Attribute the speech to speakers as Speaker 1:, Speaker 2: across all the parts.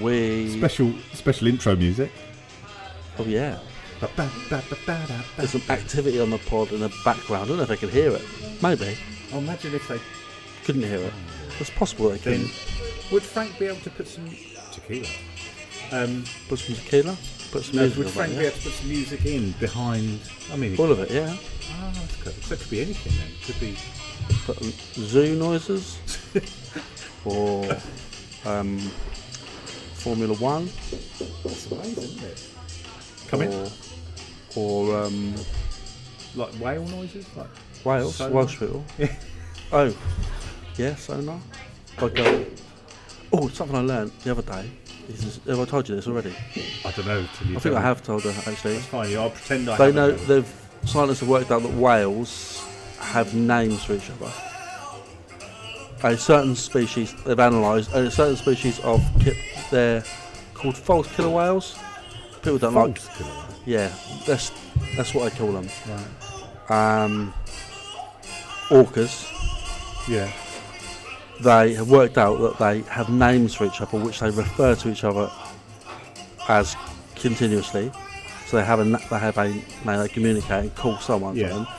Speaker 1: We.
Speaker 2: Special special intro music.
Speaker 1: Oh, yeah.
Speaker 2: Ba- ba- ba- ba- ba- da- ba.
Speaker 1: There's some activity on the pod in the background. I don't know if they can hear it. Maybe.
Speaker 3: Oh, imagine if they
Speaker 1: Couldn't hear it. It's possible they
Speaker 3: then.
Speaker 1: couldn't.
Speaker 3: Would Frank be able to put some tequila? Um,
Speaker 1: Put some tequila. Put some
Speaker 3: no,
Speaker 1: music
Speaker 3: would
Speaker 1: on
Speaker 3: Frank
Speaker 1: that,
Speaker 3: be
Speaker 1: yeah.
Speaker 3: able to put some music in behind? I mean, it,
Speaker 1: All of it, yeah.
Speaker 3: ah, that's clever. So it could be anything then. It could be
Speaker 1: Put um, zoo noises. or um, Formula One.
Speaker 3: that's amazing, isn't it? Come in
Speaker 1: or, or um,
Speaker 3: like whale noises, like
Speaker 1: Wales,
Speaker 3: Sonar.
Speaker 1: Welsh people. oh, yeah, sonar. Like, um, oh, something I learned the other day. This is, have I told you this already?
Speaker 3: I don't know. Till you
Speaker 1: I think
Speaker 3: tell
Speaker 1: I
Speaker 3: me.
Speaker 1: have told her actually.
Speaker 3: It's fine. yeah, I'll pretend I.
Speaker 1: They
Speaker 3: haven't
Speaker 1: know
Speaker 3: it.
Speaker 1: they've scientists have worked out that whales have names for each other. A certain species they've analysed, and a certain species of ki- they're called false killer whales. People don't like
Speaker 3: False killer.
Speaker 1: yeah, that's that's what I call them.
Speaker 3: Right.
Speaker 1: Um, orcas.
Speaker 3: Yeah.
Speaker 1: They have worked out that they have names for each other, which they refer to each other as continuously. So they have a na- they have a name they communicate and call someone.
Speaker 3: Yeah.
Speaker 1: something.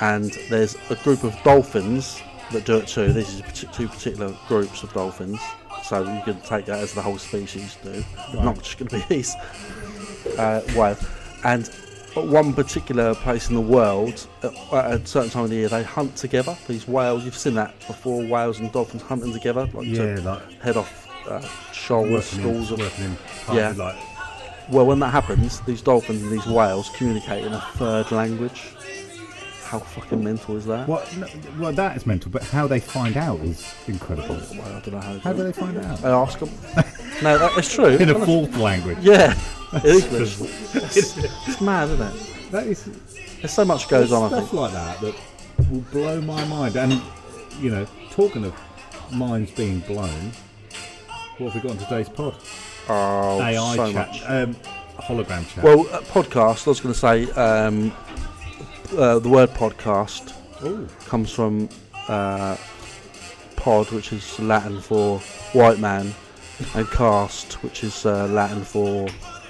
Speaker 1: And there's a group of dolphins that do it too. This is parti- two particular groups of dolphins. So you can take that as the whole species do, not just going to be these uh, whales. And at one particular place in the world, at, at a certain time of the year, they hunt together. These whales, you've seen that before, whales and dolphins hunting together, like
Speaker 3: Yeah,
Speaker 1: to
Speaker 3: like
Speaker 1: head off uh, shoals,
Speaker 3: working in,
Speaker 1: schools of.
Speaker 3: working in
Speaker 1: Yeah.
Speaker 3: yeah. like
Speaker 1: Well, when that happens, these dolphins and these whales communicate in a third language. How fucking mental is that?
Speaker 2: What? No, well, that is mental. But how they find out is incredible.
Speaker 1: Well, I don't know how.
Speaker 2: How do
Speaker 1: do
Speaker 2: they
Speaker 1: it.
Speaker 2: find out?
Speaker 1: I ask them. no, that, it's true.
Speaker 2: In a fourth language.
Speaker 1: yeah, it is. It's, it's mad, isn't it?
Speaker 2: That is
Speaker 1: There's so much goes on. I
Speaker 2: stuff
Speaker 1: think.
Speaker 2: like that that will blow my mind. And you know, talking of minds being blown, what have we got on today's pod?
Speaker 1: Oh,
Speaker 2: AI
Speaker 1: so
Speaker 2: chat,
Speaker 1: much.
Speaker 2: Um, hologram chat.
Speaker 1: Well, uh, podcast. I was going to say um, uh, the word podcast
Speaker 3: oh
Speaker 1: comes from uh, pod, which is Latin for white man, and cast, which is uh, Latin for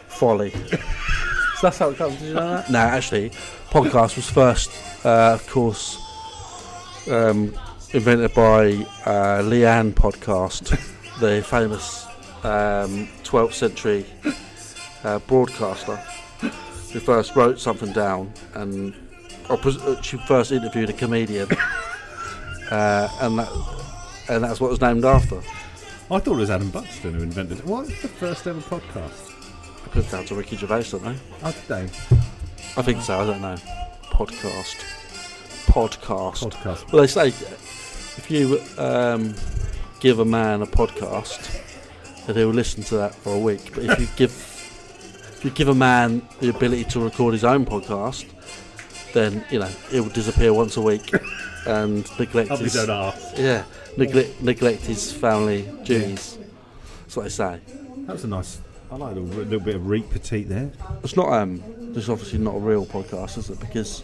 Speaker 1: folly. so that's how it comes. Did you know that? No, actually, podcast was first, uh, of course, um, invented by uh, Leanne Podcast, the famous um, 12th century uh, broadcaster who first wrote something down and or pres- uh, she first interviewed a comedian, uh, and that and that's what it was named after.
Speaker 2: I thought it was Adam Buxton who invented it. What is the first ever podcast?
Speaker 1: It comes down to Ricky Gervais, don't they?
Speaker 2: I don't know.
Speaker 1: I think so. I don't know. Podcast, podcast.
Speaker 2: Podcast.
Speaker 1: Well, they say if you um, give a man a podcast, that he'll listen to that for a week. But if you give if you give a man the ability to record his own podcast, then you know it will disappear once a week and neglect
Speaker 3: up
Speaker 1: his
Speaker 3: his own arse.
Speaker 1: Yeah, neglect, neglect his family duties. That's what I say.
Speaker 2: That was a nice. I like a little bit of Rick Petite there.
Speaker 1: It's not um. It's obviously not a real podcast, is it? Because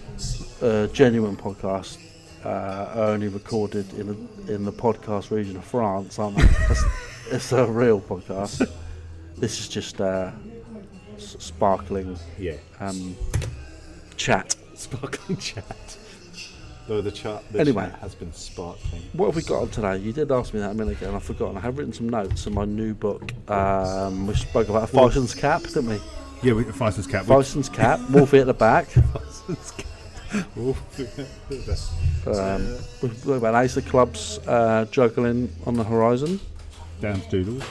Speaker 1: uh, genuine podcasts uh, are only recorded in the in the podcast region of France, aren't they? That's, it's a real podcast. This is just uh, s- sparkling
Speaker 3: Yeah.
Speaker 1: um, chat.
Speaker 3: Sparkling chat. Though the chat the
Speaker 1: Anyway.
Speaker 3: chat has been sparkling.
Speaker 1: What have we got on today? You did ask me that a minute ago, and I've forgotten. I have written some notes in my new book. Um, we spoke about a Farson's cap, didn't we?
Speaker 2: Yeah, with the Fison's cat. Which,
Speaker 1: Bison's cap, Wolfie at the back.
Speaker 3: Ooh. That's-
Speaker 1: Um, we've got about Ace of Clubs uh, juggling on the horizon.
Speaker 2: down to Doodles.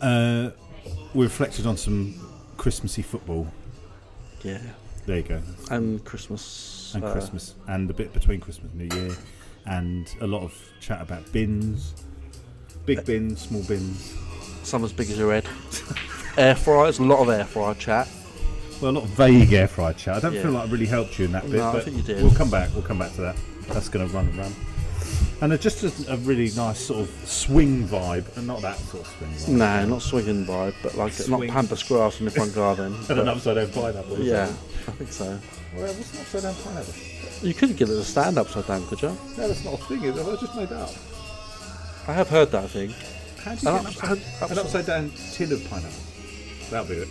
Speaker 2: Uh, we reflected on some Christmassy football.
Speaker 1: Yeah.
Speaker 2: There you go.
Speaker 1: And Christmas.
Speaker 2: and
Speaker 1: uh,
Speaker 2: Christmas, and the bit between Christmas and New Year, and a lot of chat about bins, big bins, small bins.
Speaker 1: Some as big as your head. air fryers, a lot of air fryer chat.
Speaker 2: Well, a lot of vague air fried chat. I don't
Speaker 1: Yeah.
Speaker 2: feel like I really helped you in that bit,
Speaker 1: No, I
Speaker 2: but
Speaker 1: think you did.
Speaker 2: we'll come back. We'll come back to that. That's going to run and run. And a- just a, a really nice sort of swing vibe, and not that sort of swing vibe.
Speaker 1: No, not swinging by, but like
Speaker 3: Swing.
Speaker 1: not pampas grass in the front garden.
Speaker 2: And
Speaker 1: but-
Speaker 2: an upside down pineapple. is
Speaker 1: yeah,
Speaker 2: it?
Speaker 1: I think so.
Speaker 2: Well, what's an upside down pineapple?
Speaker 1: You could give it a stand upside down, could you?
Speaker 2: No, that's not a thing. Is it? I just made that up.
Speaker 1: I have heard that, I think.
Speaker 4: Oh, How do you
Speaker 1: An
Speaker 4: get
Speaker 1: up-
Speaker 4: an upside, an
Speaker 1: an
Speaker 4: upside down tin of pineapple? That'll be it.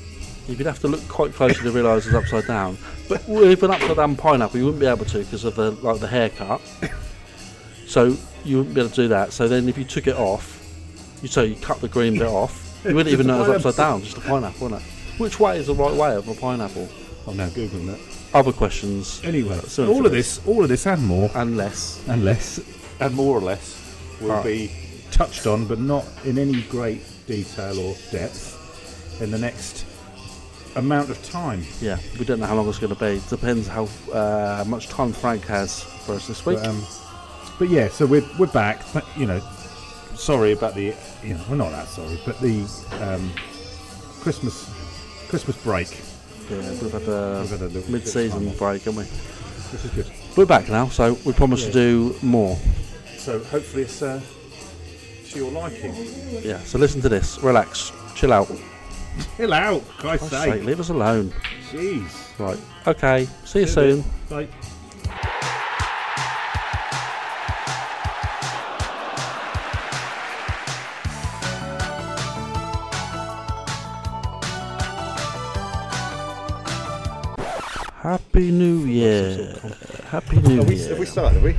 Speaker 1: You'd have to look quite closely to realise it's upside down. But with an upside down pineapple, you wouldn't be able to because of the like the haircut. So you wouldn't be able to do that. So then, if you took it off, you so you cut the green bit off, you wouldn't
Speaker 4: Just
Speaker 1: even
Speaker 4: a
Speaker 1: know it's
Speaker 4: pineapple.
Speaker 1: upside down. Just a pineapple, wouldn't it? Which way is the right way of a pineapple?
Speaker 4: I'm now googling that.
Speaker 1: Other questions,
Speaker 4: Anyway,
Speaker 1: Soon
Speaker 2: All
Speaker 1: for
Speaker 2: of this, all of this, and more,
Speaker 1: unless
Speaker 4: unless
Speaker 2: and more or less, will
Speaker 1: Alright.
Speaker 2: be
Speaker 4: touched on, but not in any great detail or depth, in the next amount of time.
Speaker 1: yeah, we don't know how long it's going to be. Depends how uh, much time Frank has for us this week.
Speaker 4: But, um, but yeah, so we're we're back. But, you know, sorry about the you know we're not that sorry, but the um, Christmas Christmas break,
Speaker 1: yeah, we've had a,
Speaker 4: We've had a little bit of
Speaker 1: mid-season
Speaker 4: time off.
Speaker 1: break, haven't we?
Speaker 4: which is good.
Speaker 1: We're back now, so we promise to do more.
Speaker 2: so hopefully it's uh, to your liking.
Speaker 1: Yeah, so listen to this. Relax. Chill out.
Speaker 4: Chill out, Christ's
Speaker 1: God's sake,
Speaker 4: sake.
Speaker 1: leave us alone.
Speaker 4: Jeez.
Speaker 1: Right. Okay. See you soon.
Speaker 4: Like,
Speaker 1: Happy New Year. Happy New
Speaker 2: Have we,
Speaker 1: Year.
Speaker 2: have we started?
Speaker 4: uh,
Speaker 2: Have we?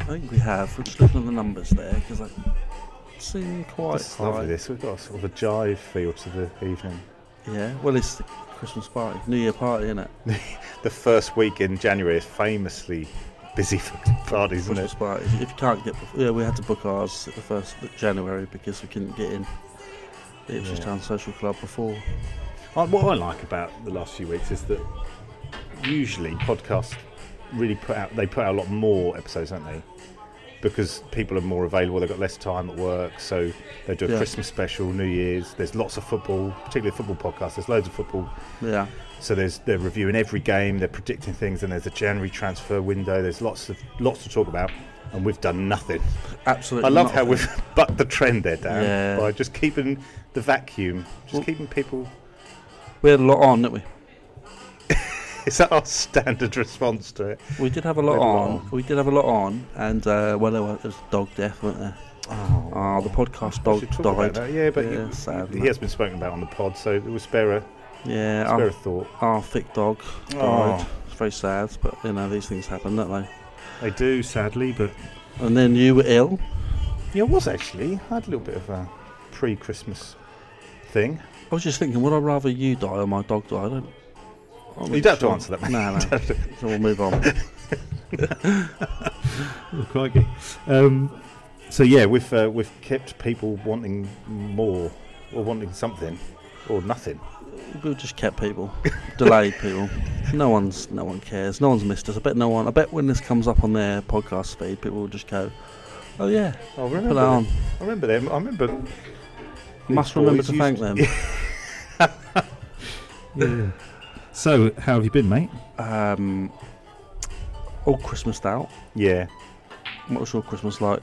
Speaker 1: I think we have. We're just looking at the numbers there because I seem quite
Speaker 2: It's
Speaker 1: high.
Speaker 2: lovely. This we've got a sort of a jive feel to the evening.
Speaker 1: Yeah. Well, it's the Christmas party, New Year party, isn't it?
Speaker 2: The first week in January is famously busy for parties, isn't
Speaker 1: Christmas
Speaker 2: it?
Speaker 1: party. If you can't get, yeah, we had to book ours at the first of January because we couldn't get in. The Ipswich
Speaker 2: Yeah.
Speaker 1: Town Social Club before.
Speaker 2: I, what I like about the last few weeks is that usually podcasts really put out they put out a lot more episodes, don't they? Because people are more available, they've got less time at work, so they do a
Speaker 1: Yeah.
Speaker 2: Christmas special, New Year's. There's lots of football, particularly football podcasts. There's loads of football,
Speaker 1: Yeah.
Speaker 2: so there's they're reviewing every game, they're predicting things, and there's a January transfer window. There's lots of lots to talk about, and we've done nothing.
Speaker 1: Absolutely.
Speaker 2: I love
Speaker 1: not.
Speaker 2: how we've bucked the trend there, Dan,
Speaker 1: Yeah.
Speaker 2: by just keeping the vacuum, just
Speaker 1: Well-
Speaker 2: keeping people.
Speaker 1: we had a lot on, didn't we?
Speaker 2: Is that our standard response to it?
Speaker 1: We did have a lot
Speaker 2: We had a lot
Speaker 1: on.
Speaker 2: on.
Speaker 1: We did have a lot on, and uh, well, there was, there was dog death, weren't there?
Speaker 2: Oh,
Speaker 1: Ah, the podcast
Speaker 2: we
Speaker 1: dog
Speaker 2: should talk about
Speaker 1: died.
Speaker 2: that. Yeah, but
Speaker 1: Yeah,
Speaker 2: you-
Speaker 1: sad,
Speaker 2: he
Speaker 1: man.
Speaker 2: has been spoken about on the pod, so we'll spare a,
Speaker 1: Yeah,
Speaker 2: spare
Speaker 1: our,
Speaker 2: a thought.
Speaker 1: our thick dog died.
Speaker 2: Oh.
Speaker 1: It's very sad, but you know these things happen, don't they?
Speaker 2: They do, sadly, but
Speaker 1: And then you were ill.
Speaker 2: yeah, I was actually I had a little bit of a pre-Christmas thing.
Speaker 1: I was just thinking, would I rather you die or my dog die? I don't. I'm
Speaker 2: You
Speaker 1: not
Speaker 2: don't have to
Speaker 1: sure.
Speaker 2: answer that, mate.
Speaker 1: No, no. so we'll move on.
Speaker 4: oh, crikey. Um,
Speaker 2: So yeah, we've uh, we've kept people wanting more or wanting something or nothing.
Speaker 1: We've just kept people, delayed people. No one's, no one cares. No one's missed us. I bet no one. I bet when this comes up on their podcast feed, people will just go, "Oh yeah,
Speaker 2: I
Speaker 1: put
Speaker 2: remember.
Speaker 1: that on."
Speaker 2: Them. I remember them. I remember. these
Speaker 1: Must remember
Speaker 2: boys
Speaker 1: to
Speaker 2: used
Speaker 1: thank them.
Speaker 4: yeah. So, how have you been, mate?
Speaker 1: um, all Christmas out.
Speaker 2: Yeah,
Speaker 1: What was your Christmas like?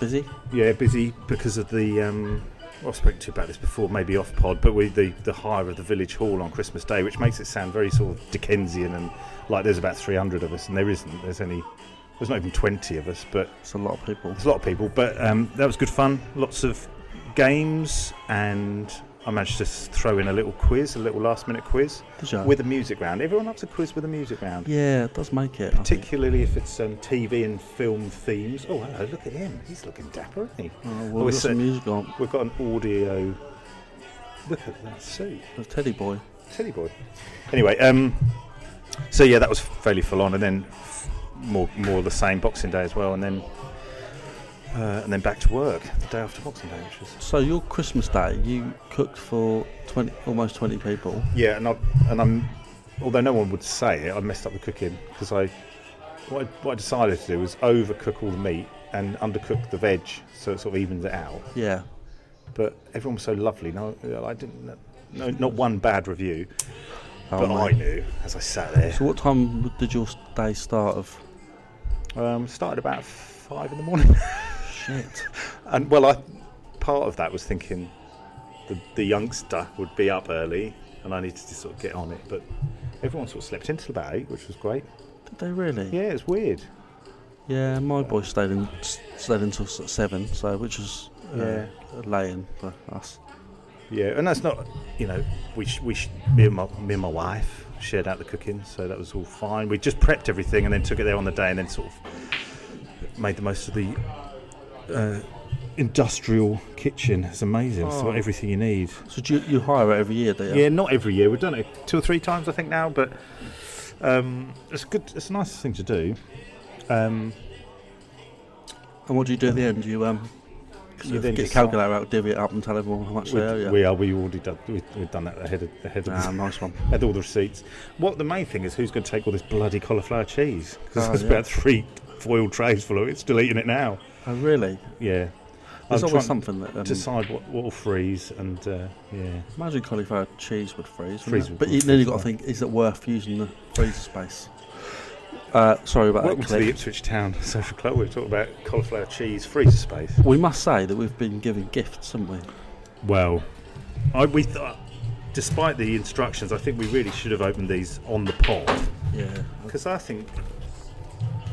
Speaker 1: Busy?
Speaker 2: yeah, busy because of the. Um, well, I've spoken to you about this before, maybe off pod, but with the the hire of the village hall on Christmas Day, which makes it sound very sort of Dickensian and like there's about 300 of us, and there isn't. There's only. There's not even 20 of us, but
Speaker 1: It's a lot of people.
Speaker 2: There's a lot of people, but um, that was good fun. Lots of games, and I managed to s- throw in a little quiz, a little last minute quiz
Speaker 1: Did you?
Speaker 2: with a music round. Everyone loves a quiz with a music round,
Speaker 1: yeah, it does make it. I think.
Speaker 2: particularly if it's um, TV and film themes. Oh, hello, look at him. He's looking dapper, isn't he?
Speaker 1: Oh, well,
Speaker 2: Well,
Speaker 1: we've
Speaker 2: we
Speaker 1: got some
Speaker 2: said-
Speaker 1: music on.
Speaker 2: We've got an audio. Look at that suit.
Speaker 1: The Teddy Boy.
Speaker 2: Teddy boy. Anyway, um, so yeah, that was fairly full on, and then f- more more of the same Boxing Day as well, and then uh, and then back to work the day after Boxing Day, which was
Speaker 1: So your Christmas day, you cooked for twenty, almost twenty people.
Speaker 2: Yeah, and I and I'm although no one would say it, I messed up the cooking because I what, I what I decided to do was overcook all the meat and undercook the veg so it sort of evens it out.
Speaker 1: Yeah.
Speaker 2: But everyone was so lovely. No, I didn't. No, not one bad review.
Speaker 1: Oh,
Speaker 2: but I
Speaker 1: mate.
Speaker 2: knew as I sat there.
Speaker 1: So what time did your day start? Of
Speaker 2: Um, started about five in the morning,
Speaker 1: shit.
Speaker 2: and well, I part of that was thinking the the youngster would be up early, and I needed to sort of get on it. But everyone sort of slept in till about eight, which was great.
Speaker 1: Did they really?
Speaker 2: Yeah, it's weird.
Speaker 1: Yeah, my boy stayed in stayed until s- seven, so which was uh,
Speaker 2: Yeah.
Speaker 1: a laying. But that's
Speaker 2: Yeah, and that's not, you know, we sh- we sh- me and my me and my wife shared out the cooking, so that was all fine. We just prepped everything and then took it there on the day, and then sort of made the most of the uh, industrial kitchen. It's amazing. It's
Speaker 1: Oh.
Speaker 2: got everything you need.
Speaker 1: so. Do you, you hire it every year, do you?
Speaker 2: Yeah. not every year. We've done it two or three times, I think now, but um, it's good. It's a nice thing to do. Um,
Speaker 1: And what do you do at the end? Do you um,
Speaker 2: You
Speaker 1: sort of
Speaker 2: then
Speaker 1: get a
Speaker 2: just start-
Speaker 1: calculator out, divvy it up, and tell everyone how much
Speaker 2: we,
Speaker 1: they owe you.
Speaker 2: we are. We already done. We, we've done that ahead of ahead of the
Speaker 1: Ah, nice one.
Speaker 2: had all the receipts. What the main thing is, who's going to take all this bloody cauliflower cheese? Because
Speaker 1: Oh,
Speaker 2: there's
Speaker 1: yeah.
Speaker 2: about three foil trays full of it. Still eating it now.
Speaker 1: Oh, really?
Speaker 2: Yeah,
Speaker 1: There's always
Speaker 2: I'm trying
Speaker 1: something that. Um,
Speaker 2: to decide what what will freeze and uh, yeah.
Speaker 1: imagine cauliflower cheese would freeze. wouldn't
Speaker 2: Freeze
Speaker 1: it?
Speaker 2: would-
Speaker 1: But you,
Speaker 2: would
Speaker 1: then
Speaker 2: freeze
Speaker 1: you've got to think: is it worth using the freezer space? Uh, sorry about
Speaker 2: Welcome
Speaker 1: that.
Speaker 2: to the
Speaker 1: Cliff.
Speaker 2: Ipswich Town Social Club. We're talking about cauliflower cheese freezer space.
Speaker 1: We must say that we've been given gifts, haven't we?
Speaker 2: Well, I, we thought, despite the instructions, I think we really should have opened these on the pod
Speaker 1: Yeah.
Speaker 2: because I think,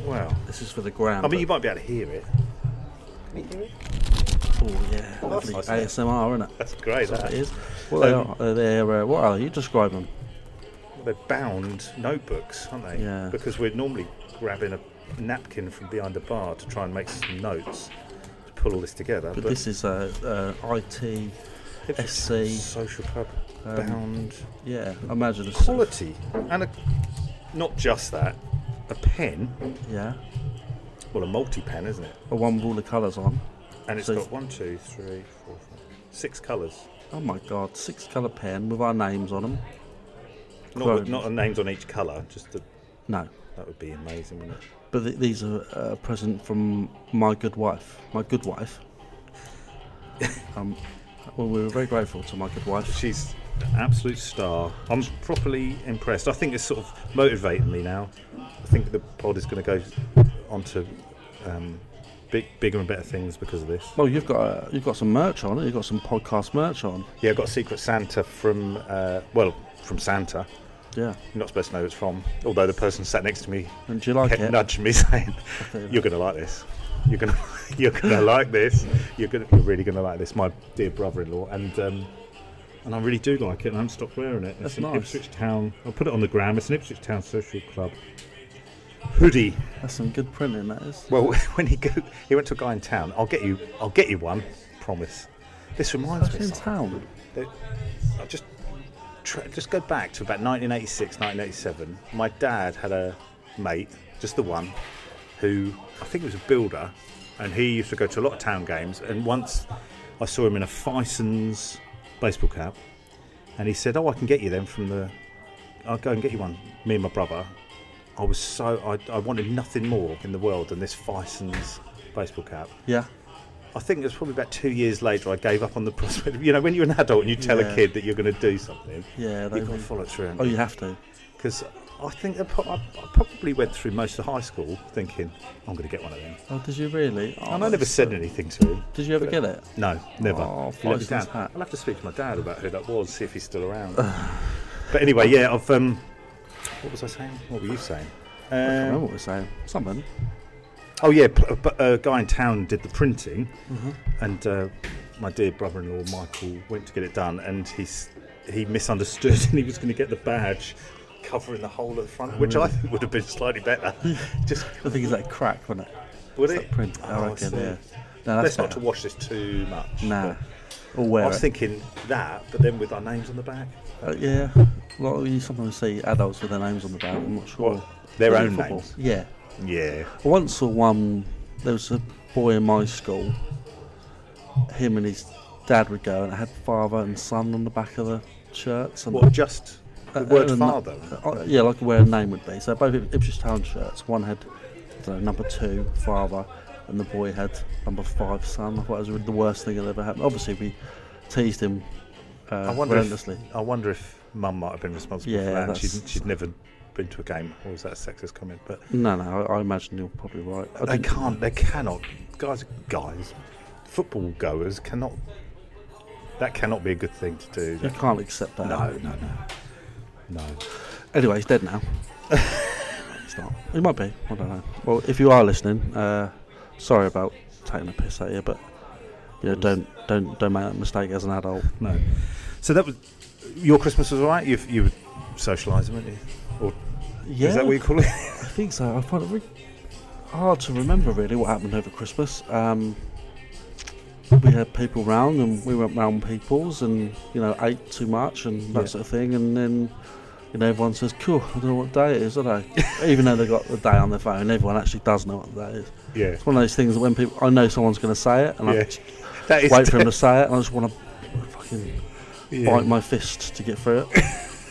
Speaker 2: well,
Speaker 1: This is for the gram.
Speaker 2: I mean, you
Speaker 1: but-
Speaker 2: might be able to hear it. Can you hear it?
Speaker 1: oh, yeah, lovely
Speaker 2: nice, isn't it?
Speaker 1: ASMR, isn't it?
Speaker 2: That's great.
Speaker 1: That's what
Speaker 2: that.
Speaker 1: it is. What they
Speaker 2: Um,
Speaker 1: are? uh, They're uh, what are you describe them?
Speaker 2: They're bound notebooks, aren't they?
Speaker 1: Yeah.
Speaker 2: Because we're normally grabbing a napkin from behind a bar to try and make some notes to pull all this together.
Speaker 1: But this is uh, uh, IT.
Speaker 2: it's
Speaker 1: SC,
Speaker 2: social club
Speaker 1: um,
Speaker 2: bound
Speaker 1: Yeah, imagine a sort of-
Speaker 2: quality, and a, not just that, a pen.
Speaker 1: yeah,
Speaker 2: Well, a multi-pen, isn't it?
Speaker 1: a one wall of colours on.
Speaker 2: And it's
Speaker 1: So-
Speaker 2: got one, two, three, four, five, six colours.
Speaker 1: Oh my god, six colour pen with our names on them.
Speaker 2: Not with,
Speaker 1: Clones.
Speaker 2: not names on each colour. Just a,
Speaker 1: No,
Speaker 2: that would be amazing, wouldn't it?
Speaker 1: but th- these are uh, a present from my good wife. My good wife. um, well, we were very grateful to my good wife.
Speaker 2: She's an absolute star. I'm properly impressed. I think it's sort of motivating me now. I think the pod is going to go on to um, big, bigger and better things because of this.
Speaker 1: Well, you've got uh, you've got some merch on. You've got some podcast merch on.
Speaker 2: Yeah, I got Secret Santa from, uh, well, from Santa.
Speaker 1: Yeah,
Speaker 2: You're not supposed to know who it's from, although the person sat next to me
Speaker 1: and do you like
Speaker 2: kept
Speaker 1: it?
Speaker 2: nudging me saying,
Speaker 1: Okay.
Speaker 2: "You're going to like this. You're going to, you're going to like this. You're going, to, you're really going to like this." My dear brother-in-law, and um, and I really do like it, and I haven't stopped wearing it.
Speaker 1: That's
Speaker 2: it's an
Speaker 1: nice.
Speaker 2: Ipswich Town. I'll put it on the gram. It's an Ipswich Town Social Club hoodie.
Speaker 1: That's some good printing. That is.
Speaker 2: Well, when he go, he went to a guy in town. I'll get you. I'll get you one. Promise. This reminds
Speaker 1: That's
Speaker 2: me.
Speaker 1: in
Speaker 2: of something.
Speaker 1: town.
Speaker 2: They- I just tra- just go back to about 1986, 1987. My dad had a mate, just the one, who I think was a builder, and he used to go to a lot of town games. And once I saw him in a Fison's baseball cap, and he said, "Oh, I can get you them from the. I'll go and get you one. Me and my brother. I was so I, I wanted nothing more in the world than this Fison's baseball cap."
Speaker 1: Yeah.
Speaker 2: I think it was probably about two years later I gave up on the prospect. You know, when you're an adult and you tell
Speaker 1: Yeah.
Speaker 2: a kid that you're going to do something,
Speaker 1: Yeah. They,
Speaker 2: you've got to follow it through.
Speaker 1: oh, you have to.
Speaker 2: Because I think I pro- I I probably went through most of high school thinking, I'm going to get one of them.
Speaker 1: Oh, did you really? Oh,
Speaker 2: and I never
Speaker 1: that's-
Speaker 2: said anything to him.
Speaker 1: Did you ever get it?
Speaker 2: No, never.
Speaker 1: Oh,
Speaker 2: He let me
Speaker 1: Fison's
Speaker 2: down.
Speaker 1: hat.
Speaker 2: I'll have to speak to my dad about who that was, see if he's still around. but anyway, yeah, I've. Um, what was I saying? What were you saying?
Speaker 1: I can't
Speaker 2: Um,
Speaker 1: remember what we're saying. Something.
Speaker 2: Oh yeah, pl- but a guy in town did the printing,
Speaker 1: Mm-hmm.
Speaker 2: and uh, my dear brother-in-law Michael went to get it done, and he s- he misunderstood, and he was going to get the badge covering the whole of the front, which I think would have been slightly better. Just
Speaker 1: The thing is that crack, wasn't it?
Speaker 2: would
Speaker 1: It's
Speaker 2: it?
Speaker 1: that print.
Speaker 2: Oh,
Speaker 1: I
Speaker 2: I
Speaker 1: reckon,
Speaker 2: see.
Speaker 1: yeah. No, that's
Speaker 2: Let's not to
Speaker 1: better.
Speaker 2: wash this too much.
Speaker 1: Nah.
Speaker 2: but
Speaker 1: Or wear
Speaker 2: I was
Speaker 1: it.
Speaker 2: thinking that, but then with our names on the back.
Speaker 1: Uh, yeah. Well, you sometimes see adults with their names on the back. I'm not sure.
Speaker 2: What? Their
Speaker 1: Was it
Speaker 2: own
Speaker 1: football?
Speaker 2: names?
Speaker 1: Yeah.
Speaker 2: Yeah.
Speaker 1: I once saw one. There was a boy in my school. Him and his dad would go, and it had father and son on the back of the shirts. And
Speaker 2: What? Just the
Speaker 1: uh,
Speaker 2: word
Speaker 1: and-
Speaker 2: father.
Speaker 1: uh, yeah, like where a name would be. So both Ip- Ipswich Town shirts. One had I don't know, number two, father, and the boy had number five, son. I thought it was the worst thing that ever happened. Obviously, we teased him uh,
Speaker 2: I wonder.
Speaker 1: relentlessly.
Speaker 2: If, I wonder if Mum might have been responsible
Speaker 1: Yeah,
Speaker 2: for that. and She'd,
Speaker 1: that's-
Speaker 2: she'd never been to a game. Or was that a sexist comment? But
Speaker 1: No, no, I, I imagine you're probably right. I
Speaker 2: they
Speaker 1: didn't-
Speaker 2: can't. They cannot. Guys, guys, football goers cannot. That cannot be a good thing to do.
Speaker 1: You can't accept that.
Speaker 2: No, no, no, no.
Speaker 1: Anyway, he's dead now. he's not. He might be. I don't know. Well, if you are listening, uh, sorry about taking a piss at you, but You know, don't don't don't make that mistake as an adult.
Speaker 2: No. So that was your Christmas was all right. You you were socialising, weren't you?
Speaker 1: Yeah,
Speaker 2: Is that what you call it?
Speaker 1: I think so. I find it really hard to remember really what happened over Christmas. Um, we had people round and we went round people's and you know ate too much and that
Speaker 2: Yeah.
Speaker 1: sort of thing. And then you know everyone says, "Cool, I don't know what day it is," do they? Even though they got the day on their phone, everyone actually does know what the day is.
Speaker 2: Yeah.
Speaker 1: It's one of those things that when people, I know someone's going to say it, and I
Speaker 2: Yeah.
Speaker 1: just
Speaker 2: That is.
Speaker 1: wait for him to say it, and I just want to fucking
Speaker 2: yeah.
Speaker 1: bite my fist to get through it.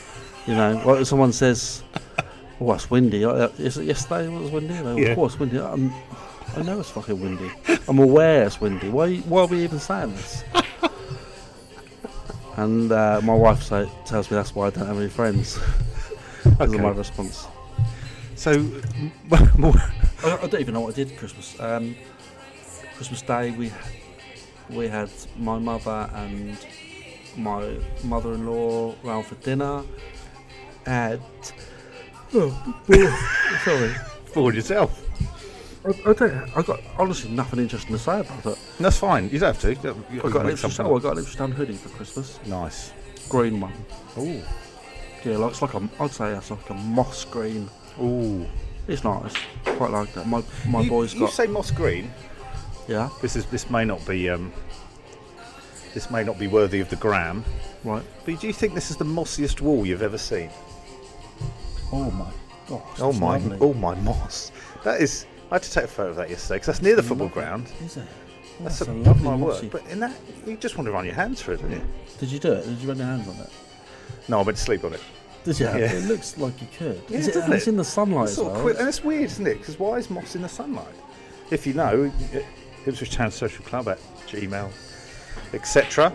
Speaker 1: you know, like if someone says, "Oh, it's windy." I- Is it yesterday? It was windy. They go,
Speaker 2: Yeah.
Speaker 1: Of course, windy. I'm, I know it's fucking windy. I'm aware it's windy. Why? Why are we even saying this? and uh, my wife say, tells me that's why I don't have any friends. That's
Speaker 2: Okay.
Speaker 1: my response.
Speaker 2: So, m- well,
Speaker 1: I, I don't even know what I did Christmas. Um, Christmas Day, we we had my mother and my mother-in-law round for dinner. At oh, sorry,
Speaker 2: forward yourself.
Speaker 1: I, I don't. I got honestly nothing interesting to say about it.
Speaker 2: That's fine. You don't have to. You- you
Speaker 1: I
Speaker 2: can
Speaker 1: got an
Speaker 2: make
Speaker 1: extra
Speaker 2: something
Speaker 1: oh, I
Speaker 2: up.
Speaker 1: got an extra hoodie for Christmas,
Speaker 2: Nice.
Speaker 1: green one.
Speaker 2: Ooh.
Speaker 1: Yeah, like, it's like a. I'd say it's like a moss green.
Speaker 2: Ooh.
Speaker 1: It's nice. Quite like that. My my
Speaker 2: you,
Speaker 1: boy's
Speaker 2: you
Speaker 1: got
Speaker 2: say moss green.
Speaker 1: yeah
Speaker 2: This is this may not be um. This may not be worthy of the gram.
Speaker 1: right.
Speaker 2: But do you think this is the mossiest wall you've ever seen?
Speaker 5: Oh my gosh.
Speaker 2: Oh
Speaker 5: that's
Speaker 2: my!
Speaker 5: lovely.
Speaker 2: Oh my moss! That is. I had to take a photo of that yesterday because that's near the football ground.
Speaker 1: Is it? Oh,
Speaker 2: That's,
Speaker 1: that's a
Speaker 2: above
Speaker 1: lovely
Speaker 2: my work.
Speaker 1: mossy.
Speaker 2: But in that, you just want to run your hands through it, don't you?
Speaker 1: Did you do it? Did you run your hands on it?
Speaker 2: No, I went to sleep on it.
Speaker 1: Does it?
Speaker 2: Yeah.
Speaker 1: It looks like you could.
Speaker 2: Yeah,
Speaker 1: is it,
Speaker 2: doesn't
Speaker 1: and It's
Speaker 2: it?
Speaker 1: in the sunlight
Speaker 2: It's
Speaker 1: as
Speaker 2: sort of
Speaker 1: well.
Speaker 2: quick, and it's weird, isn't it? Because why is moss in the sunlight? If you know, it- Ipswich Town Social Club at Gmail, etc.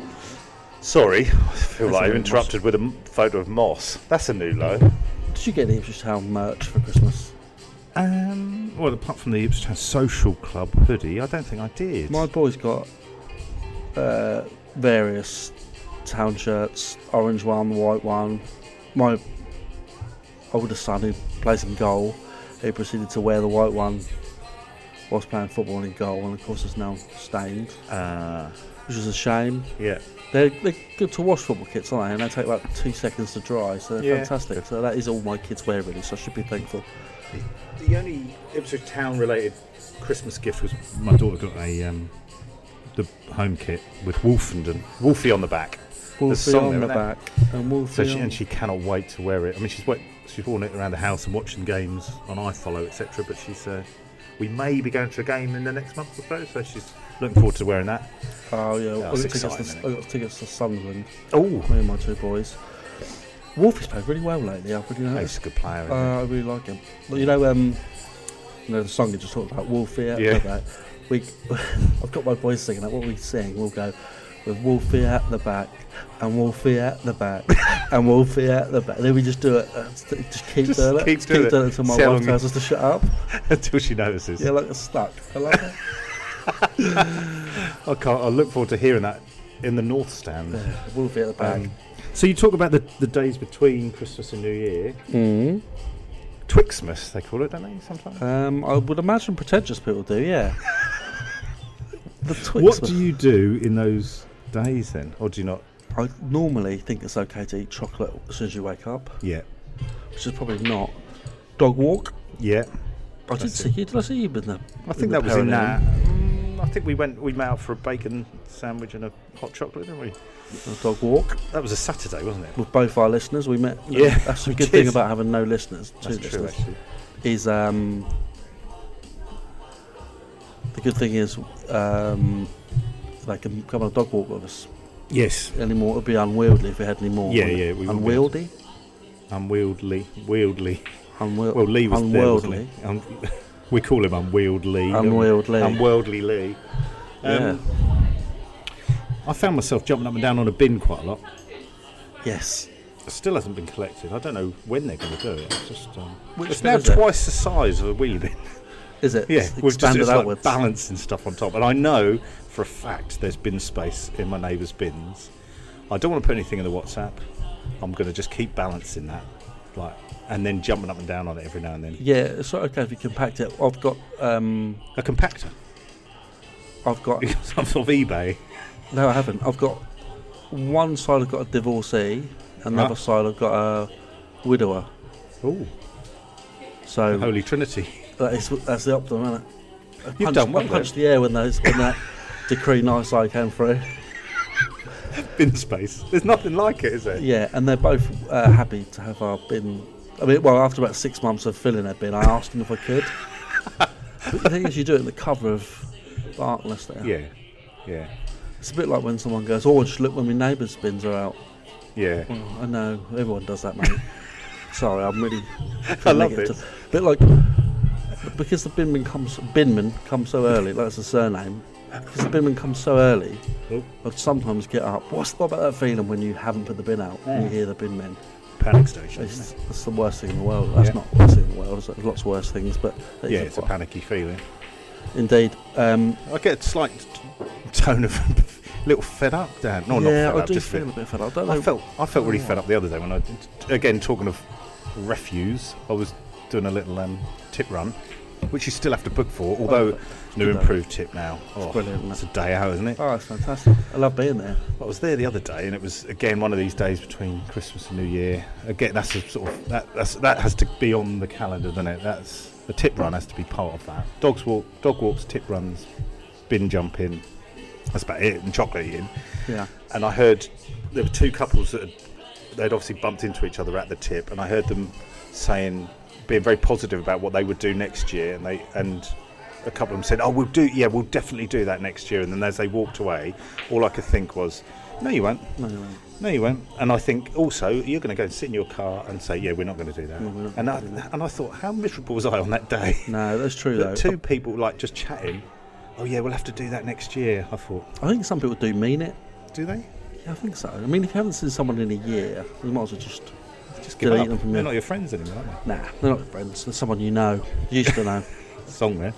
Speaker 2: Sorry, I feel
Speaker 1: That's
Speaker 2: like
Speaker 1: a
Speaker 2: I
Speaker 1: bit
Speaker 2: interrupted with a m- photo of moss. That's a new low.
Speaker 1: Did you get the Ipswich Town merch for Christmas?
Speaker 2: Um, well, apart from the Ipswich Town Social Club hoodie, I don't think I did.
Speaker 1: My boy's got uh, various town shirts orange one, white one. My oldest son, who plays in goal, he proceeded to wear the white one whilst playing football in goal, and of course, it's now stained,
Speaker 2: Uh,
Speaker 1: which is a shame.
Speaker 2: yeah.
Speaker 1: They're, they're good to wash football kits, aren't they? And they take about two seconds to dry, so they're
Speaker 2: Yeah.
Speaker 1: fantastic. So that is all my kids wear, really, so I should be thankful.
Speaker 2: The only Ipswich Town related Christmas gift was
Speaker 5: My daughter got a um, the home kit with Wolfenden.
Speaker 2: Wolfie on the back.
Speaker 1: Wolfie
Speaker 2: song
Speaker 1: on
Speaker 2: there,
Speaker 1: the
Speaker 2: isn't it?
Speaker 1: back, and Wolfie
Speaker 2: So she,
Speaker 1: on-
Speaker 2: and she cannot wait to wear it. I mean, she's wait, she's worn it around the house and watching games on iFollow, etc. But she's uh, we may be going to a game in the next month or so, so she's looking forward to wearing that.
Speaker 1: Oh yeah, I, got
Speaker 2: it's
Speaker 1: tickets
Speaker 2: exciting,
Speaker 1: to,
Speaker 2: isn't
Speaker 1: I got tickets to Sunderland.
Speaker 2: Oh,
Speaker 1: Me and my two boys. Wolfie's played really well lately. I've really
Speaker 2: he's
Speaker 1: noticed.
Speaker 2: a good player. Isn't
Speaker 1: Uh, I really like him. But you know, um, you know the song you just talked about, Wolfie. out
Speaker 2: Yeah.
Speaker 1: the back. We, I've got my boys singing that. What we sing, we'll go with Wolfie at the back and Wolfie at the back and Wolfie at the back. Then we just do it. uh, Just just keep
Speaker 2: Just
Speaker 1: doing it.
Speaker 2: keep
Speaker 1: just
Speaker 2: doing
Speaker 1: keep
Speaker 2: it.
Speaker 1: doing it until my
Speaker 2: See how
Speaker 1: wife
Speaker 2: long
Speaker 1: tells us to shut up.
Speaker 2: he? Until she notices.
Speaker 1: Yeah, like it's stuck. I like it.
Speaker 2: I can't. I look forward to hearing that in the North Stand.
Speaker 1: Yeah, Wolfie at the back.
Speaker 2: Um, so you talk about the, the days between Christmas and New Year.
Speaker 1: mm.
Speaker 2: Twixmas, they call it, don't they? Sometimes.
Speaker 1: Um, I would imagine pretentious people do, yeah. the
Speaker 5: What
Speaker 1: Twix.
Speaker 5: do you do in those days then?
Speaker 2: Or do you not?
Speaker 1: I normally think it's okay to eat chocolate as soon as you wake up,
Speaker 5: Yeah.
Speaker 1: which is probably not. Dog walk.
Speaker 2: Yeah.
Speaker 1: I did
Speaker 2: That's
Speaker 1: see
Speaker 2: it.
Speaker 1: you. Did I see you in the?
Speaker 2: I think
Speaker 1: the
Speaker 2: that was in that.
Speaker 1: Paradigm?
Speaker 2: Mm, I think we went. We met out for a bacon sandwich and a hot chocolate, didn't we?
Speaker 1: the dog walk
Speaker 2: That was a Saturday, wasn't it?
Speaker 1: with both our listeners. We met.
Speaker 2: Yeah,
Speaker 1: that's a
Speaker 2: we
Speaker 1: good
Speaker 2: did.
Speaker 1: thing about having no listeners. Two
Speaker 2: That's true,
Speaker 1: listeners
Speaker 2: actually.
Speaker 1: is um. The good thing is, um, they can come on a dog walk with us
Speaker 5: Yes.
Speaker 1: anymore. It'd be unwieldy if we had any more.
Speaker 5: Yeah,
Speaker 1: wouldn't
Speaker 5: yeah,
Speaker 1: it?
Speaker 5: we would be.
Speaker 1: unwieldy.
Speaker 5: Unwieldy. Wieldly.
Speaker 1: Unwiel-
Speaker 5: Well, Lee was
Speaker 1: unworldly.
Speaker 5: there. wasn't he? Un- we call him unwieldy. don't we?
Speaker 1: Unwieldy.
Speaker 5: Unworldly Lee.
Speaker 1: Yeah.
Speaker 5: Um, I found myself jumping up and down on a bin quite a lot.
Speaker 1: Yes.
Speaker 5: It still hasn't been collected. I don't know when they're going to do it. It's just um,
Speaker 1: Which
Speaker 2: It's
Speaker 1: bit
Speaker 2: now
Speaker 1: is it?
Speaker 2: twice the size of a wheelie bin.
Speaker 1: Is it?
Speaker 2: Yeah,
Speaker 1: It's
Speaker 2: we've just
Speaker 1: expanded
Speaker 2: it's like
Speaker 1: outwards.
Speaker 2: balancing stuff on top. And I know for a fact there's bin space in my neighbour's bins. I don't want to put anything in the WhatsApp. I'm going to just keep balancing that, like, and then jumping up and down on it every now and then.
Speaker 1: yeah, it's not okay if you compact it. I've got um,
Speaker 2: A compactor.
Speaker 1: I've got
Speaker 2: Some sort of eBay.
Speaker 1: no, I haven't. I've got one side. I've got a divorcee, and the
Speaker 2: Ah.
Speaker 1: other side I've got a widower.
Speaker 2: Oh,
Speaker 1: So
Speaker 2: Holy Trinity.
Speaker 1: that is, that's the optimum, isn't it? I
Speaker 2: You've
Speaker 1: punched-
Speaker 2: done well
Speaker 1: I punched the air when those when that decree nice I came through.
Speaker 2: Bin space. There's nothing like it, is there?
Speaker 1: Yeah, and they're both uh, happy to have our bin. I mean, well, after about six months of filling their bin, I asked them if I could. but the thing is, you do it in the cover of darkness there.
Speaker 2: Yeah. Yeah.
Speaker 1: It's a bit like when someone goes, oh, just look when my neighbour's bins are out.
Speaker 2: Yeah.
Speaker 1: Well, Oh, I know, everyone does that, mate. Sorry, I'm really...
Speaker 2: I love
Speaker 1: negative.
Speaker 2: this.
Speaker 1: bit like... Because the binman comes, binman comes so early, like that's a surname, because the binman comes so early,
Speaker 2: Oh.
Speaker 1: I'd sometimes get up. What's what about that feeling when you haven't put the bin out and you hear the bin men?
Speaker 2: Panic station. isn't
Speaker 1: It's, it's the worst thing in the world. That's
Speaker 2: Yeah.
Speaker 1: not the worst thing in the world. There's lots of worse things, but
Speaker 2: it?
Speaker 1: that
Speaker 2: Yeah,
Speaker 1: is
Speaker 2: it's a
Speaker 1: what-
Speaker 2: panicky feeling.
Speaker 1: Indeed. Um,
Speaker 2: I get a slight t- tone of a little fed up, Dan.
Speaker 1: yeah,
Speaker 2: No, not fed
Speaker 1: I
Speaker 2: up,
Speaker 1: do
Speaker 2: just
Speaker 1: feel Oh. a
Speaker 2: fed
Speaker 1: bit fed up. I don't know.
Speaker 2: I felt I felt really fed up the other day when I again talking of refuse. I was doing a little um, tip run, which you still have to book for, although new
Speaker 1: Oh, good though.
Speaker 2: improved tip now. Oh,
Speaker 1: brilliant, isn't
Speaker 2: It's a day out, isn't it?
Speaker 1: oh, it's fantastic. I love being there.
Speaker 2: I was there the other day, and it was again one of these days between Christmas and New Year. Again, that's a sort of that that's, that has to be on the calendar, doesn't it? That's the tip run has to be part of that. Dogs walk, dog walks, tip runs, bin jumping. That's about it, and chocolate eating
Speaker 1: Yeah.
Speaker 2: and I heard there were two couples that had, they'd obviously bumped into each other at the tip, and I heard them saying, being very positive about what they would do next year, and they and a couple of them said, "Oh, we'll do, yeah, we'll definitely do that next year." And then as they walked away, all I could think was, "No, you won't.
Speaker 1: No, no, no.
Speaker 2: No, you won't." And I think also you're going to go and sit in your car and say, "Yeah, we're not going to do that."
Speaker 1: No, we're not
Speaker 2: and I
Speaker 1: gonna do
Speaker 2: and I thought, how miserable was I on that day?
Speaker 1: No, that's true though.
Speaker 2: That two people like just chatting. Oh yeah, we'll have to do that next year. I thought,
Speaker 1: I think some people do mean it.
Speaker 2: do they?
Speaker 1: Yeah, I think so. I mean, if you haven't seen someone in a year, you might as well just.
Speaker 2: Just give
Speaker 1: Delete
Speaker 2: up.
Speaker 1: them from
Speaker 2: They're
Speaker 1: your-
Speaker 2: not your friends anymore, are they?
Speaker 1: Nah, they're not friends. They're someone you know, you used to know.
Speaker 2: song there.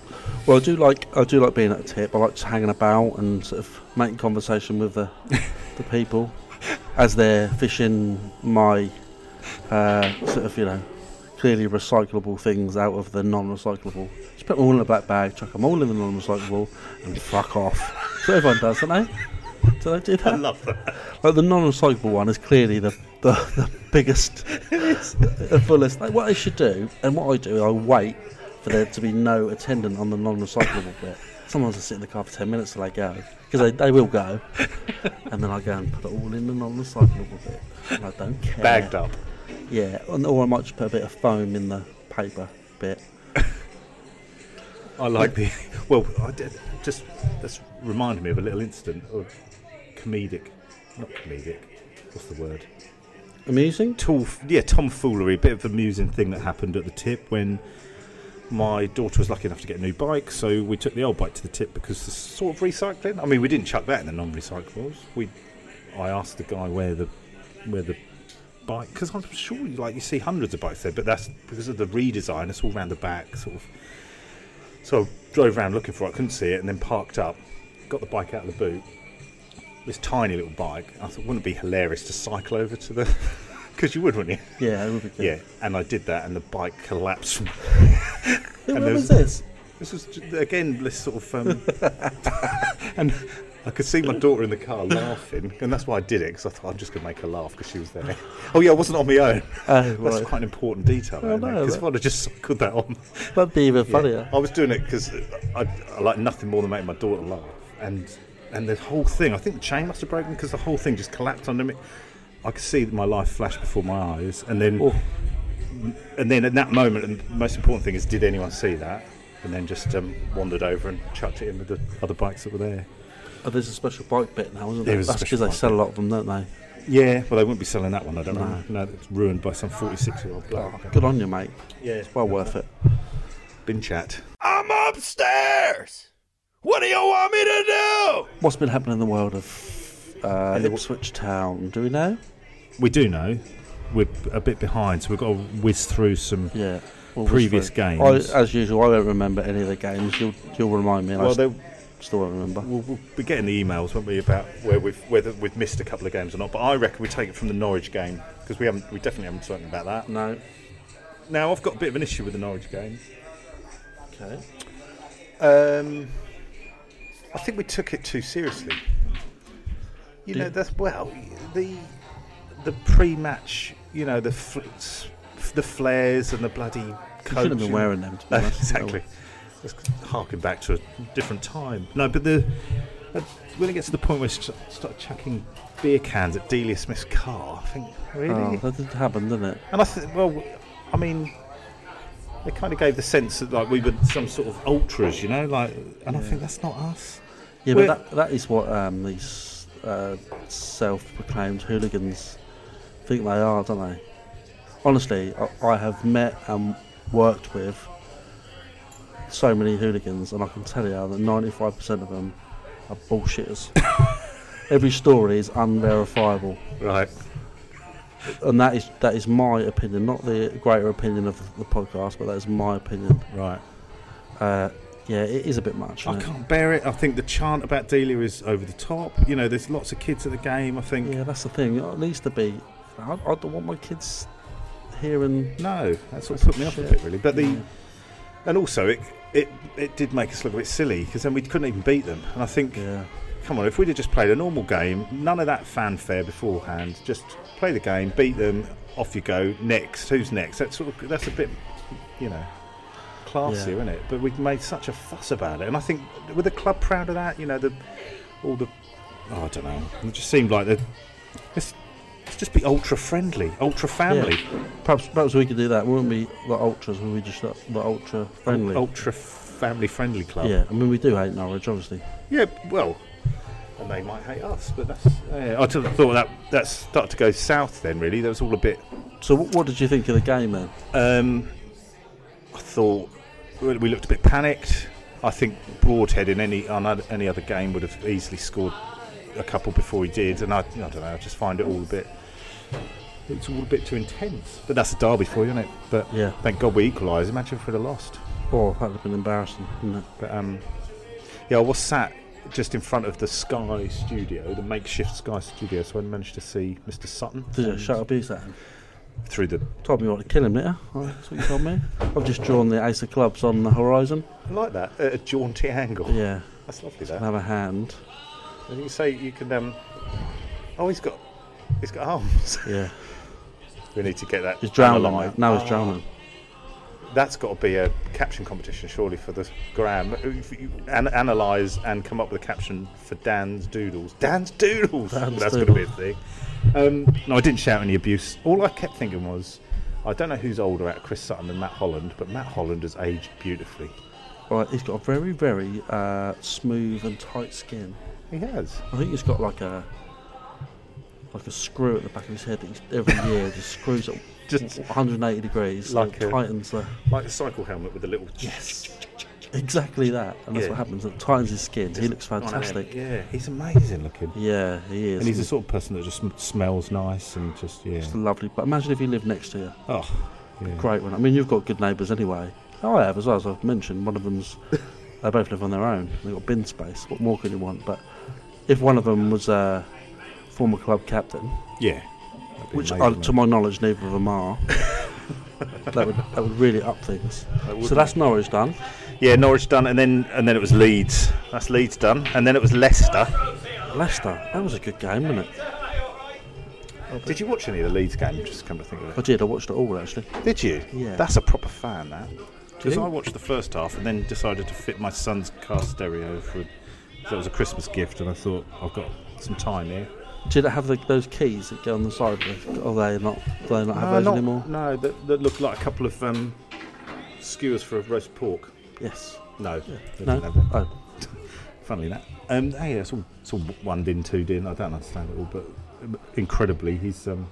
Speaker 1: Well, I do like I do like being at a tip. I like just hanging about and sort of making conversation with the the people as they're fishing my uh, sort of you know clearly recyclable things out of the non-recyclable. Just put them all in a black bag, chuck them all in the non-recyclable, and fuck off. So everyone does, don't they? Do they do
Speaker 2: I
Speaker 1: that?
Speaker 2: love that.
Speaker 1: Like the non-recyclable one is clearly the the, the biggest, the fullest. Like what I should do, and what I do, I wait for there to be no attendant on the non-recyclable bit. Someone's to sit in the car for ten minutes till they go, because they, they will go, and then I go and put it all in the non-recyclable bit, and I don't care.
Speaker 2: Bagged up.
Speaker 1: Yeah, and- or I might just put a bit of foam in the paper bit.
Speaker 2: I like the. Well, I did, just that's reminded me of a little incident of comedic, not comedic. What's the word?
Speaker 1: Amusing.
Speaker 2: Tool, yeah, tomfoolery. Bit of amusing thing that happened at the tip when my daughter was lucky enough to get a new bike, so we took the old bike to the tip because the sort of recycling. I mean, we didn't chuck that in the non-recyclables. We, I asked the guy where the where the bike because I'm sure like you see hundreds of bikes there, but that's because of the redesign. It's all round the back, sort of. So I drove around looking for it, couldn't see it, and then parked up, got the bike out of the boot. This tiny little bike. I thought, wouldn't it be hilarious to cycle over to the? Because you would, wouldn't you?
Speaker 1: Yeah, it would be good.
Speaker 2: Yeah, and I did that, and the bike collapsed. from-
Speaker 1: Who
Speaker 2: And
Speaker 1: who
Speaker 2: there's-
Speaker 1: was this?
Speaker 2: This was j- again this sort of, um, and I could see my daughter in the car laughing, and that's why I did it because I thought I'm just going to make her laugh because she was there. Oh yeah, I wasn't on my own.
Speaker 1: Oh,
Speaker 2: That's
Speaker 1: right.
Speaker 2: quite an important detail,
Speaker 1: I
Speaker 2: because
Speaker 1: know,
Speaker 2: if I'd have just cycled that on,
Speaker 1: That'd be even funnier.
Speaker 2: I was doing it because I, I like nothing more than making my daughter laugh, and and the whole thing. I think the chain must have broken because the whole thing just collapsed under me. I could see my life flash before my eyes, and then
Speaker 1: Oh.
Speaker 2: and then at that moment, and the most important thing is, did anyone see that? And then just um, wandered over and chucked it in with the other bikes that were there.
Speaker 1: Oh, there's a special bike bit now, isn't
Speaker 2: There
Speaker 1: there?
Speaker 2: is a
Speaker 1: That's
Speaker 2: special
Speaker 1: because they
Speaker 2: bike
Speaker 1: sell a
Speaker 2: bit.
Speaker 1: lot of them, don't they?
Speaker 2: Yeah, well, they wouldn't be selling that one. I don't know. No, Oh, it's ruined by some forty-six-year-old bloke.
Speaker 1: Good on you, mate.
Speaker 2: Yeah,
Speaker 1: It's well worth it.
Speaker 2: Bin chat.
Speaker 6: I'm upstairs. What do you want me to do?
Speaker 1: What's been happening in the world of uh, Ipswich Town? Do we know?
Speaker 2: We do know we're a bit behind, so we've got to whiz through some
Speaker 1: Yeah. Well,
Speaker 2: Previous
Speaker 1: we'll see.
Speaker 2: games.
Speaker 1: I, as usual, I won't remember any of the games. You'll, you'll remind me. And I
Speaker 2: Well,
Speaker 1: st-
Speaker 2: they,
Speaker 1: still won't remember.
Speaker 2: we'll, we'll be getting the emails, won't we, about where we've whether we've missed a couple of games or not. But I reckon we take it from the Norwich game because we haven't, we definitely haven't spoken about that.
Speaker 1: No.
Speaker 2: Now I've got a bit of an issue with the Norwich game.
Speaker 1: Okay.
Speaker 2: Um, I think we took it too seriously. You know, that's well the the pre-match. You know the fl- s- the flares and the bloody.
Speaker 1: shouldn't have been
Speaker 2: coaching.
Speaker 1: wearing them, to be
Speaker 2: No,
Speaker 1: honest.
Speaker 2: exactly. Let's harken oh, back to a different time. No, but the but when it gets to the point where you st- start chucking beer cans at Delia Smith's car, I think really.
Speaker 1: Oh, that did happen, didn't it?
Speaker 2: And I think, well, I mean, they kind of gave the sense that like we were some sort of ultras, you know, like, and I think that's not us.
Speaker 1: Yeah,
Speaker 2: We're-
Speaker 1: but that, that is what um, these uh, self-proclaimed hooligans think they are, don't they? Honestly, I, I have met and worked with so many hooligans, and I can tell you that 95% of them are bullshitters. Every story is unverifiable,
Speaker 2: Right.
Speaker 1: and that is that is my opinion, not the greater opinion of the podcast, but that is my opinion.
Speaker 2: Right.
Speaker 1: Uh, yeah, it is a bit much.
Speaker 2: I
Speaker 1: isn't it?
Speaker 2: can't bear it. I think the chant about Delia is over the top. You know, there's lots of kids at the game. I think
Speaker 1: Yeah, that's the thing. It needs to be. I, I don't want my kids hearing.
Speaker 2: no, that's what put me off a
Speaker 1: Shit.
Speaker 2: bit really. But the and also it it it did make us look a bit silly because then we couldn't even beat them. And I think
Speaker 1: Yeah,
Speaker 2: come on, if we'd have just played a normal game, none of that fanfare beforehand, just play the game, beat them, off you go, next, who's next? That's sort of, that's a bit, you know, classier,
Speaker 1: Yeah.
Speaker 2: isn't it? But we've made such a fuss about it, and I think with the club proud of that, you know, the all the, oh, I don't know, it just seemed like the, let's, let's just be ultra friendly, ultra family,
Speaker 1: perhaps perhaps we could do that. Wouldn't we? The ultras, would we just the, the ultra friendly?
Speaker 2: ultra family friendly club.
Speaker 1: Yeah, I mean we do hate Norwich, obviously.
Speaker 2: Yeah, well, and they might hate us, but that's. Uh, I just thought that that started to go south then. Really, that was all a bit.
Speaker 1: So what, what did you think of the game then?
Speaker 2: Um, I thought we we looked a bit panicked. I think Broadhead in any on oth- any other game would have easily scored a couple before he did, and I, I don't know. I just find it all a bit. It's all a bit too intense. But that's a derby for you, isn't it? But
Speaker 1: Yeah.
Speaker 2: thank God we equalised. Imagine if we'd have lost.
Speaker 1: Oh, that would have been embarrassing, wouldn't it?
Speaker 2: But um, yeah, I was sat just in front of the Sky Studio, the makeshift Sky Studio, so I managed to see Mr. Sutton
Speaker 1: Did you
Speaker 2: and
Speaker 1: shut abuse that?
Speaker 2: through the.
Speaker 1: Told me what to kill him later. Oh, That's what you told me. I've just drawn the ace of clubs on the horizon.
Speaker 2: I like that at a jaunty angle.
Speaker 1: Yeah,
Speaker 2: That's lovely. That
Speaker 1: have a hand.
Speaker 2: and you can say you can. Um, oh, he's got he's got arms.
Speaker 1: Yeah,
Speaker 2: we need to get that.
Speaker 1: he's drowning.
Speaker 2: analysed.
Speaker 1: mate. Now he's
Speaker 2: Ah,
Speaker 1: drowning.
Speaker 2: That's got to be a caption competition, surely, for the Graham. If you An- analyze and come up with a caption for Dan's doodles. Dan's doodles.
Speaker 1: Dan's
Speaker 2: that's going to be a thing. Um, no, I didn't shout any abuse. All I kept thinking was, I don't know who's older at Chris Sutton and Matt Holland, but Matt Holland has aged beautifully.
Speaker 1: Right, he's got a very very uh, smooth and tight skin.
Speaker 2: He has.
Speaker 1: I think he's got like a like a screw at the back of his head that he's, every year just screws it
Speaker 2: Just-
Speaker 1: 180 degrees
Speaker 2: Like
Speaker 1: like
Speaker 2: a-
Speaker 1: and tightens the
Speaker 2: Like a cycle helmet with a little. Yes.
Speaker 1: exactly that and that's
Speaker 2: Yeah.
Speaker 1: what happens it tightens his skin he looks fantastic
Speaker 2: Yeah, he's amazing looking.
Speaker 1: yeah he is
Speaker 7: And he's the sort of person that just sm- smells nice and just yeah.
Speaker 1: It's lovely but imagine if he lived next to you
Speaker 7: Oh, yeah.
Speaker 1: great one I mean you've got good neighbours anyway Oh, I have as well as I've mentioned one of them's they both live on their own they've got bin space what more could you want but if one of them was a former club captain
Speaker 7: Yeah.
Speaker 1: Which,
Speaker 7: Amazing,
Speaker 1: uh,
Speaker 7: mate.
Speaker 1: to my knowledge, neither of them are. that would that would really up things.
Speaker 2: would,
Speaker 1: So that's Norwich done.
Speaker 2: Yeah, Norwich done, and then and then it was Leeds. That's Leeds done, and then it was Leicester.
Speaker 1: Leicester, that was a good game, wasn't it?
Speaker 2: Did you watch any of the Leeds game? Just come to think of
Speaker 1: I
Speaker 2: it.
Speaker 1: did. I watched it all actually.
Speaker 2: Did you?
Speaker 1: Yeah.
Speaker 2: That's a proper fan, that. Because
Speaker 1: you?
Speaker 2: I watched the first half and then decided to fit my son's car stereo for. That was a Christmas gift, and I thought I've got some time here.
Speaker 1: Did it have the, those keys that go on the side? Are they not? Do they not have those
Speaker 2: not-
Speaker 1: anymore?
Speaker 2: no, that, that looked like a couple of um, skewers for a roast pork.
Speaker 1: Yes.
Speaker 2: No, they
Speaker 1: No.
Speaker 2: didn't have that.
Speaker 1: Oh,
Speaker 2: Funnily that. Um, hey, it's all, it's all one din, two din. I don't understand it all, but um, incredibly, his um,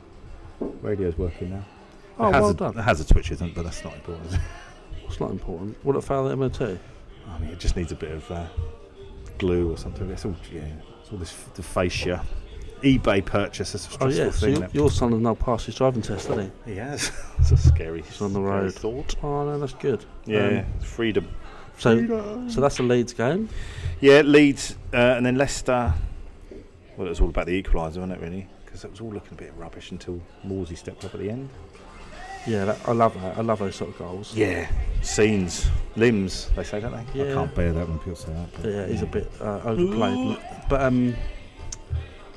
Speaker 2: radio's working now.
Speaker 1: Oh,
Speaker 2: it has
Speaker 1: well
Speaker 2: a,
Speaker 1: done.
Speaker 2: It has a twitch, isn't it? But that's not important. is it?
Speaker 1: it's not important. Would it fail the MOT?
Speaker 2: I mean, it just needs a bit of uh, glue or something. It's all yeah, it's all this f- the fascia. eBay purchase is a
Speaker 1: Oh
Speaker 2: stressful
Speaker 1: yeah. So
Speaker 2: thing.
Speaker 1: your,
Speaker 2: isn't it?
Speaker 1: your son has now passed his driving test, hasn't
Speaker 2: He has. it's a scary.
Speaker 1: he? He's on the road.
Speaker 2: Scary thought.
Speaker 1: Oh no, that's good.
Speaker 2: Yeah,
Speaker 1: Um,
Speaker 2: freedom.
Speaker 1: so so that's a Leeds game.
Speaker 2: Yeah, Leeds uh, and then Leicester. Well, it was all about the equaliser, wasn't it? Really, because it was all looking a bit rubbish until Morsey stepped up at the end.
Speaker 1: Yeah, that, I love that. I love those sort of goals.
Speaker 2: Yeah, scenes, limbs, they say, don't they?
Speaker 8: I
Speaker 1: Yeah,
Speaker 8: can't bear that when people say that. but-
Speaker 1: yeah, he's a bit uh, overplayed. But um,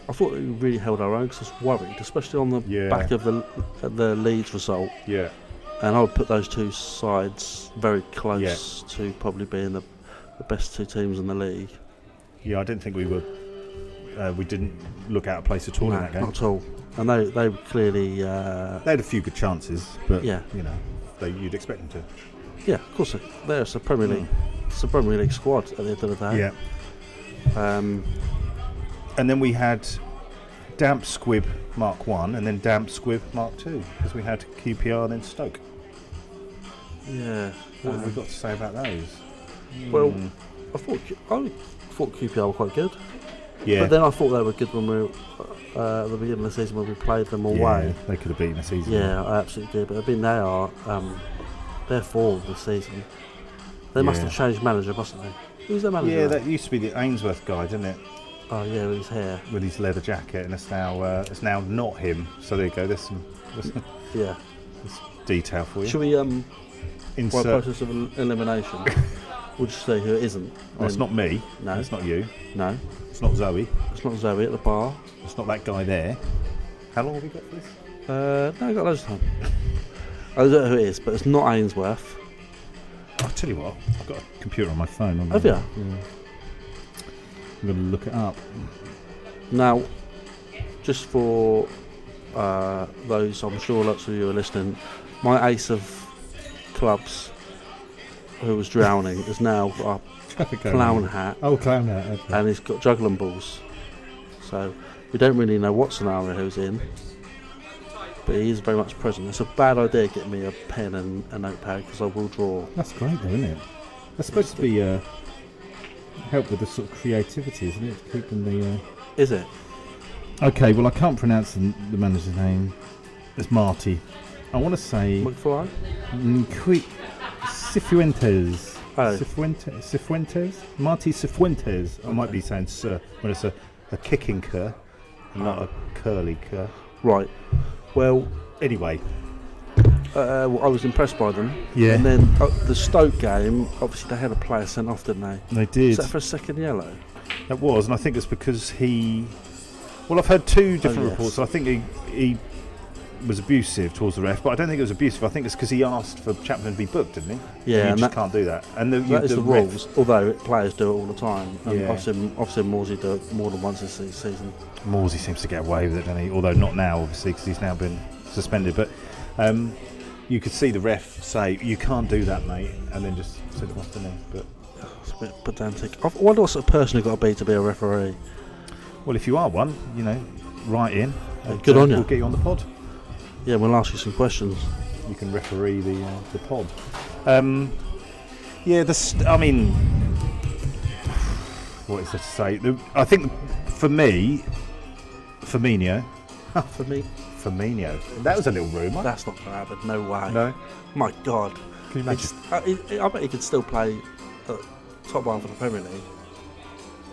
Speaker 1: I thought we really held our own because I was worried, especially on the
Speaker 8: Yeah.
Speaker 1: back of the at the Leeds result.
Speaker 8: Yeah.
Speaker 1: And I would put those two sides very close to probably being the, the best two teams in the league.
Speaker 2: Yeah, I didn't think we were. Uh, we didn't look out of place at all
Speaker 1: No,
Speaker 2: in that game.
Speaker 1: not at all. And they they were clearly uh,
Speaker 8: They had a few good chances, but
Speaker 1: Yeah.
Speaker 8: you know, they, you'd expect them to.
Speaker 1: yeah, of course they- they're it's a Premier League it's a Premier League squad at the end of the day.
Speaker 8: Yeah.
Speaker 1: Um,
Speaker 8: And then we had Damp Squib Mark 1 and then Damp Squib Mark 2 because we had QPR and then Stoke.
Speaker 1: yeah.
Speaker 8: What have we
Speaker 1: Um, Hmm.
Speaker 8: got to say about those?
Speaker 1: Well, I thought I thought QPR were quite good,
Speaker 8: Yeah.
Speaker 1: but then I thought they were good when we uh, at the beginning of the season when we played them
Speaker 8: yeah,
Speaker 1: away.
Speaker 8: They could have beaten us easily.
Speaker 1: Yeah, I absolutely did. But I mean, they are um, their form this season. They must
Speaker 8: Yeah.
Speaker 1: have changed manager, mustn't they? Who's their manager?
Speaker 8: Yeah,
Speaker 1: now?
Speaker 8: that used to be the Ainsworth guy, didn't it?
Speaker 1: Oh yeah, with his hair.
Speaker 8: With his leather jacket, and it's now uh, it's now not him. So there you go. There's some, there's some
Speaker 1: Yeah.
Speaker 8: detail for you.
Speaker 1: Should we um, by
Speaker 8: Insert.
Speaker 1: process of el- elimination, we'll just say who it isn't?
Speaker 8: Oh, it's
Speaker 1: then?
Speaker 8: not me.
Speaker 1: No.
Speaker 8: It's not you.
Speaker 1: No,
Speaker 8: It's not Zoe.
Speaker 1: it's not Zoe at the bar.
Speaker 8: It's not that guy there. How long have we got for this?
Speaker 1: Uh, no, I got loads of time. I don't know who it is, but it's not Ainsworth.
Speaker 8: I'll tell you what. I've got a computer on my phone. haven't
Speaker 1: Have
Speaker 8: I?
Speaker 1: you?
Speaker 8: I'm going to look it up.
Speaker 1: Now, just for uh, those, I'm sure lots of you are listening, my ace of clubs who was drowning is now got
Speaker 8: Traffic
Speaker 1: a
Speaker 8: cone.
Speaker 1: clown hat
Speaker 8: Oh, clown hat. Okay.
Speaker 1: and he's got juggling balls. So we don't really know what scenario he's in, but he is very much present. It's a bad idea getting me a pen and a notepad because I will draw.
Speaker 8: That's great, though, isn't it? That's supposed to be uh, help with the sort of creativity, isn't it? Keeping the.
Speaker 1: Is it?
Speaker 8: Uh... Okay, well, I can't pronounce the, the manager's name. It's Marty. I want to say
Speaker 1: McFly?
Speaker 8: Nqui Cifuentes.
Speaker 1: Oh.
Speaker 8: Cifuentes. Cifuentes. Marty Cifuentes. I might be saying sir when it's a, a kicking cur, and not a curly cur.
Speaker 1: Right. Well,
Speaker 8: Anyway,
Speaker 1: uh, I was impressed by them.
Speaker 8: Yeah.
Speaker 1: And then uh, the Stoke game, obviously they had a player sent off, didn't they?
Speaker 8: they did.
Speaker 1: Is that for a second yellow?
Speaker 2: It was, and I think it's because he. Well, I've heard two different
Speaker 1: Oh, yes.
Speaker 2: reports. I think he, he was abusive towards the ref, but I don't think it was abusive. I think it's because he asked for Chapman to be booked, didn't he?
Speaker 1: Yeah,
Speaker 2: and you
Speaker 1: and that-
Speaker 2: just can't do that. And the, you-
Speaker 1: That is the,
Speaker 2: ref-
Speaker 1: rules, although players do it all the time. And
Speaker 2: Yeah.
Speaker 1: I've seen, I've seen Morsey do it more than once this se- season.
Speaker 2: Morsey seems to get away with it, doesn't he? Although not now, obviously, because he's now been suspended. But um, you could see the ref say, "You can't do that, mate," and then just send him off, didn't he? But
Speaker 1: It's a bit pedantic. I wonder what sort of person you've got to be to be a referee.
Speaker 2: well, if you are one, you know, write in. and,
Speaker 1: Good
Speaker 2: uh,
Speaker 1: on ya.
Speaker 2: We'll get you on the pod.
Speaker 1: Yeah, we'll ask you some questions.
Speaker 2: you can referee the uh, the pod. Um, yeah, the st- I mean, what is there to say? The, I think for me, Firmino,
Speaker 1: For me,
Speaker 2: Firmino. That was a little rumour.
Speaker 1: that's not going to happen. No way.
Speaker 2: No,
Speaker 1: My God.
Speaker 2: can you imagine?
Speaker 1: It's, I, I I bet he could still play at top line for the Premier League.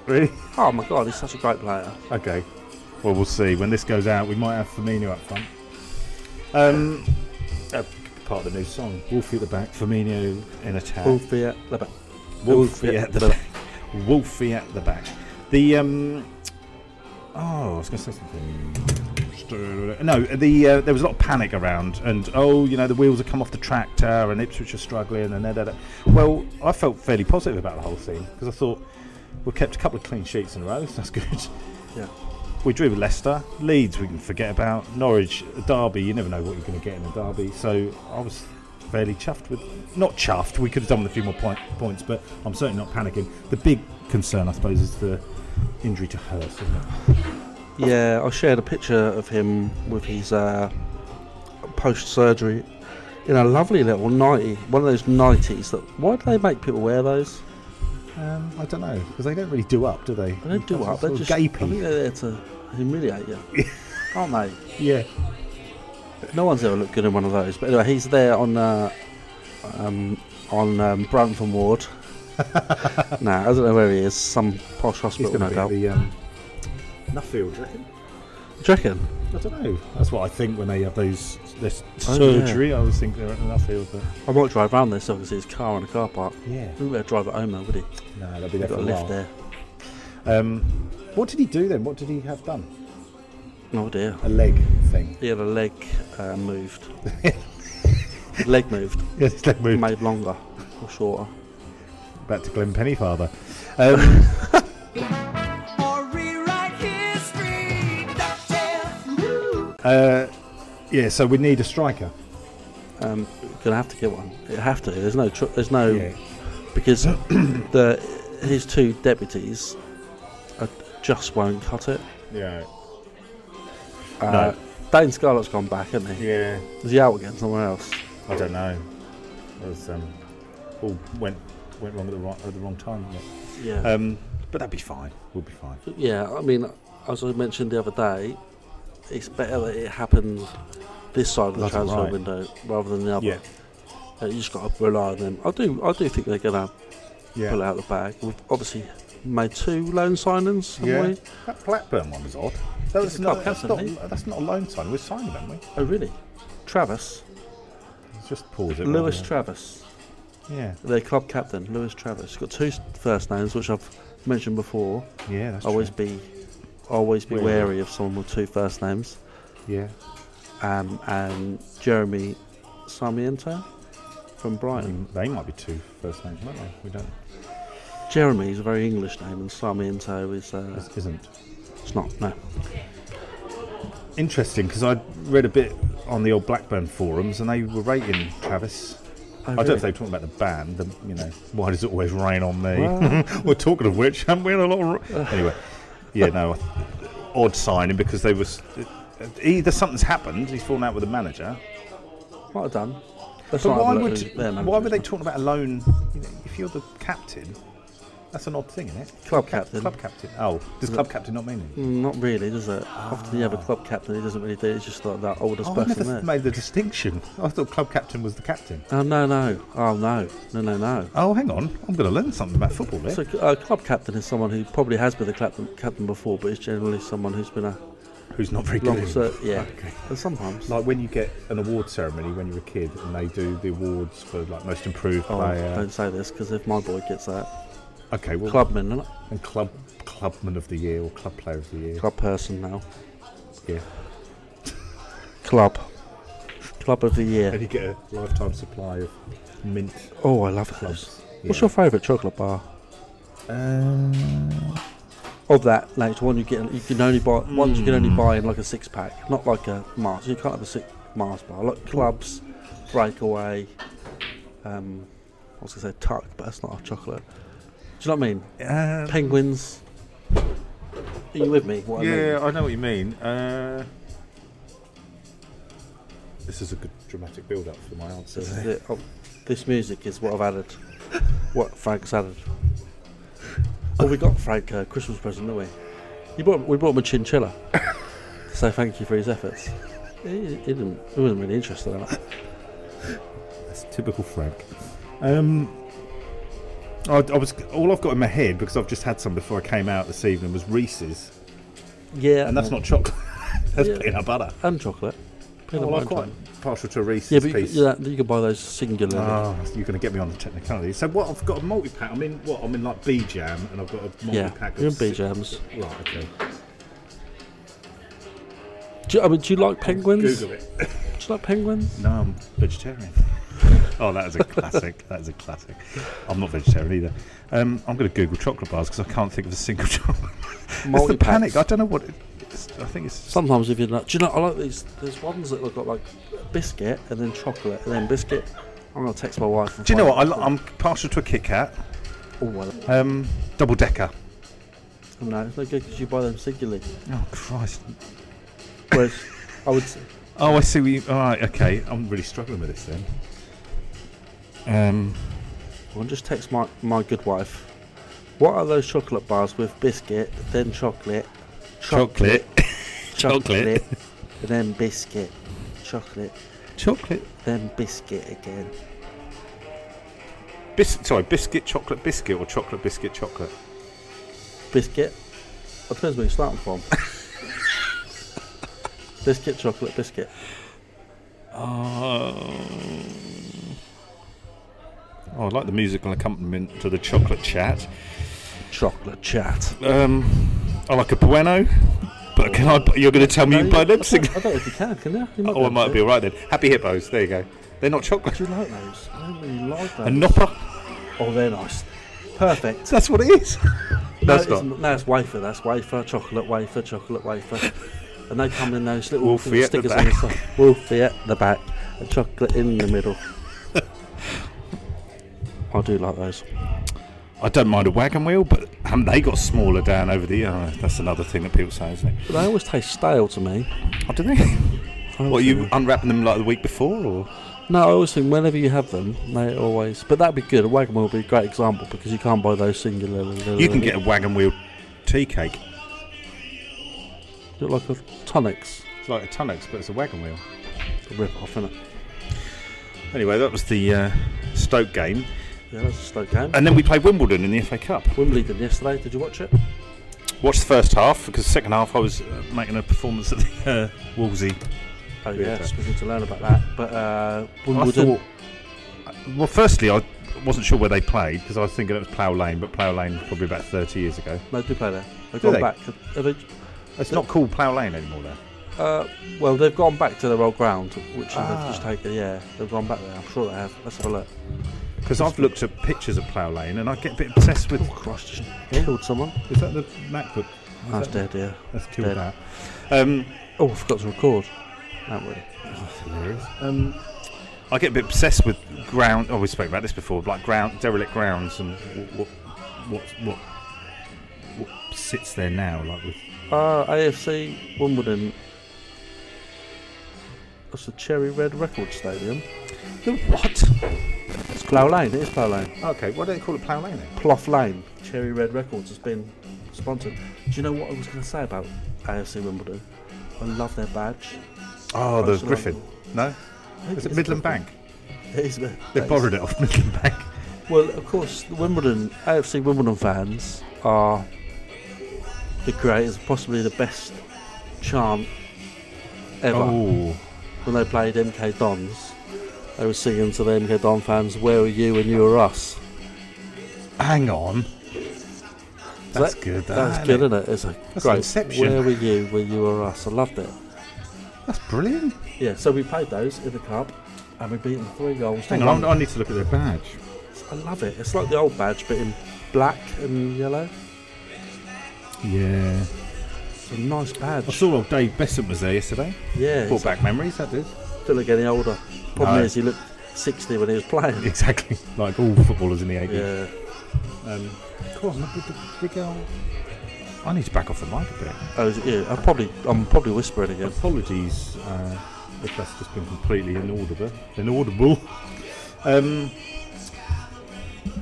Speaker 2: Really?
Speaker 1: Oh my God, he's such a great player.
Speaker 2: Okay. Well, we'll see. When this goes out, we might have Firmino up front. Um, uh, part of the new song. Wolfie at the back, Firmino in attack.
Speaker 1: Wolfie at the back.
Speaker 2: Wolfie at the back. Wolfie at the back. The um. Oh, I was going to say something. No, the uh, there was a lot of panic around, and oh, you know, the wheels have come off the tractor, and Ipswich are struggling, and da, da, da. Well, I felt fairly positive about the whole thing because I thought we kept a couple of clean sheets in a row, so that's good.
Speaker 1: Yeah.
Speaker 2: We drew with Leicester, Leeds we can forget about, Norwich, Derby. You never know what you're going to get in a Derby, so I was fairly chuffed with. Not chuffed. We could have done with a few more point, points, but I'm certainly not panicking. The big concern, I suppose, is the injury to Hurst, isn't it?
Speaker 1: Yeah, I shared a picture of him with his uh, post surgery in a lovely little 90, one of those 90s. That, why do they make people wear those?
Speaker 2: Um, I don't know because they don't really do up, do they?
Speaker 1: They don't do
Speaker 2: That's
Speaker 1: up, they're
Speaker 2: sort of
Speaker 1: just I think
Speaker 2: gapy.
Speaker 1: they're there to humiliate you, aren't they?
Speaker 2: Yeah.
Speaker 1: No one's ever looked good in one of those. But anyway, he's there on uh, um, on um, Branton Ward. nah, I don't know where he is. Some posh
Speaker 2: He's
Speaker 1: hospital,
Speaker 2: going
Speaker 1: no
Speaker 2: to
Speaker 1: doubt.
Speaker 2: be at the um, Nuffield, do you reckon?
Speaker 1: Do you reckon?
Speaker 2: I don't know. That's what I think when they have those this
Speaker 1: Oh,
Speaker 2: surgery. I always think they're at an uphield, but
Speaker 1: I might drive round there so I can see his car in a car park.
Speaker 2: yeah,
Speaker 1: We would drive it home though, would he?
Speaker 2: no, they'll be there
Speaker 1: We've got
Speaker 2: for
Speaker 1: a
Speaker 2: a
Speaker 1: lift
Speaker 2: while.
Speaker 1: there.
Speaker 2: Um, what did he do then? What did he have done?
Speaker 1: Oh dear.
Speaker 2: A leg thing.
Speaker 1: He had a leg uh, moved. leg moved.
Speaker 2: Yes, leg moved.
Speaker 1: Made longer or shorter.
Speaker 2: Back to Glenn Pennyfather. Um,
Speaker 9: or rewrite history. DuckTales.
Speaker 2: uh, yeah, so we need a striker.
Speaker 1: Um, gonna have to get one. You have to. There's no. Tr- there's no.
Speaker 2: Yeah.
Speaker 1: Because the his two deputies uh, just won't cut it.
Speaker 3: Yeah.
Speaker 1: Uh,
Speaker 3: No.
Speaker 1: Dane Scarlett's gone back, hasn't he?
Speaker 3: Yeah.
Speaker 1: Is he out again somewhere else?
Speaker 3: I don't know. It was um, all went went wrong at the wrong, at the wrong time. didn't it?
Speaker 1: Yeah.
Speaker 2: Um, but that'd be fine. We'll be fine.
Speaker 1: Uh, Yeah, I mean, as I mentioned the other day, it's better that it happens this side of the
Speaker 2: Left and
Speaker 1: transfer
Speaker 2: right.
Speaker 1: window rather than the other.
Speaker 3: Yeah.
Speaker 1: Uh, you just got to rely on them. I do, I do think they're going to
Speaker 2: Yeah.
Speaker 1: pull out the bag. We've obviously made two loan signings, haven't
Speaker 2: Yeah.
Speaker 1: we?
Speaker 2: That Blackburn one was odd. That was
Speaker 1: It's a
Speaker 2: not,
Speaker 1: club
Speaker 2: that's,
Speaker 1: captain,
Speaker 2: not, that's not a loan sign. We're signing, haven't we?
Speaker 1: Oh, really? Travis,
Speaker 2: Let's just pause it.
Speaker 1: Lewis
Speaker 2: while
Speaker 1: Travis,
Speaker 2: we- yeah.
Speaker 1: their club captain, Lewis Travis. He's got two s- first names, which I've mentioned before.
Speaker 2: Yeah, that's
Speaker 1: always
Speaker 2: true.
Speaker 1: be, always be
Speaker 2: Wary.
Speaker 1: wary of someone with two first names.
Speaker 2: Yeah.
Speaker 1: um, and Jeremy Sarmiento from Brighton.
Speaker 2: They might be two first names, might they? We don't. Mm-hmm.
Speaker 1: Jeremy is a very English name, and Sarmiento is uh,
Speaker 2: This isn't.
Speaker 1: it's not. No,
Speaker 2: Interesting, because I read a bit on the old Blackburn forums, and they were rating Travis.
Speaker 1: Oh,
Speaker 2: I don't know
Speaker 1: really?
Speaker 2: if they were talking about the band. The, you know, why does it always rain on me?
Speaker 1: Well-
Speaker 2: well, talking of which, haven't we had a lot of ra- anyway? Yeah, no, I- odd signing because they was either something's happened. He's fallen out with the manager.
Speaker 1: might have done. Let's
Speaker 2: But
Speaker 1: not have
Speaker 2: why
Speaker 1: a look at
Speaker 2: would
Speaker 1: uh, their manager.
Speaker 2: why were they talking about a loan? You know, if you're the captain, that's an odd thing, isn't it?
Speaker 1: Club
Speaker 2: Cap-
Speaker 1: captain.
Speaker 2: Club captain. Oh, does club captain not mean anything?
Speaker 1: Mm, Not really, does it? Often you have a club captain, he doesn't really do it. It's just like that oldest
Speaker 2: Ah. Oh, I
Speaker 1: person
Speaker 2: never
Speaker 1: there.
Speaker 2: made the distinction. I thought club captain was the captain.
Speaker 1: Oh no, no, oh no, no, no, no.
Speaker 2: Oh, hang on. I'm going to learn something about football there.
Speaker 1: So a club captain is someone who probably has been a captain, captain before, but is generally someone who's been a
Speaker 2: Who's not very good
Speaker 1: long
Speaker 2: at
Speaker 1: ser- Yeah,
Speaker 2: Okay.
Speaker 1: and sometimes.
Speaker 2: Like when you get an award ceremony when you're a kid and they do the awards for like uh, most improved
Speaker 1: Oh,
Speaker 2: player.
Speaker 1: don't say this because if my boy gets that,
Speaker 2: Okay, well,
Speaker 1: clubman, not
Speaker 2: and club clubman of the year or club player of the year.
Speaker 1: club person now.
Speaker 2: Yeah.
Speaker 1: Club. Club of the
Speaker 2: And
Speaker 1: year.
Speaker 2: you get a lifetime supply of mint
Speaker 1: Oh, I love those.
Speaker 2: clubs.
Speaker 1: What's your favourite chocolate bar?
Speaker 2: Um,
Speaker 1: Of that nature, one you get, you can only buy ones you can
Speaker 2: Mm.
Speaker 1: only buy in like a six pack, not like a Mars. You can't have a six Mars bar. Like clubs, breakaway. Um, I was gonna say tuck, but that's not a chocolate. Do you know what I mean?
Speaker 2: Uh,
Speaker 1: Penguins. Are you with me? What I mean?
Speaker 2: yeah, I know what you mean. Uh, this is a good dramatic build up for my answer.
Speaker 1: This is it. Oh, this music is what I've added. What Frank's added. Oh, we got Frank a Christmas present, didn't we? You brought, we brought him a chinchilla. to say thank you for his efforts. He, he didn't. He wasn't really interested in it.
Speaker 2: That's typical Frank. Um, I, I was all I've got in my head because I've just had some before I came out this evening was Reese's,
Speaker 1: Yeah,
Speaker 2: and that's not chocolate. that's
Speaker 1: Yeah.
Speaker 2: peanut butter.
Speaker 1: and chocolate. Peanut
Speaker 2: Oh,
Speaker 1: butter
Speaker 2: well, I'm quite
Speaker 1: chocolate.
Speaker 2: partial to a Reese's
Speaker 1: Yeah, but you,
Speaker 2: piece.
Speaker 1: could- yeah, you can buy those singularly.
Speaker 2: Oh, you're going to get me on the technicality. So what? I've got a multi-pack. I'm in what? I'm in like B jam, and I've got a
Speaker 1: yeah,
Speaker 2: multi-pack. of
Speaker 1: you're in
Speaker 2: six-
Speaker 1: BJMs.
Speaker 2: Right. Okay.
Speaker 1: Do you, I mean, do you like penguins?
Speaker 2: Google it.
Speaker 1: Do you like penguins?
Speaker 2: No, I'm vegetarian. oh, that is a classic. that is a classic. I'm not vegetarian either. Um, I'm going to Google chocolate bars because I can't think of a single chocolate. it's the
Speaker 1: Multi-packs.
Speaker 2: panic. I don't know what. It, it's, I think it's.
Speaker 1: Sometimes if you like, do you know, I like these, there's ones that have got like biscuit and then chocolate and then biscuit. I'm going to text my wife. and
Speaker 2: do you know
Speaker 1: find
Speaker 2: what? I,
Speaker 1: out.
Speaker 2: li- I'm partial to a Kit Kat.
Speaker 1: Oh, well,
Speaker 2: Um, double decker.
Speaker 1: no, it's no good because you buy them singularly.
Speaker 2: Oh Christ.
Speaker 1: Whereas I would, s-
Speaker 2: Oh, I see. What you, all right. Okay. I'm really struggling with this then. Um,
Speaker 1: I'll just text my, my good wife. What are those chocolate bars with biscuit, then chocolate,
Speaker 2: chocolate.
Speaker 1: chocolate, and then biscuit, chocolate,
Speaker 2: Chocolate.
Speaker 1: then biscuit again?
Speaker 2: Bis- sorry, biscuit, chocolate, biscuit, or chocolate, biscuit, chocolate.
Speaker 1: Biscuit. It depends where you're starting from. Biscuit, chocolate, biscuit.
Speaker 3: Oh, I like the musical accompaniment to the chocolate chat.
Speaker 1: Chocolate chat.
Speaker 3: Um, I like a bueno, but can I? You're going to tell me you buy
Speaker 1: I
Speaker 3: lip
Speaker 1: don't,
Speaker 3: sync?
Speaker 1: I don't know if you can, can you? you
Speaker 3: Oh, I might be
Speaker 1: able
Speaker 3: alright then. Happy hippos. There you go. They're not chocolate.
Speaker 1: to. Do you like those? I don't really like those.
Speaker 3: A nopper.
Speaker 1: Oh, they're nice. Perfect.
Speaker 3: That's what it is. That's
Speaker 1: no, it's-
Speaker 3: not.
Speaker 1: No, it's wafer. That's wafer, chocolate wafer, chocolate wafer. And they come in those little
Speaker 3: Wolfie at the
Speaker 1: stickers on the side. Wolfie at the back, and chocolate in the middle. I do like those.
Speaker 3: I don't mind a wagon wheel, but haven't they got smaller down over the year? Oh, that's another thing that people say, isn't it?
Speaker 1: But they always taste stale to me.
Speaker 3: Oh, do they?
Speaker 1: I
Speaker 3: What,
Speaker 1: always
Speaker 3: you
Speaker 1: think-
Speaker 3: unwrapping them like the week before, or?
Speaker 1: No, I always think whenever you have them, they always. But that'd be good. A wagon wheel would be a great example because you can't buy those singularly.
Speaker 3: You can get a wagon wheel tea cake.
Speaker 1: Look like a tonics.
Speaker 3: It's like a Tunnocks, but it's a wagon wheel.
Speaker 1: A rip off, innit?
Speaker 3: Anyway, that was the uh, Stoke game.
Speaker 1: Yeah, that's a Stoke game.
Speaker 3: And then we played Wimbledon in the FA Cup.
Speaker 1: Wimbledon yesterday. Did you watch it?
Speaker 3: Watched the first half, because the second half I was uh, making a performance at the uh, Wolsey.
Speaker 1: Oh
Speaker 3: Yeah.
Speaker 1: yes, we need to learn about that. But uh, Wimbledon.
Speaker 3: I thought, well, firstly, I wasn't sure where they played, because I was thinking it was Plough Lane, but Plough Lane was probably about 30 years ago.
Speaker 1: No, do play there. They've
Speaker 3: Do
Speaker 1: gone
Speaker 3: they?
Speaker 1: back. To, are they-
Speaker 3: It's not called Plough Lane anymore, there.
Speaker 1: uh, well, they've gone back to their old ground, which
Speaker 3: Ah.
Speaker 1: they've just taken. Yeah, they've gone back there. I'm sure they have. Let's have a look.
Speaker 3: Because I've looked at pictures of Plough Lane and I get a bit obsessed with.
Speaker 1: Oh, Christ, just killed someone.
Speaker 2: Is that the MacBook? Is
Speaker 1: That's
Speaker 2: that-
Speaker 1: dead, yeah.
Speaker 2: That's killed
Speaker 1: Dead.
Speaker 2: that.
Speaker 3: Um,
Speaker 1: Oh, I forgot to record. That really.
Speaker 2: That's hilarious. Um,
Speaker 3: I get a bit obsessed with ground. Oh, we spoke about this before, like ground derelict grounds and what what what, what, what sits there now, like with
Speaker 1: Uh, AFC Wimbledon. That's the Cherry Red Record Stadium.
Speaker 3: the what?
Speaker 1: It's Plough Lane. It is Plough Lane.
Speaker 3: Okay, why do they call it Plough Lane? Then?
Speaker 1: Plough Lane. Cherry Red Records has been sponsored. Do you know what I was going to say about AFC Wimbledon? I love their badge.
Speaker 3: Oh, the
Speaker 1: Close
Speaker 3: Griffin. No,
Speaker 1: I think
Speaker 3: is it
Speaker 1: it's
Speaker 3: Midland
Speaker 1: Griffin.
Speaker 3: Bank?
Speaker 1: It is, uh,
Speaker 3: They
Speaker 1: that is-
Speaker 3: borrowed it off Midland Bank.
Speaker 1: Well, of course, the Wimbledon AFC Wimbledon fans are the creators, possibly the best chant ever.
Speaker 3: Oh,
Speaker 1: When they played MK Dons, they were singing to the MK Don fans, "Where were you when you were us?"
Speaker 3: hang on. That's
Speaker 1: that-
Speaker 3: good.
Speaker 1: That's
Speaker 3: that,
Speaker 1: good,
Speaker 3: isn't it?
Speaker 1: isn't it? It's a
Speaker 3: That's
Speaker 1: great.
Speaker 3: Inception.
Speaker 1: Where were you when you were us? I loved it.
Speaker 3: That's brilliant.
Speaker 1: Yeah, so we played those in the cup, and we beat them three goals. to
Speaker 3: Hang on,
Speaker 1: one.
Speaker 3: I I need to look at their badge.
Speaker 1: I love it. It's like the old badge, but in black and yellow.
Speaker 2: yeah.
Speaker 1: It's a nice
Speaker 2: I
Speaker 1: badge.
Speaker 2: saw old Dave Besant was there yesterday.
Speaker 1: Yeah,
Speaker 3: Brought
Speaker 1: it's
Speaker 3: back memories. That did.
Speaker 1: still getting older. Problem
Speaker 3: No.
Speaker 1: is, he looked 60 when he was playing.
Speaker 2: Exactly. Like all footballers in the 80s.
Speaker 1: Yeah.
Speaker 2: Um, of course, look at the big old.
Speaker 3: I need to back off the mic a bit.
Speaker 1: Oh, is it you? I'm probably, I'm probably whispering again.
Speaker 2: Apologies uh, if that's just been completely inaudible. Inaudible. Um,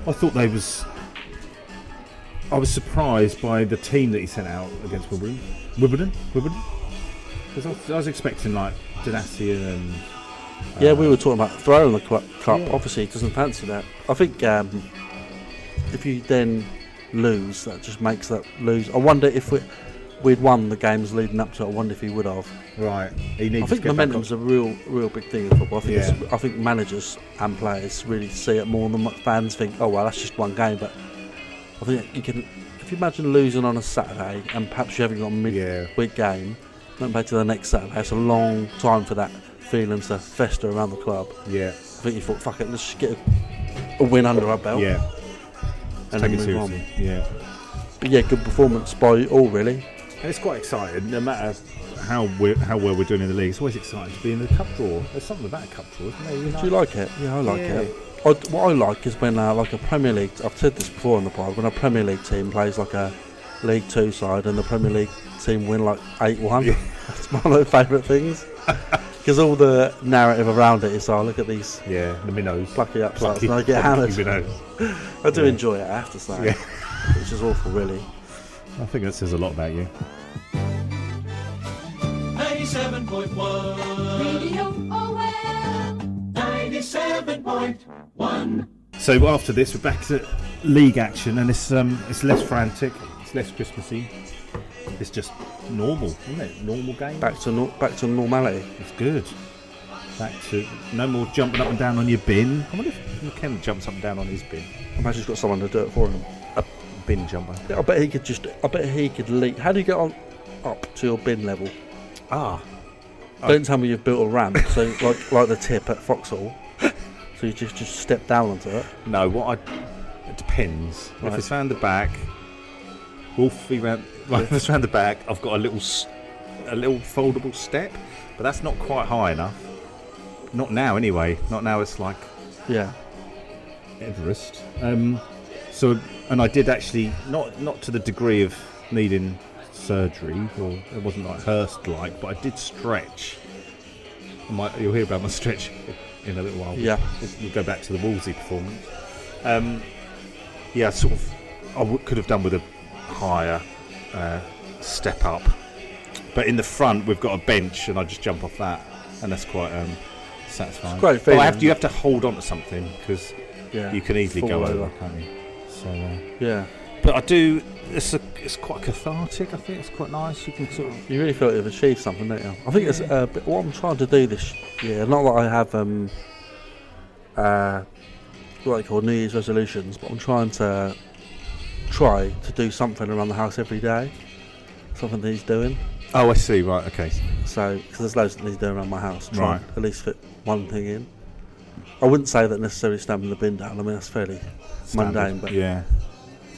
Speaker 2: I thought they was. I was surprised by the team that he sent out against Wimbledon. Wimbledon, Wimbledon. Because I, was- I was expecting like Danassia and
Speaker 1: yeah,
Speaker 3: Uh,
Speaker 1: we were talking about throwing the cl- cup.
Speaker 2: yeah.
Speaker 1: Obviously, he doesn't fancy that. I think um, if you then lose, that just makes that lose. I wonder if we, we'd won the games leading up to it. I wonder if he would have.
Speaker 2: right. He needs
Speaker 1: I think
Speaker 2: to get back
Speaker 1: momentum's a real, real big thing in football. I think,
Speaker 2: Yeah.
Speaker 1: it's, I think managers and players really see it more than what fans think. Oh well, that's just one game. But I think you can, if you imagine losing on a Saturday and perhaps you haven't got a
Speaker 2: on-
Speaker 1: mid
Speaker 2: Yeah,
Speaker 1: week game, not back to the next Saturday. It's a long time for that feeling to fester around the club.
Speaker 2: yeah,
Speaker 1: I think you thought, fuck it, let's just get a, a win under our belt
Speaker 2: yeah.
Speaker 1: and
Speaker 2: Take
Speaker 1: then
Speaker 2: it
Speaker 1: move
Speaker 2: seriously.
Speaker 1: on.
Speaker 2: Yeah.
Speaker 1: But yeah, good performance by all really.
Speaker 2: And it's quite exciting, no matter how we're, how well we're doing in the league. It's always exciting to be in the cup draw. There's something about a cup draw, isn't there? You know?
Speaker 1: Do you like it? Yeah, I like
Speaker 2: Yeah.
Speaker 1: it. I, what I like is when uh, like a Premier League. I've said this before on the pod. When a Premier League team plays like a League Two side and the Premier League team win like eight one.
Speaker 2: Yeah.
Speaker 1: That's one of my favourite things because all the narrative around it is, oh look at these
Speaker 2: yeah, the minnows.
Speaker 1: plucky upstarts
Speaker 2: Plucky-
Speaker 1: and I get
Speaker 2: plucky
Speaker 1: hammered.
Speaker 2: minnows.
Speaker 1: I do
Speaker 2: Yeah.
Speaker 1: enjoy it, I have to say,
Speaker 2: Yeah.
Speaker 1: which is awful really.
Speaker 2: I think that says a lot about you.
Speaker 9: 97.1.
Speaker 10: Radio OL.
Speaker 9: 97.1.
Speaker 2: So after this, we're back to league action, and it's um, it's less frantic, it's less Christmassy, It's just normal, isn't it? Normal game.
Speaker 1: Back to nor back to normality.
Speaker 2: It's good. Back to no more jumping up and down on your bin. I wonder if Ken jumps up and down on his bin.
Speaker 1: Imagine he's got someone to do it for him.
Speaker 2: Bin jumper.
Speaker 1: I bet he could just. I bet he could leap. How do you get on up to your bin level?
Speaker 2: Ah,
Speaker 1: Don't tell me you've built a ramp, so like like the tip at Foxhall. So you just just step down onto it.
Speaker 2: No, what I. It depends. If
Speaker 1: Right.
Speaker 2: it's round the back, Wolfie round. Right, if it's round the back, I've got a little, s- a little foldable step, but that's not quite high enough. Not now, anyway. Not now. It's like
Speaker 1: Yeah.
Speaker 2: Everest. Um, so, and I did actually not not to the degree of needing surgery, or it wasn't like Hurst like, but I did stretch. I might, you'll hear about my stretch in a little while.
Speaker 1: Yeah.
Speaker 2: We'll, we'll go back to the Wolsey performance. Um, yeah, sort of. I w- could have done with a higher uh, step up, but in the front we've got a bench, and I just jump off that, and that's quite um, satisfying.
Speaker 1: quite a
Speaker 2: But I
Speaker 1: feeling.
Speaker 2: have to, you have to hold on to something because
Speaker 1: Yeah.
Speaker 2: you can easily go
Speaker 1: Fall
Speaker 2: over,
Speaker 1: over.
Speaker 2: can't you? So, uh,
Speaker 1: Yeah.
Speaker 2: but I do. It's a, it's quite cathartic. I think it's quite nice. You can sort of.
Speaker 1: You really feel you've achieved something, don't you? I think it's uh, bit- what I'm trying to do this year. Not that I have um, uh, what they call New Year's resolutions, but I'm trying to try to do something around the house every day. Something that he's doing.
Speaker 2: Oh, I see. Right. Okay.
Speaker 1: So, because there's loads that he's doing around my house. Try and
Speaker 2: Right.
Speaker 1: at least fit one thing in. I wouldn't say that necessarily stamping the bin down. I mean, that's fairly
Speaker 2: Standard.
Speaker 1: mundane, but
Speaker 2: yeah.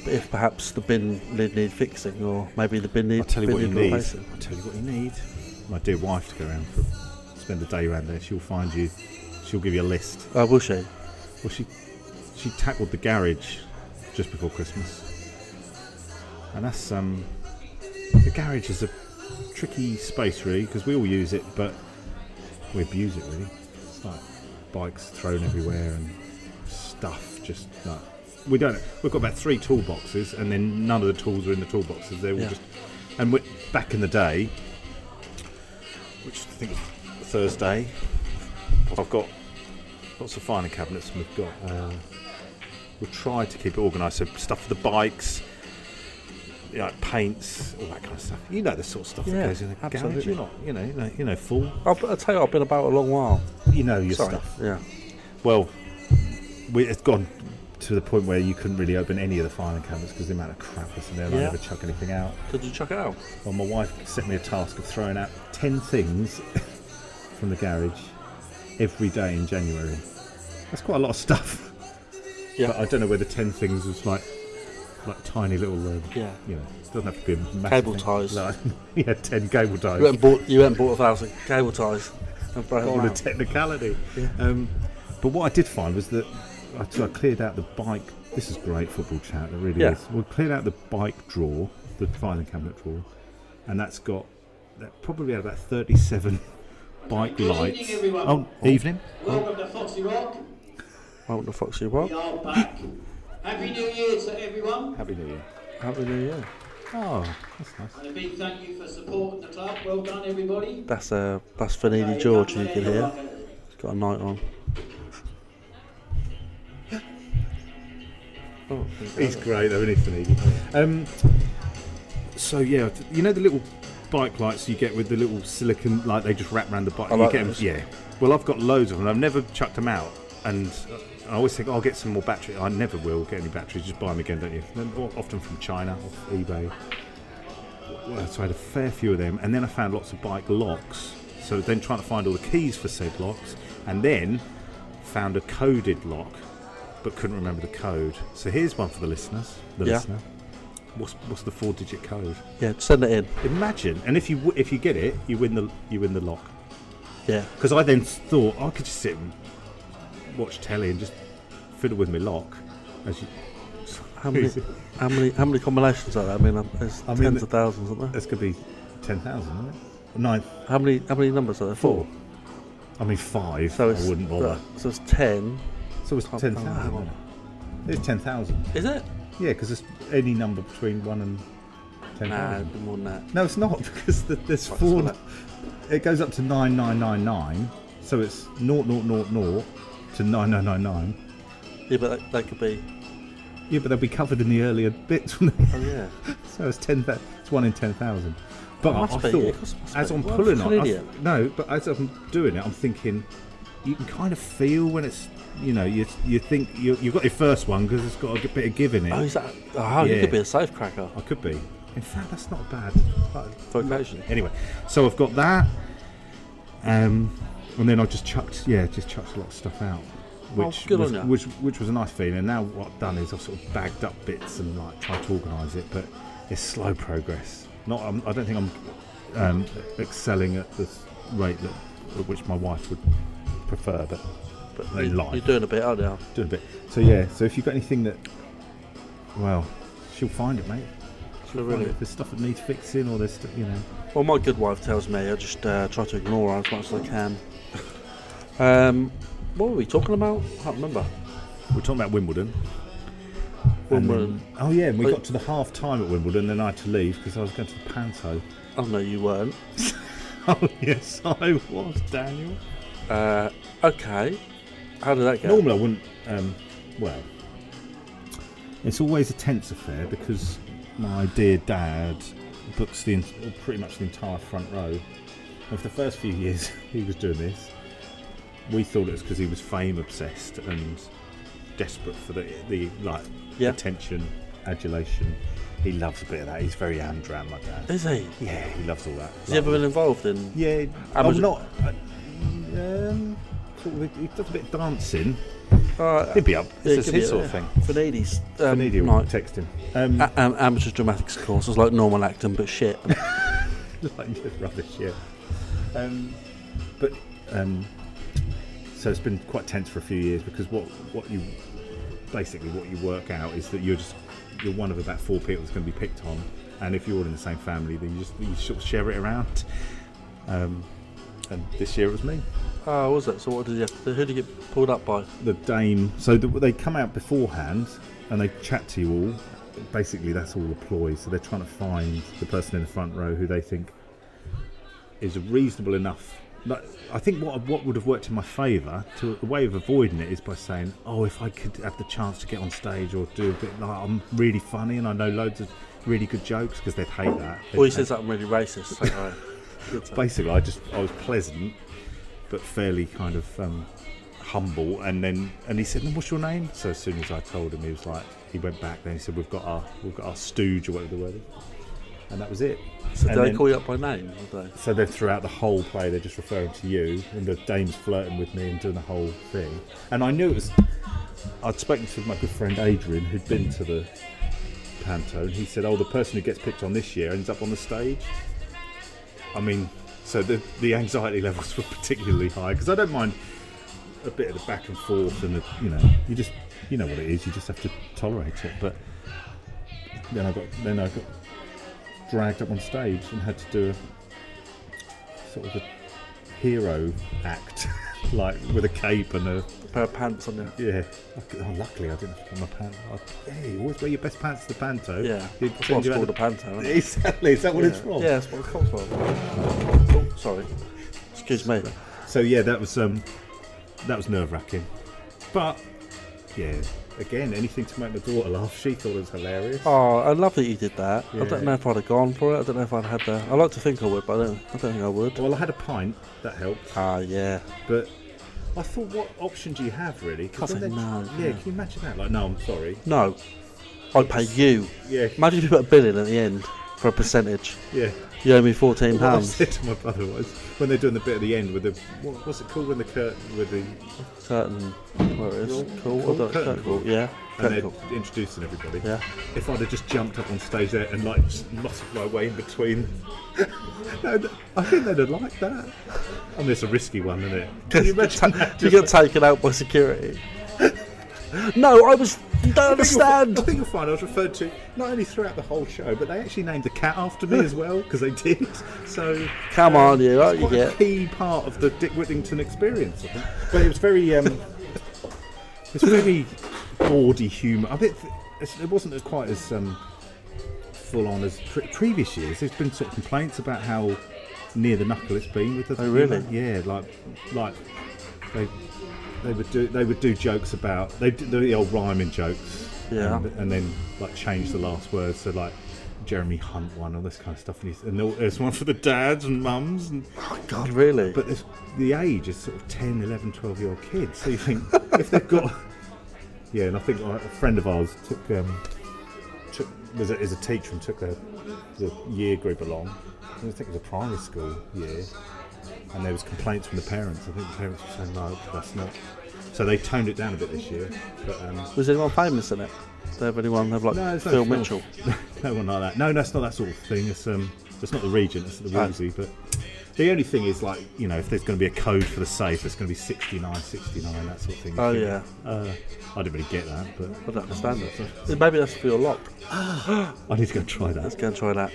Speaker 1: But if perhaps the bin lid need fixing, or maybe the bin
Speaker 2: I'll
Speaker 1: need,
Speaker 2: tell you
Speaker 1: bin
Speaker 2: what you
Speaker 1: lid
Speaker 2: need.
Speaker 1: replacing.
Speaker 2: I'll tell you what you need. My dear wife to go around for spend a day around there. She'll find you. She'll give you a list.
Speaker 1: Oh, will she?
Speaker 2: Well, she she tackled the garage just before Christmas, and that's um the garage is a tricky space really because we all use it, but we abuse it really. It's like bikes thrown everywhere and stuff just like we don't. We've got about three toolboxes, and then none of the tools are in the toolboxes. They're all
Speaker 1: Yeah.
Speaker 2: just and we back in the day, which I think was Thursday. I've got lots of filing cabinets, and we've got. Uh, we'll try to keep it organised. So stuff for the bikes, you know, paints, all that kind of stuff. You know the sort of stuff
Speaker 1: Yeah,
Speaker 2: that goes in a garage.
Speaker 1: absolutely.
Speaker 2: You're not, you know, you know, you know, full.
Speaker 1: I'll, I'll tell you, I've been about a long while.
Speaker 2: You know your
Speaker 1: Sorry.
Speaker 2: stuff.
Speaker 1: Yeah.
Speaker 2: Well, we, it's gone to the point where you couldn't really open any of the filing cabinets because the amount of crap that's in there. and I
Speaker 1: Yeah.
Speaker 2: never chuck anything out.
Speaker 1: Did you chuck it out?
Speaker 2: Well, my wife set me a task of throwing out 10 things from the garage every day in January. That's quite a lot of stuff.
Speaker 1: Yeah.
Speaker 2: But uh, I don't know whether 10 things was like like tiny little, um,
Speaker 1: Yeah.
Speaker 2: you know, it doesn't have to be a massive
Speaker 1: Cable
Speaker 2: thing.
Speaker 1: ties.
Speaker 2: Like, yeah, 10 cable ties.
Speaker 1: You went and bought, you went and bought a thousand cable ties. And broke them
Speaker 2: on a
Speaker 1: out.
Speaker 2: technicality. Um, but what I did find was that I, so I cleared out the bike. This is great football chat. It really
Speaker 1: Yeah.
Speaker 2: is. We cleared out the bike drawer, the filing cabinet drawer, and that's got that probably had about thirty-seven bike lights. Oh, evening.
Speaker 11: Welcome to Foxy Rock.
Speaker 1: Welcome to Foxy Rock.
Speaker 11: We are back. Happy New Year to everyone,
Speaker 2: Happy New Year.
Speaker 1: Happy New Year.
Speaker 2: Oh, that's nice.
Speaker 11: and a big thank you for supporting the club. Well done, everybody.
Speaker 1: That's uh, that's Fanini George, you can hear. He's got a night on. Oh,
Speaker 2: He's great though, isn't he, Fanigi? Um, so yeah, t- you know the little bike lights you get with the little silicon, like they just wrap around the bike.
Speaker 1: I
Speaker 2: you
Speaker 1: like
Speaker 2: get 'em-
Speaker 1: those.
Speaker 2: yeah. Well, I've got loads of them. I've never chucked them out, and I always think "Oh, I'll get some more battery. I never will get any batteries. Just buy them again, don't you? They're o- Often from China, off eBay. Well, so I had a fair few of them, and then I found lots of bike locks. So then trying to find all the keys for said locks, and then found a coded lock, but couldn't remember the code. So here's one for the listeners. The
Speaker 1: Yeah.
Speaker 2: listener. What's, what's the four-digit code?
Speaker 1: yeah, send it in.
Speaker 2: Imagine, and if you w- if you get it, you win the you win the lock.
Speaker 1: Yeah.
Speaker 2: Because I then thought I could just sit and watch telly and just fiddle with my lock. As you,
Speaker 1: How many, how many, how many combinations are there? I mean, um, there's
Speaker 2: I mean,
Speaker 1: tens
Speaker 2: the-
Speaker 1: of thousands, aren't there?
Speaker 2: that's gonna be ten thousand, isn't it? Nine,
Speaker 1: How many, how many numbers are there?
Speaker 2: four. I mean five.
Speaker 1: So it's
Speaker 2: I wouldn't bother.
Speaker 1: So it's ten.
Speaker 2: so it's
Speaker 1: can't-
Speaker 2: ten
Speaker 1: can't
Speaker 2: thousand. It's ten thousand.
Speaker 1: Is it?
Speaker 2: Yeah, because it's any number between one and ten
Speaker 1: Nah,
Speaker 2: thousand.
Speaker 1: more than that.
Speaker 2: No, it's not because the, there's
Speaker 1: Right,
Speaker 2: four.
Speaker 1: so
Speaker 2: It goes up to nine nine nine nine, so it's naught naught naught naught to nine nine nine nine.
Speaker 1: Yeah, but that, that could be
Speaker 2: Yeah, but they'll be covered in the earlier bits. won't they?
Speaker 3: Oh yeah.
Speaker 2: so it's ten. thou- It's one in ten thousand. But I,
Speaker 1: must
Speaker 2: I
Speaker 1: be, yeah,
Speaker 2: thought,
Speaker 1: of course it must
Speaker 2: as
Speaker 1: be.
Speaker 2: I'm
Speaker 1: What a
Speaker 2: pulling on,
Speaker 1: fucking
Speaker 2: I th-
Speaker 1: idiot.
Speaker 2: no, but as I'm doing it, I'm thinking, you can kind of feel when it's, you know, you you think you, you've got your first one because it's got a bit of give in it.
Speaker 1: Oh, is that? Oh, you
Speaker 2: Yeah.
Speaker 1: could be a safe cracker
Speaker 2: I could be. In fact, that's not bad. Like,
Speaker 1: for occasion.
Speaker 2: Anyway, so I've got that, um, and then I just chucked, yeah, just chucked a lot of stuff out, which
Speaker 1: Oh, good
Speaker 2: was,
Speaker 1: on ya.
Speaker 2: which which was a nice feeling. And now what I've done is I've sort of bagged up bits and like tried to organise it, but it's slow progress. Not, I'm, I don't think I'm um, excelling at the s- rate that at which my wife would prefer, but but they
Speaker 1: You- You're
Speaker 2: like
Speaker 1: doing a bit, aren't you?
Speaker 2: doing a bit. So yeah, so if you've got anything that, well, she'll find it, mate.
Speaker 1: So really.
Speaker 2: If there's stuff that needs fixing or there's, stu- you know.
Speaker 1: Well, my good wife tells me I just uh, try to ignore her as much as I can. Um, what were we talking about? I can't remember.
Speaker 2: We're talking about Wimbledon.
Speaker 1: When
Speaker 2: And
Speaker 1: we're-
Speaker 2: then- oh yeah, and we
Speaker 1: Oh.
Speaker 2: got to the half time at Wimbledon, then I had to leave because I was going to the panto.
Speaker 1: oh no, you weren't.
Speaker 2: Oh yes, I was, Daniel.
Speaker 1: Uh, okay. How did that go?
Speaker 2: Normally I wouldn't. Um, well, it's always a tense affair because my dear dad books the en- pretty much the entire front row. And for the first few years he was doing this, we thought it was because he was fame obsessed and desperate for the the like
Speaker 1: Yeah.
Speaker 2: attention, adulation. He loves a bit of that. He's very Amdram, my dad.
Speaker 1: Is he?
Speaker 2: Yeah, he loves all that.
Speaker 1: Has he ever been involved in?
Speaker 2: Yeah,
Speaker 1: And was
Speaker 2: I'm
Speaker 1: it-
Speaker 2: not. I, um, sort of, he does a bit of dancing.
Speaker 1: Uh,
Speaker 2: He'd be up.
Speaker 1: yeah,
Speaker 2: This
Speaker 1: it
Speaker 2: is
Speaker 1: could be a-
Speaker 2: his sort of thing.
Speaker 1: For ladies, um,
Speaker 2: An idiot
Speaker 1: night.
Speaker 2: text him. Um,
Speaker 1: A- um, amateur dramatics course. It's like normal acting, but shit.
Speaker 2: like, rubbish, yeah. Um, but um, so it's been quite tense for a few years because what what you basically what you work out is that you're just you're one of about four people that's going to be picked on, and if you're all in the same family, then you just you sort of share it around. Um, and this year it was me.
Speaker 1: Oh, was it? So what did you have to do? Who did you get pulled up by?
Speaker 2: the dame. So th they come out beforehand and they chat to you all. Basically, that's all a ploy. So they're trying to find the person in the front row who they think is a reasonable enough. Like, I think what what would have worked in my favour, to a way of avoiding it, is by saying, "Oh, if I could have the chance to get on stage or do a bit like I'm really funny and I know loads of really good jokes," because they'd hate that.
Speaker 1: Well, he
Speaker 2: They'd
Speaker 1: says something really racist. So, uh, good to-
Speaker 2: basically I just I was pleasant but fairly kind of um, humble and then and he said "Then what's your name so as soon as I told him he was like he went back then he said we've got our we've got our stooge or whatever the word is and that was it
Speaker 1: so did
Speaker 2: and
Speaker 1: they
Speaker 2: then-
Speaker 1: call you up by name? Did they?
Speaker 2: so then throughout the whole play they're just referring to you and the dame's flirting with me and doing the whole thing and I knew it was I'd spoken to my good friend Adrian who'd been to the panto and he said oh the person who gets picked on this year ends up on the stage I mean, so the the anxiety levels were particularly high because I don't mind a bit of the back and forth and the you know you just you know what it is you just have to tolerate it. But then I got then I got dragged up on stage and had to do a sort of a hero act like with a cape and a
Speaker 1: A pair of pants on you.
Speaker 2: yeah. Luck- Oh, luckily I didn't have to put my pants. I, hey, you always wear your best pants to the panto.
Speaker 1: Yeah.
Speaker 2: You-
Speaker 1: That's what's called a panto. isn't it?
Speaker 2: Exactly. Is that what
Speaker 1: yeah.
Speaker 2: it's from?
Speaker 1: Yeah, that's what it's called. Oh, sorry. Excuse me.
Speaker 2: So yeah, that was um, that was nerve wracking, but yeah, again, anything to make my daughter laugh. She thought it was hilarious.
Speaker 1: Oh, I love that you did that. I
Speaker 2: Yeah.
Speaker 1: don't know if I'd have gone for it. I don't know if I'd had the. I like to think I would, but I don't. I don't think I would.
Speaker 2: Well, I had a pint that helped,
Speaker 1: Ah, yeah.
Speaker 2: but I thought, what option do you have really? 'Cause
Speaker 1: Nothing,
Speaker 2: when they-
Speaker 1: no,
Speaker 2: Yeah,
Speaker 1: yeah.
Speaker 2: can you imagine that? Like, no, I'm sorry.
Speaker 1: No, I'd pay you.
Speaker 2: Yeah,
Speaker 1: Imagine if you put a bill in at the end for a percentage.
Speaker 2: yeah.
Speaker 1: You owe me fourteen
Speaker 2: What I
Speaker 1: pounds.
Speaker 2: said to my brother was when they're doing the bit at the end with the what, what's it called when the curtain with the
Speaker 1: Curtain. Where it is? Cool.
Speaker 2: Cool.
Speaker 1: I don't-
Speaker 2: Curtain
Speaker 1: curtain
Speaker 2: call.
Speaker 1: call, Yeah.
Speaker 2: and they're
Speaker 1: Curtain call.
Speaker 2: introducing everybody.
Speaker 1: Yeah.
Speaker 2: If I'd have just jumped up on stage there and like just muscled my way in between, No, th- I think they'd have liked that. I mean, it's a risky one, isn't it? Can you imagine that?
Speaker 1: You
Speaker 2: Just-
Speaker 1: get taken out by security. No, I was. You don't
Speaker 2: I think you'll fi- I
Speaker 1: understand.
Speaker 2: think you'll find I was referred to not only throughout the whole show, but they actually named the cat after me as well because they did. So
Speaker 1: Come on, you. Right,
Speaker 2: it's
Speaker 1: you
Speaker 2: quite a
Speaker 1: get.
Speaker 2: key part of the Dick Whittington experience. I think. But it was very, um, it's very bawdy humour. I think it's- it wasn't as quite as um, full on as pre- previous years. There's been sort of complaints about how near the knuckle it's been with the.
Speaker 1: Oh, really?
Speaker 2: Yeah, like like they they would do they would do jokes about they did the old rhyming jokes
Speaker 1: Yeah.
Speaker 2: and, and then like change the last word. So like Jeremy Hunt one, all this kind of stuff, and, he's, and there- there's one for the dads and mums, and
Speaker 1: Oh, God, really?
Speaker 2: but this, the age is sort of 10, 11, 12 year old kids. So you think if they've got yeah, and I think like, a friend of ours took um, took was a, is a teacher and took the, the year group along. I think it was a primary school year, and there was complaints from the parents. I think the parents were saying no, that's not. So they toned it down a bit this year, but. Um,
Speaker 1: Was anyone famous in it? Did anyone have like
Speaker 2: no, it's not
Speaker 1: Phil
Speaker 2: Phil.
Speaker 1: Mitchell?
Speaker 2: no one like that. No, that's not that sort of thing. It's um, it's not the Regent. It's the
Speaker 1: Oh.
Speaker 2: Wolsey. But the only thing is, like, you know, if there's going to be a code for the safe, it's going to be 69, 69, that sort of thing.
Speaker 1: Oh,
Speaker 2: You
Speaker 1: yeah.
Speaker 2: think, Uh, I didn't really get that,
Speaker 1: I
Speaker 2: but
Speaker 1: don't understand it. Maybe that's for your lock.
Speaker 2: I need to go and try that.
Speaker 1: Let's go and try that.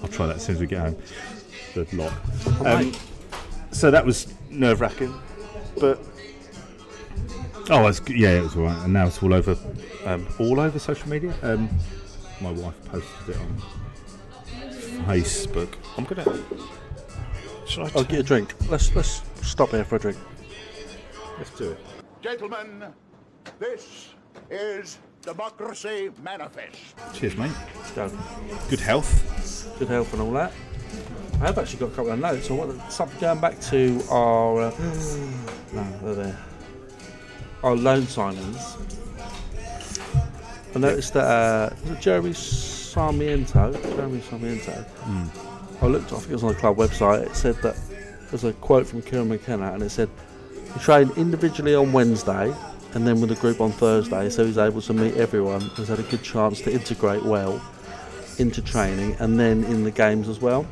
Speaker 2: I'll try that as soon as we get home. The lock.
Speaker 1: Right.
Speaker 2: So that was nerve wracking, but. Oh, it's, yeah, it was alright, and now it's all over, um, all over social media. Um, my wife posted it on Facebook.
Speaker 3: I'm gonna. Shall I?
Speaker 1: I'll get a drink. Let's let's stop here for a drink.
Speaker 2: Let's do it.
Speaker 12: Gentlemen, this is Democracy Manifest.
Speaker 2: Cheers, mate.
Speaker 1: Let's go.
Speaker 2: Good health.
Speaker 1: Good health and all that. I have actually got a couple of notes. I want to stop going back to our uh, no, they're there. Our loan signings. I noticed that uh, was it Jeremy Sarmiento. Jeremy Sarmiento. I looked. I think it was on the club website. It said that there's a quote from Kieran McKenna, and it said he trained individually on Wednesday. And then with the group on Thursday, so he's able to meet everyone. He's had a good chance to integrate well into training and then in the games as well.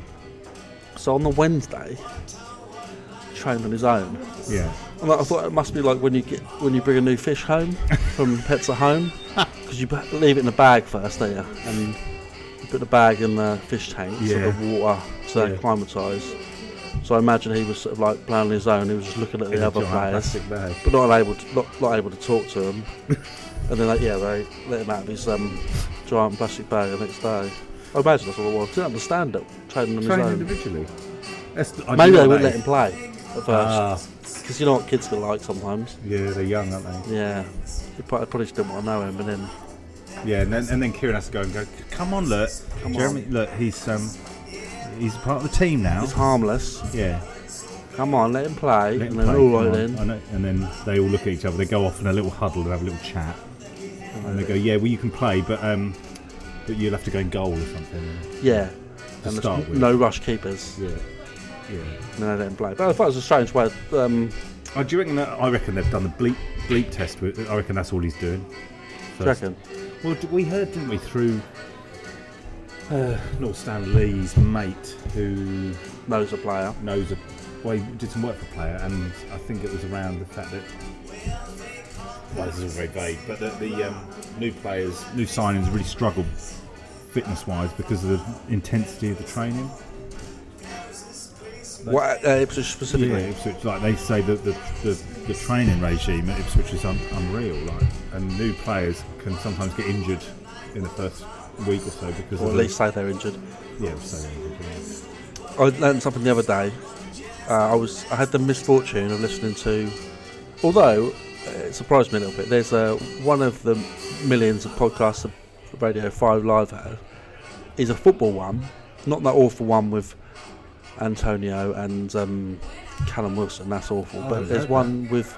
Speaker 1: So on the Wednesday, he trained on his own.
Speaker 2: Yeah.
Speaker 1: And I thought it must be like when you get when you bring a new fish home from pets at home, because you b- leave it in a bag first, don't you? And you put the bag in the fish tank so
Speaker 2: Yeah.
Speaker 1: the water so they
Speaker 2: Yeah.
Speaker 1: acclimatise. So I imagine he was sort of like playing on his own. He was just looking at the
Speaker 2: In a
Speaker 1: other players,
Speaker 2: giant plastic bag.
Speaker 1: but not able to not, not able to talk to them. and then like, yeah, they let him out of his um, giant plastic bag the next day. I imagine that's what it was. Didn't understand it. Training on his
Speaker 2: Trained
Speaker 1: own.
Speaker 2: individually. That's, I
Speaker 1: Maybe
Speaker 2: didn't know
Speaker 1: they wouldn't
Speaker 2: that
Speaker 1: let him play at
Speaker 2: Ah.
Speaker 1: first. Because you know what kids are like sometimes.
Speaker 2: Yeah, they're young, aren't they?
Speaker 1: Yeah. He probably, probably just didn't want to know him, and then
Speaker 2: Yeah, and then, and then Kieran has to go and go. Come on, look,
Speaker 1: Come
Speaker 2: Jeremy, look, he's um, he's part of the team now.
Speaker 1: he's harmless.
Speaker 2: yeah,
Speaker 1: Come on, let him play.
Speaker 2: let
Speaker 1: and
Speaker 2: him
Speaker 1: then,
Speaker 2: play,
Speaker 1: all
Speaker 2: come
Speaker 1: right
Speaker 2: on."
Speaker 1: then.
Speaker 2: And, and then they all look at each other. They go off in a little huddle and have a little chat.
Speaker 1: Oh,
Speaker 2: And they go, yeah, well, you can play, but um, but you'll have to go in goal or something.
Speaker 1: Yeah.
Speaker 2: To
Speaker 1: And there's
Speaker 2: start
Speaker 1: n-
Speaker 2: with.
Speaker 1: no rush keepers.
Speaker 2: Yeah, yeah.
Speaker 1: And then they let him play. But I thought it was a strange way. of, Um,
Speaker 2: Oh, do you reckon that? I reckon they've done the bleep bleep test. With, I reckon that's all he's doing.
Speaker 1: do you reckon?
Speaker 2: Well, d- we heard, didn't we, through uh, North Stan Lee's mate who
Speaker 1: Knows a player.
Speaker 2: knows a. Well, he did some work for Player, and I think it was around the fact that. Well, this is all very vague, but that the um, new players, new signings, really struggled fitness-wise because of the intensity of the training.
Speaker 1: What uh, Ipswich
Speaker 2: Yeah,
Speaker 1: specifically?
Speaker 2: Ipswich, like they say that the, the, the training regime at Ipswich is un- unreal, like, and new players can sometimes get injured in the first week or so because
Speaker 1: Or at
Speaker 2: of the-
Speaker 1: least say they're injured.
Speaker 2: yeah, we'll say injured, yeah.
Speaker 1: I learned something the other day. Uh, I was I had the misfortune of listening to, although uh, it surprised me a little bit. There's uh, one of the millions of podcasts that Radio Five Live have is a football one, not that awful one with Antonio and um, Callum Wilson. That's awful.
Speaker 2: I
Speaker 1: but
Speaker 2: haven't
Speaker 1: there's
Speaker 2: heard
Speaker 1: one with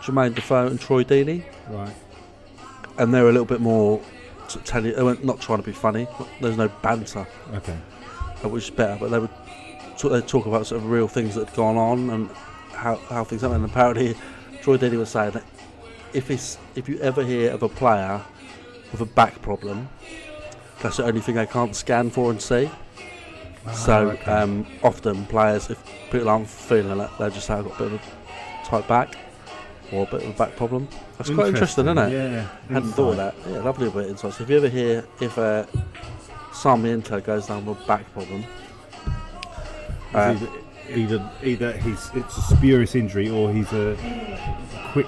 Speaker 1: Jermaine Defoe and Troy Deeney,
Speaker 2: right.
Speaker 1: and they're a little bit more. sort of Tell you, they weren't- not trying to be funny. not- There's no banter
Speaker 2: Okay.
Speaker 1: uh, which is better. But they would sort they talk about sort of real things that had gone on and how, how things happened. And apparently, Troy Daly was saying that if it's if you ever hear of a player with a back problem, that's the only thing they can't scan for and see. so
Speaker 2: Ah, okay.
Speaker 1: um, often players, if people aren't feeling it, they just say I've got a bit of a tight back or a bit of a back problem. That's quite interesting, isn't it?
Speaker 2: Yeah.
Speaker 1: Hadn't thought of that. Yeah, lovely bit of insight. So if you ever hear if uh, Sarmiento goes down with a back problem, uh,
Speaker 2: It's either, either either he's it's a spurious injury or he's a quick.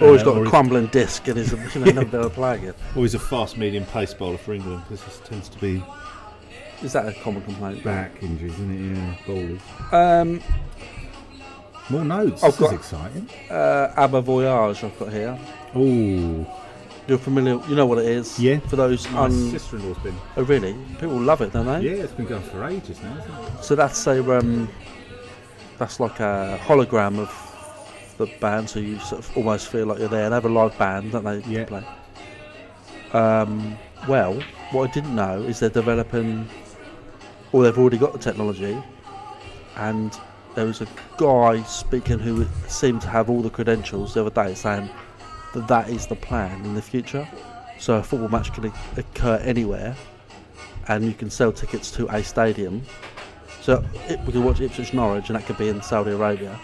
Speaker 1: or he's
Speaker 2: uh,
Speaker 1: got a
Speaker 2: or
Speaker 1: crumbling disc and he's you know, never been able to play again.
Speaker 2: or he's a fast medium pace bowler for England because this tends to be
Speaker 1: Is that a common complaint?
Speaker 2: back injuries, isn't it? Yeah, bowlers.
Speaker 1: Um,
Speaker 2: More notes.
Speaker 1: I've
Speaker 2: this
Speaker 1: got-
Speaker 2: is exciting.
Speaker 1: uh, Abba Voyage I've got here.
Speaker 2: Oh,
Speaker 1: You're familiar, you know what it is.
Speaker 2: Yeah.
Speaker 1: For those
Speaker 2: My
Speaker 1: un.
Speaker 2: sister-in-law's been.
Speaker 1: Oh, really? People love it, don't they?
Speaker 2: Yeah, it's been going for ages now. Isn't
Speaker 1: So that's a um, that's like a hologram of the band, so you sort of almost feel like you're there. They have a live band, don't they?
Speaker 2: Yeah.
Speaker 1: Play. Um, well, what I didn't know is they're developing, or they've already got the technology, and there was a guy speaking who seemed to have all the credentials the other day, saying that that is the plan in the future. So a football match can occur anywhere, and you can sell tickets to a stadium. So it, we could watch Ipswich Norwich, and that could be in Saudi Arabia,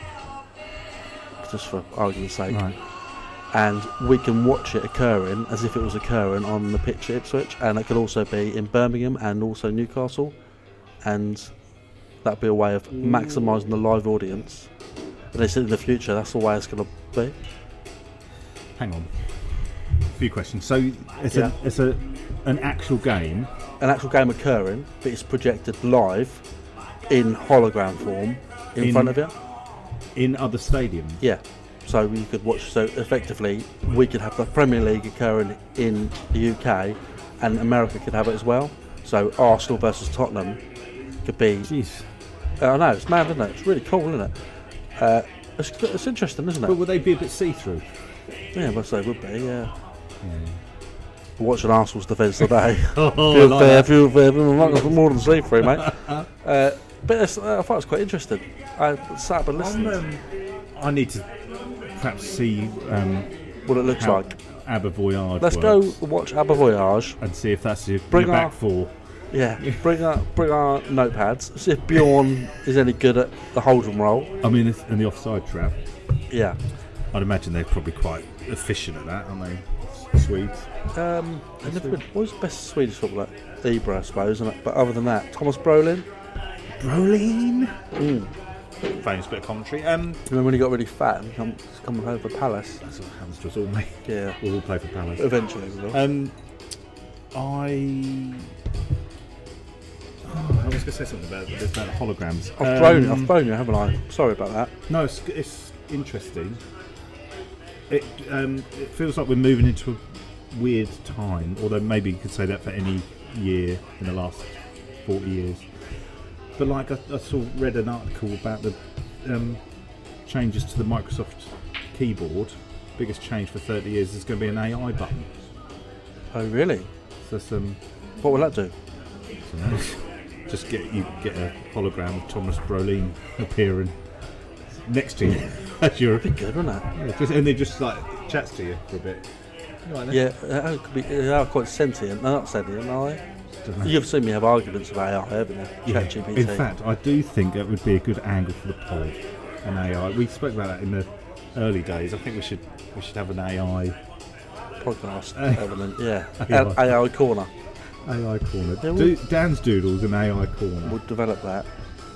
Speaker 1: just for argument's sake.
Speaker 2: Right.
Speaker 1: And we can watch it occurring as if it was occurring on the pitch at Ipswich, and it could also be in Birmingham and also Newcastle, and that'd be a way of maximising the live audience. And they said in the future that's the way it's going to be.
Speaker 2: it? Hang on. A few questions. So it's
Speaker 1: Yeah.
Speaker 2: a it's a an actual game.
Speaker 1: An actual game occurring, but it's projected live in hologram form in,
Speaker 2: In-
Speaker 1: front of you.
Speaker 2: in other stadiums.
Speaker 1: Yeah. So we could watch. So effectively, we could have the Premier League occurring in the UK, and America could have it as well. So Arsenal versus Tottenham could be.
Speaker 2: Jeez.
Speaker 1: I know it's mad, isn't it? It's really cool, isn't it? Uh, it's, good- it's interesting, isn't
Speaker 2: But
Speaker 1: it?
Speaker 2: will they be a bit see-through?
Speaker 1: Yeah, well, so it would be. Yeah. Watching Mm. Arsenal's defence today.
Speaker 2: Oh,
Speaker 1: feel fair, feel fair. but I'm not gonna put more than safe for you, mate. Uh, but it's, I thought it was quite interesting. I sat up and listened.
Speaker 2: I need to perhaps see um,
Speaker 1: what it looks
Speaker 2: how
Speaker 1: like.
Speaker 2: Abba Voyage
Speaker 1: Let's go
Speaker 2: works
Speaker 1: watch Abba Voyage.
Speaker 2: and see if that's your,
Speaker 1: Bring
Speaker 2: your back
Speaker 1: up-
Speaker 2: four.
Speaker 1: Yeah, bring our bring our notepads. See if Bjorn is any good at the hold'em roll.
Speaker 2: I mean, it's- and the offside trap.
Speaker 1: Yeah,
Speaker 2: I'd imagine they're probably quite efficient at that, aren't they? Swedes.
Speaker 1: um, I've never been, what was the best Swedish footballer? Ibra, I suppose. And, but other than that, Thomas Brolin.
Speaker 2: Brolin. Famous bit of commentary. Um,
Speaker 1: Remember when he got really fat and come coming home for Palace?
Speaker 2: that's what happens to us all, mate.
Speaker 1: Yeah,
Speaker 2: We'll all play for Palace.
Speaker 1: eventually. we will.
Speaker 2: Um, I. Oh, I was going to say something about this about holograms.
Speaker 1: I've thrown you.
Speaker 2: Um,
Speaker 1: I've thrown you, haven't I? Sorry about that.
Speaker 2: No, it's, it's interesting. It um, it feels like we're moving into a weird time. Although maybe you could say that for any year in the last forty years. But like I, I saw read an article about the um, changes to the Microsoft keyboard. Biggest change for thirty years is going to be an AI button.
Speaker 1: Oh really?
Speaker 2: So some.
Speaker 1: What will that do?
Speaker 2: Just get you get a hologram of Thomas Brolin appearing next to you as you're
Speaker 1: Be good, wouldn't it?
Speaker 2: yeah, just, and they just like chats to you for a bit.
Speaker 1: Yeah, uh, it could be. They are quite sentient. They're not sentient, are they?
Speaker 2: Dunno.
Speaker 1: You've seen me have arguments about AI, haven't you?
Speaker 2: Yeah.
Speaker 1: ChatGPT.
Speaker 2: In fact, I do think that would be a good angle for the pod. An AI. We spoke about that in the early days. I think we should we should have an AI
Speaker 1: podcast
Speaker 2: Uh,
Speaker 1: element, yeah.
Speaker 2: yeah.
Speaker 1: A- AI Corner
Speaker 2: AI corner.
Speaker 1: There
Speaker 2: Do, Dan's doodles an AI corner.
Speaker 1: would develop that.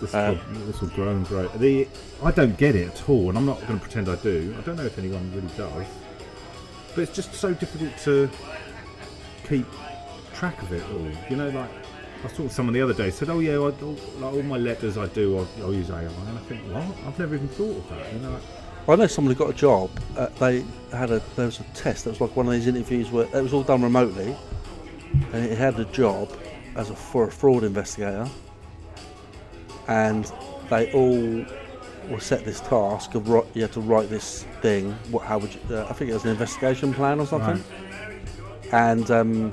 Speaker 2: this,
Speaker 1: Um,
Speaker 2: will, this will grow and grow. The I don't get it at all, and I'm not going to pretend I do. I don't know if anyone really does, but it's just so difficult to keep track of it all. You know, like I saw someone the other day said, "Oh yeah, I, all, like, all my letters I do, I'll, I'll use AI," and I think, "What? I've never even thought of that." You know, like,
Speaker 1: I know someone who got a job. Uh, they had a there was a test that was like one of these interviews where it was all done remotely, and he had a job as a for a fraud investigator, and they all were set this task of write, you had to write this thing. What how would you, uh, I think it was an investigation plan or something, and um,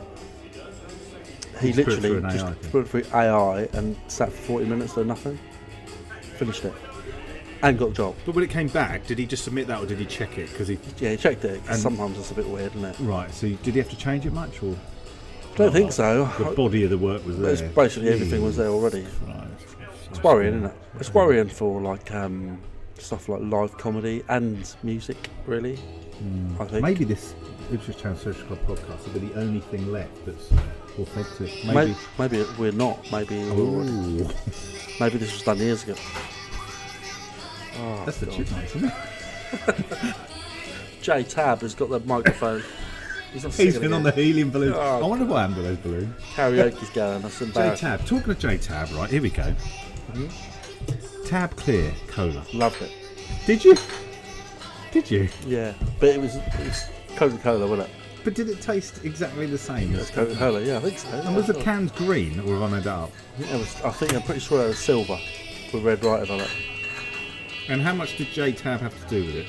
Speaker 1: he
Speaker 2: Just put
Speaker 1: literally
Speaker 2: it through an
Speaker 1: just
Speaker 2: AI thing.
Speaker 1: put it through AI and sat for forty minutes doing nothing, finished it, and got the job.
Speaker 2: but when it came back, did he just submit that or did he check it? Because he
Speaker 1: Yeah, he checked it. 'cause
Speaker 2: And-
Speaker 1: sometimes it's a bit weird, isn't it?
Speaker 2: right. So did he have to change it much, or
Speaker 1: I don't think so.
Speaker 2: the body of the work was there?
Speaker 1: It's basically everything was there already. It's worrying, isn't it? It's worrying for like um, stuff like live comedy and music, really. I think
Speaker 2: Maybe this Ipswich Town Social Club podcast will be the only thing left that's authentic.
Speaker 1: May-
Speaker 2: Maybe.
Speaker 1: maybe we're not. Maybe we're already-
Speaker 2: Ooh,
Speaker 1: maybe this was done years ago.
Speaker 2: that's the
Speaker 1: Oh,
Speaker 2: chipmunks, isn't it?
Speaker 1: J Tab has got the microphone. He's not
Speaker 2: He's
Speaker 1: singing
Speaker 2: been on the
Speaker 1: again.
Speaker 2: helium balloon.
Speaker 1: Oh,
Speaker 2: I wonder what happened to those balloons.
Speaker 1: karaoke's going. That's
Speaker 2: J
Speaker 1: embarrassing.
Speaker 2: Tab, talking of J Tab, right, here we go.
Speaker 1: Hmm?
Speaker 2: Tab Clear Cola.
Speaker 1: Loved it.
Speaker 2: Did you? Did you?
Speaker 1: Yeah, but it was, it was Coca Cola, wasn't it?
Speaker 2: But did it taste exactly the same? as-
Speaker 1: Coca Cola, yeah, I think so.
Speaker 2: And was the cans green or have I made that up?
Speaker 1: It was, I think I'm pretty sure it was silver with red writing on it.
Speaker 2: And how much did J Tab have to do with it?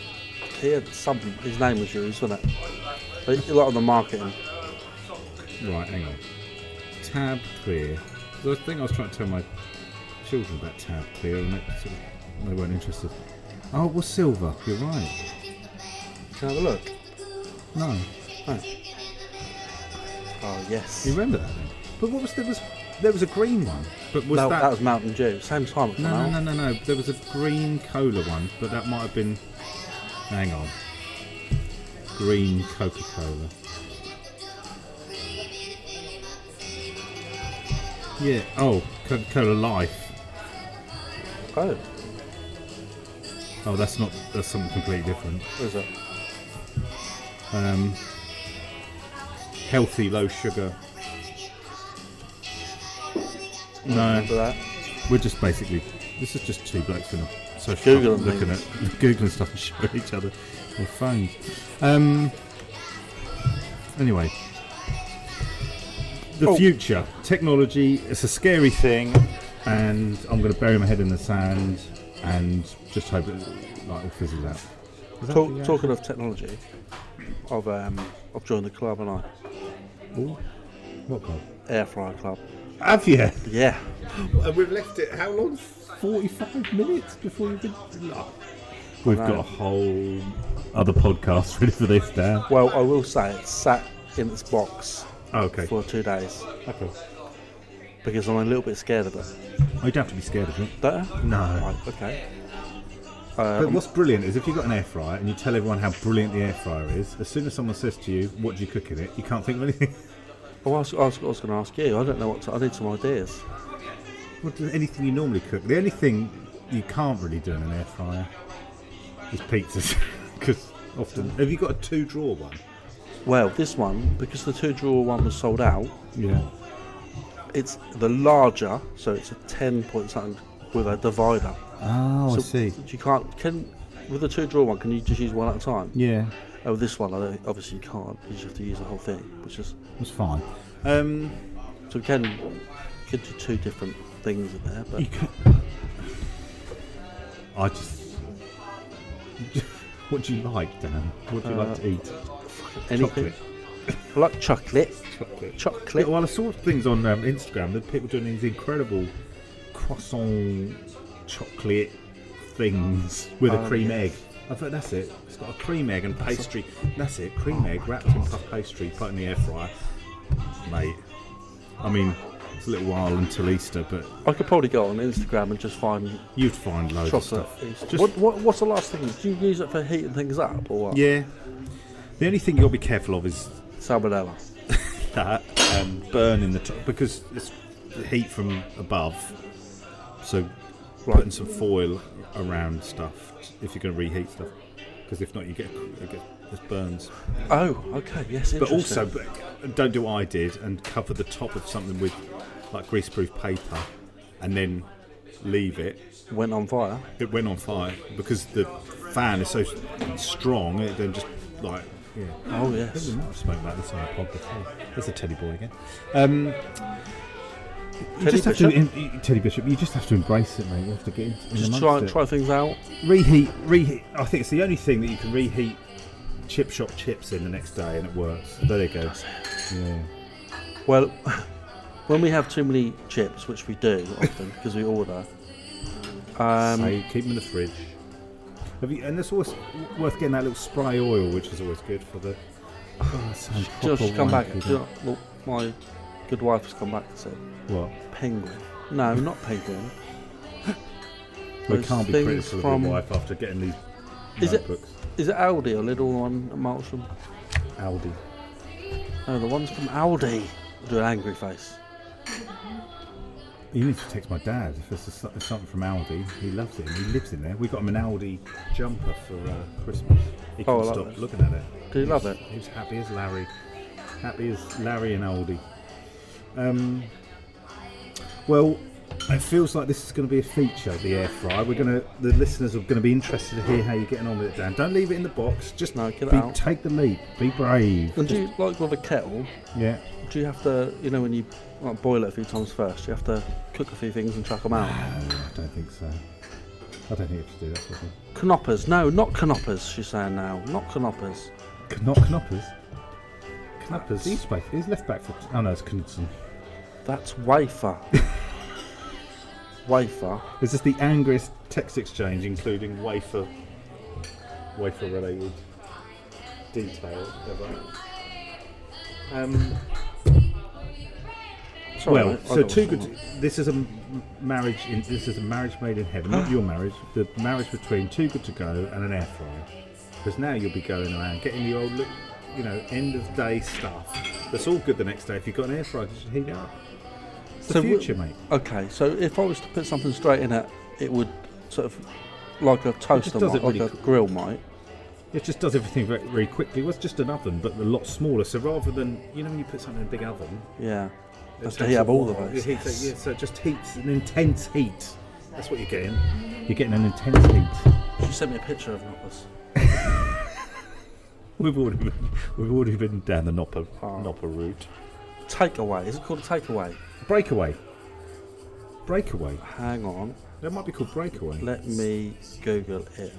Speaker 1: He had something, his name was used, wasn't it? Like, A lot on the marketing.
Speaker 2: Right, hang on. Tab clear. 'Cause I think I was trying to tell my children about tab clear and they, sort of, they weren't interested. Oh, it was silver. You're right.
Speaker 1: Can I have a look?
Speaker 2: No.
Speaker 1: Oh, yes.
Speaker 2: You remember that then? But what was there was there was a green one. But was
Speaker 1: No,
Speaker 2: that,
Speaker 1: that... was Mountain Dew. Same time it came
Speaker 2: no,
Speaker 1: out.
Speaker 2: no, no, no, no. There was a green cola one, but that might have been. Hang on. Green Coca Cola. Yeah. Oh, Coca Cola Life.
Speaker 1: Oh,
Speaker 2: Oh, that's not. That's something completely different.
Speaker 1: what is it?
Speaker 2: Um, healthy, low sugar. No,
Speaker 1: Remember that?
Speaker 2: we're just basically. This is just two blokes in a social
Speaker 1: Googling
Speaker 2: club looking at
Speaker 1: things.
Speaker 2: googling stuff and showing each other their phones. Um. Anyway, the
Speaker 1: Oh.
Speaker 2: future technology. It's a scary thing, and I'm going to bury my head in the sand and just hope it like all fizzles out. Is that
Speaker 1: Talk,
Speaker 2: the, uh,
Speaker 1: Talking of technology, I've, um, I've joined the club and I.
Speaker 2: What club?
Speaker 1: Air Fryer Club.
Speaker 2: Have you?
Speaker 1: Yeah.
Speaker 2: And Uh, we've left it how long? 45 minutes before you've been. We've got a whole other podcast ready for this now.
Speaker 1: Well, I will say it sat in its box
Speaker 2: Oh, Okay.
Speaker 1: for two days
Speaker 2: okay.
Speaker 1: because I'm a little bit scared of it.
Speaker 2: Oh, you don't have to be scared of it.
Speaker 1: Don't I?
Speaker 2: No.
Speaker 1: Right, okay.
Speaker 2: But what's brilliant is if you've got an air fryer and you tell everyone how brilliant the air fryer is, as soon as someone says to you, What do you cook in it? you can't think of anything.
Speaker 1: Well, I was, I was, I was going to ask you. I don't know what to. I need some ideas.
Speaker 2: What does anything you normally cook? The only thing you can't really do in an air fryer is pizzas. Because often. Have you got a two drawer one?
Speaker 1: Well, this one because the two drawer one was sold out.
Speaker 2: Yeah.
Speaker 1: It's the larger, so it's a ten point something with a divider.
Speaker 2: Oh,
Speaker 1: So You can't can with the two drawer one. Can you just use one at a time?
Speaker 2: Yeah.
Speaker 1: Oh, this one I don't, obviously you can't. You just have to use the whole thing, which is
Speaker 2: That's fine. Um,
Speaker 1: so we can we can do two different things in there. But
Speaker 2: I just. What do you like, Dan? What do you like to eat?
Speaker 1: Uh, anything I like chocolate, chocolate,
Speaker 2: Yeah,
Speaker 1: chocolate.
Speaker 2: well, I saw things on um, Instagram that people doing these incredible croissant chocolate things
Speaker 1: Mm.
Speaker 2: with
Speaker 1: Um,
Speaker 2: a cream egg. I thought that's it. It's got a cream egg and pastry. That's it.
Speaker 1: Oh
Speaker 2: Cream egg wrapped in puff pastry, put in the air fryer. Mate, I mean, it's a little while until Easter, but
Speaker 1: I could probably go on Instagram and just find
Speaker 2: you'd find loads
Speaker 1: chocolate.
Speaker 2: of
Speaker 1: is-
Speaker 2: stuff. Just-
Speaker 1: what, what, what's the last thing? Do you use it for heating things up or what?
Speaker 2: Yeah. The only thing you'll be careful of is
Speaker 1: Salmonella.
Speaker 2: that um, burning the top because it's the heat from above. So putting some foil around stuff if you're going to reheat stuff, because if not, you get it gets- it burns.
Speaker 1: Oh, okay, yes.
Speaker 2: But also,
Speaker 1: interesting.
Speaker 2: but don't do what I did and cover the top of something with like greaseproof paper, and then leave it.
Speaker 1: went on fire.
Speaker 2: It went on fire because the fan is so strong. It then just like yeah.
Speaker 1: Oh
Speaker 2: I think
Speaker 1: yes.
Speaker 2: we might have spoken about this on the pod before. There's a teddy boy again. Um, you
Speaker 1: Teddy
Speaker 2: just have to,
Speaker 1: Bishop?
Speaker 2: em- you- teddy bishop. You just have to embrace it, mate. You have to get into in
Speaker 1: Just
Speaker 2: amongst
Speaker 1: try
Speaker 2: it.
Speaker 1: try things out.
Speaker 2: reheat. Reheat. I think it's the only thing that you can reheat chip shop chips in the next day, and it works. There you go. Yeah.
Speaker 1: Well, when we have too many chips, which we do often because we order, um,
Speaker 2: Hey, keep them in the fridge. Have you, and it's always worth getting that little spray oil, which is always good for the. Oh, that sounds
Speaker 1: just
Speaker 2: proper
Speaker 1: come back.
Speaker 2: wanky,
Speaker 1: Do you know, look, my good wife has come back and said,
Speaker 2: What?
Speaker 1: "Penguin." No, not penguin.
Speaker 2: We
Speaker 1: Those
Speaker 2: can't be
Speaker 1: things
Speaker 2: critical of your
Speaker 1: from-
Speaker 2: wife after getting these
Speaker 1: Is it-
Speaker 2: notebooks.
Speaker 1: Is it Aldi or Lidl on Marsham?
Speaker 2: Aldi.
Speaker 1: No, the one's from Aldi. Do an angry face.
Speaker 2: You need to text my dad if it's a, if something from Aldi. He loves it. and He lives in there. We got him an Aldi jumper for uh, Christmas.
Speaker 1: Oh,
Speaker 2: He couldn't
Speaker 1: I like
Speaker 2: stop
Speaker 1: this.
Speaker 2: looking at it.
Speaker 1: Do you
Speaker 2: He
Speaker 1: love
Speaker 2: was-
Speaker 1: it?
Speaker 2: He was happy as Larry. Happy as Larry and Aldi. Um, well, It feels like this is going to be a feature, the air fryer. We're going to, the listeners are going to be interested to hear how you're getting on with it, Dan. Don't leave it in the box. Just
Speaker 1: No, get it
Speaker 2: be-
Speaker 1: out.
Speaker 2: take the leap. Be brave.
Speaker 1: And do you, like with a kettle,
Speaker 2: Yeah.
Speaker 1: do you have to, you know, when you like, boil it a few times first, you have to cook a few things and chuck them out?
Speaker 2: I don't think so. I don't think you have to do that sort of thing.
Speaker 1: Knoppers, no, not knoppers. she's saying now. Not knoppers.
Speaker 2: Kn- Not Knoppers. Knoppers. He's, back, he's left back for. Oh no, it's Knudsen.
Speaker 1: That's wafer. wafer.
Speaker 2: Is this the angriest text exchange, including wafer, wafer related detail ever? Um,
Speaker 1: Sorry,
Speaker 2: well,
Speaker 1: mate, I
Speaker 2: so
Speaker 1: got
Speaker 2: two
Speaker 1: what's
Speaker 2: good.
Speaker 1: wrong.
Speaker 2: This is a m- marriage. In, this is a marriage made in heaven, not your marriage. The marriage between two good to go and an air fryer. Because now you'll be going around getting the old, look, you know, end of day stuff. That's all good the next day if you've got an air fryer. Just heat it up. It's the
Speaker 1: So w-
Speaker 2: future, mate.
Speaker 1: Okay, so if I was to put something straight in it, it would sort of like a toaster might,
Speaker 2: does it
Speaker 1: like
Speaker 2: really
Speaker 1: a grill might.
Speaker 2: It just does everything very, very quickly. It was just an oven, but a lot smaller. So rather than you know when you put something in a big oven,
Speaker 1: Yeah. That's to
Speaker 2: takes
Speaker 1: heat
Speaker 2: a
Speaker 1: up all the
Speaker 2: while.
Speaker 1: waste.
Speaker 2: It heats- yeah, so it just heats an intense heat. That's what you're getting. You're getting an intense heat.
Speaker 1: She sent me a picture of knoppers.
Speaker 2: We've already been, we've already been down the Nopper Nopper route.
Speaker 1: Takeaway. Is it called a takeaway?
Speaker 2: Breakaway. Breakaway.
Speaker 1: Hang on.
Speaker 2: That might be called breakaway.
Speaker 1: Let me Google it.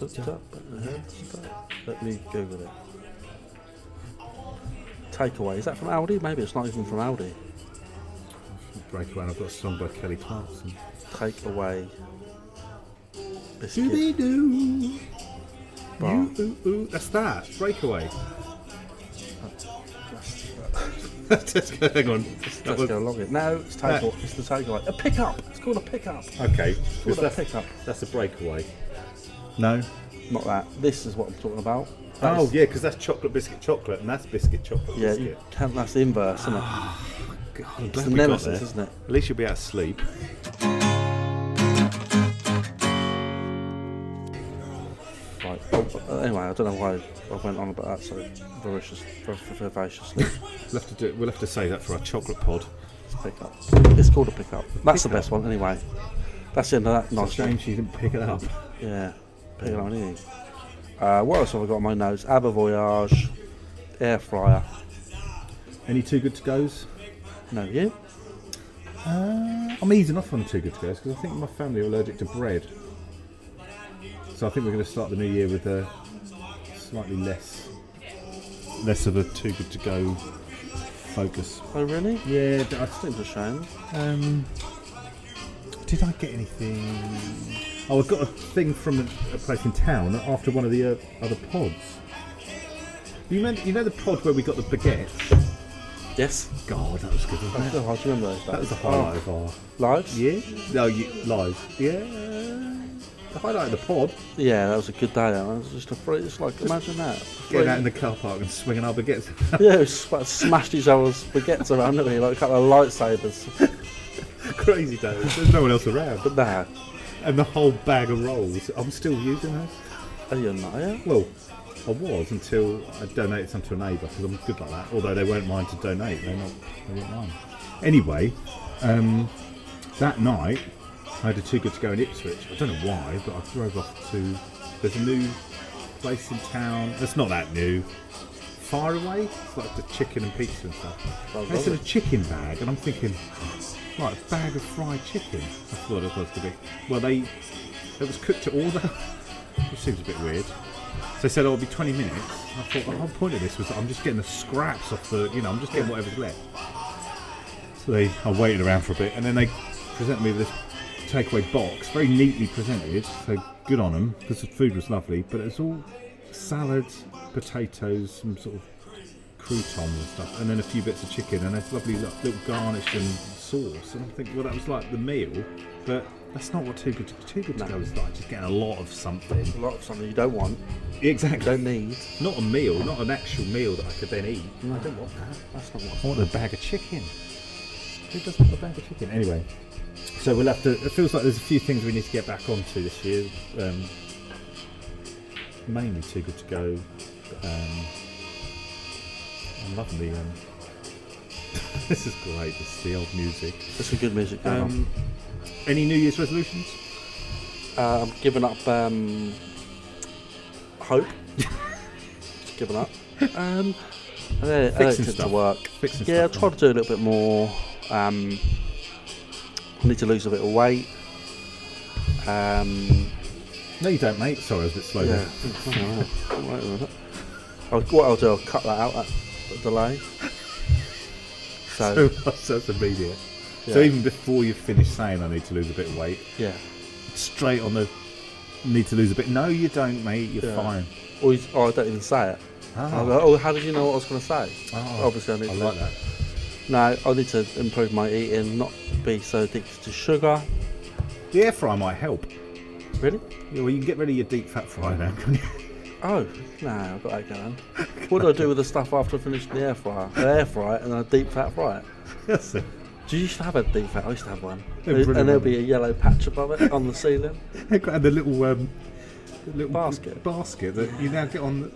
Speaker 1: Looked it up, but it hasn't, but Let me Google it. Takeaway. Is that from Aldi? Maybe it's not even from Aldi.
Speaker 2: breakaway. And I've got a song by Kelly Clarkson.
Speaker 1: Takeaway. Biscuit
Speaker 2: Doobie doo.
Speaker 1: bar.
Speaker 2: You ooh ooh. That's that. Breakaway. Just go- Hang on.
Speaker 1: Let's
Speaker 2: That was-
Speaker 1: go along it. No, it's take it's the takeaway. A pickup. It's called a pickup.
Speaker 2: Okay.
Speaker 1: It's
Speaker 2: Is
Speaker 1: called a
Speaker 2: that-
Speaker 1: pickup.
Speaker 2: That's a breakaway. No.
Speaker 1: Not that. This is what I'm talking about. That
Speaker 2: Oh
Speaker 1: is-
Speaker 2: yeah, because that's chocolate biscuit chocolate, and that's biscuit chocolate
Speaker 1: yeah. You
Speaker 2: biscuit.
Speaker 1: can't, that's the inverse, isn't it?
Speaker 2: God, Oh, I'm
Speaker 1: It's
Speaker 2: glad
Speaker 1: the
Speaker 2: we got
Speaker 1: nemesis,
Speaker 2: there.
Speaker 1: isn't it?
Speaker 2: At least you'll be out of sleep.
Speaker 1: Right. Oh, anyway, I don't know why I went on about that so voracious, vor- vor- voraciously.
Speaker 2: We'll have to do. We'll have to save that for our chocolate pod.
Speaker 1: It's a pickup. It's called a pickup. That's the best one, anyway. That's the end of that nice one.
Speaker 2: Shame she didn't pick it up.
Speaker 1: Yeah. Picking up anything. Uh, what else have I got on my nose? Abba Voyage, air fryer.
Speaker 2: Any too good to goes?
Speaker 1: No, you?
Speaker 2: Uh, I'm easing off on too good to goes because I think my family are allergic to bread. So I think we're going to start the new year with a slightly less, less of a too good to go focus.
Speaker 1: Oh, really?
Speaker 2: Yeah, I
Speaker 1: Seems a shame.
Speaker 2: Um, did I get anything? Oh, I got a thing from a, a place in town after one of the uh, other pods. You, remember, you know the pod where we got the baguettes?
Speaker 1: Yes.
Speaker 2: God, that was good.
Speaker 1: I
Speaker 2: Wasn't it? Oh.
Speaker 1: still hard to remember those days.
Speaker 2: That was the highlight of our
Speaker 1: Lives?
Speaker 2: year. No, you, live. Yeah, the highlight of the pod.
Speaker 1: Yeah, that was a good day. That one. It was just a free. It's like imagine that. Free-
Speaker 2: Getting out in the car park and swinging our baguettes.
Speaker 1: yeah, we just like, smashed each other's baguettes around, didn't we? Like a couple of lightsabers.
Speaker 2: Crazy days. There's no one else around.
Speaker 1: But nah,
Speaker 2: And the whole bag of rolls. I'm still using those.
Speaker 1: are you not? Yeah.
Speaker 2: Well, I was until I donated some to a neighbour because I'm good like that. Although they weren't mine to donate, they're not, they weren't mine. Anyway, um, that night I had a too good to go in Ipswich. I don't know why, but I drove off to. There's a new place in town. That's not that new. Far away. It's like the chicken and pizza and stuff.
Speaker 1: Oh,
Speaker 2: they said a chicken bag, and I'm thinking, right, a bag of fried chicken. I thought it was to be. Well, they it was cooked to order, which seems a bit weird. So they said, oh, it'll be 20 minutes. And I thought, the whole point of this was that I'm just getting the scraps off the, you know, I'm just getting whatever's left. So they, I waited around for a bit, and then they presented me with this takeaway box, very neatly presented. So good on them, because the food was lovely, but it's all salads, potatoes, some sort of croutons and stuff, and then a few bits of chicken, and this lovely little, little garnish and sauce. And I think, well, that was like the meal, but that's not what too good to, too good to go is like. Just getting a lot of something.
Speaker 1: A lot of something you don't want,
Speaker 2: Exactly.
Speaker 1: don't need.
Speaker 2: Not a meal, not an actual meal that I could then eat. I don't want that.
Speaker 1: That's not what.
Speaker 2: I want a bag of chicken. Who doesn't want a bag of chicken? Anyway, so we'll have to. It feels like there's a few things we need to get back onto this year. Um, mainly too good to go. Um, I'm loving the. Um, this is great. This is the old music.
Speaker 1: There's some good music going
Speaker 2: Um, any New Year's resolutions?
Speaker 1: on. Uh, I'm giving up um, hope. Just giving up. Um, I don't, I don't tend
Speaker 2: Fixing
Speaker 1: to
Speaker 2: stuff.
Speaker 1: work.
Speaker 2: Fixing
Speaker 1: yeah,
Speaker 2: stuff,
Speaker 1: I try to do a little bit more. Um, I need to lose a bit of weight. Um,
Speaker 2: No, you don't, mate. Sorry, I was a bit slow.
Speaker 1: yeah.
Speaker 2: there.
Speaker 1: Wait a minute. I'll, what I'll do, I'll cut that out, that, that delay.
Speaker 2: So
Speaker 1: So,
Speaker 2: that's, that's immediate. So
Speaker 1: Yeah.
Speaker 2: even before you finish saying I need to lose a bit of weight,
Speaker 1: yeah.
Speaker 2: straight on the need to lose a bit. No, you don't, mate. You're
Speaker 1: Yeah.
Speaker 2: fine.
Speaker 1: Or, you- or I don't even say it.
Speaker 2: Ah.
Speaker 1: I'll go, oh, how did you know what I was going to say?
Speaker 2: Oh,
Speaker 1: Obviously, I need
Speaker 2: I
Speaker 1: to
Speaker 2: like that.
Speaker 1: No, I need to improve my eating, not be so addicted to sugar.
Speaker 2: The air fryer might help.
Speaker 1: Really?
Speaker 2: Yeah, well, you can get rid of your deep fat fryer now, can you?
Speaker 1: Oh, no, I've got that going. What do I do with the stuff after I finish the air fryer? I air fry it and then I deep fat fry it.
Speaker 2: That's it.
Speaker 1: Do you used to have a deep fat? I used to have one.
Speaker 2: They're
Speaker 1: and
Speaker 2: brilliant,
Speaker 1: there'll be a yellow patch above it on the ceiling.
Speaker 2: and the little um, the little
Speaker 1: Basket.
Speaker 2: basket that you now get on the,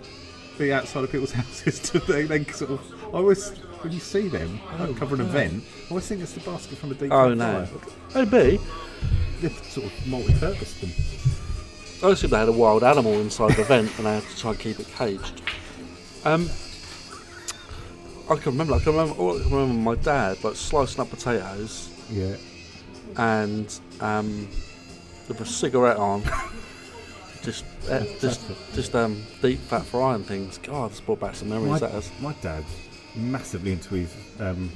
Speaker 2: the outside of people's houses to they, they sort of. I always when you see them like, cover an event, I always think it's the basket from the deep.
Speaker 1: Oh,
Speaker 2: fat
Speaker 1: no.
Speaker 2: fryer.
Speaker 1: Oh, B.
Speaker 2: They've sort of multi-purpose them.
Speaker 1: I assume they had a wild animal inside the vent and they had to try and keep it caged. Um, I can remember, I can remember, all I can remember my dad like slicing up potatoes
Speaker 2: Yeah,
Speaker 1: and um, with a cigarette on, just uh, just just um, deep fat frying things. God, it's brought back some
Speaker 2: my,
Speaker 1: memories. That is.
Speaker 2: my dad's massively into his um,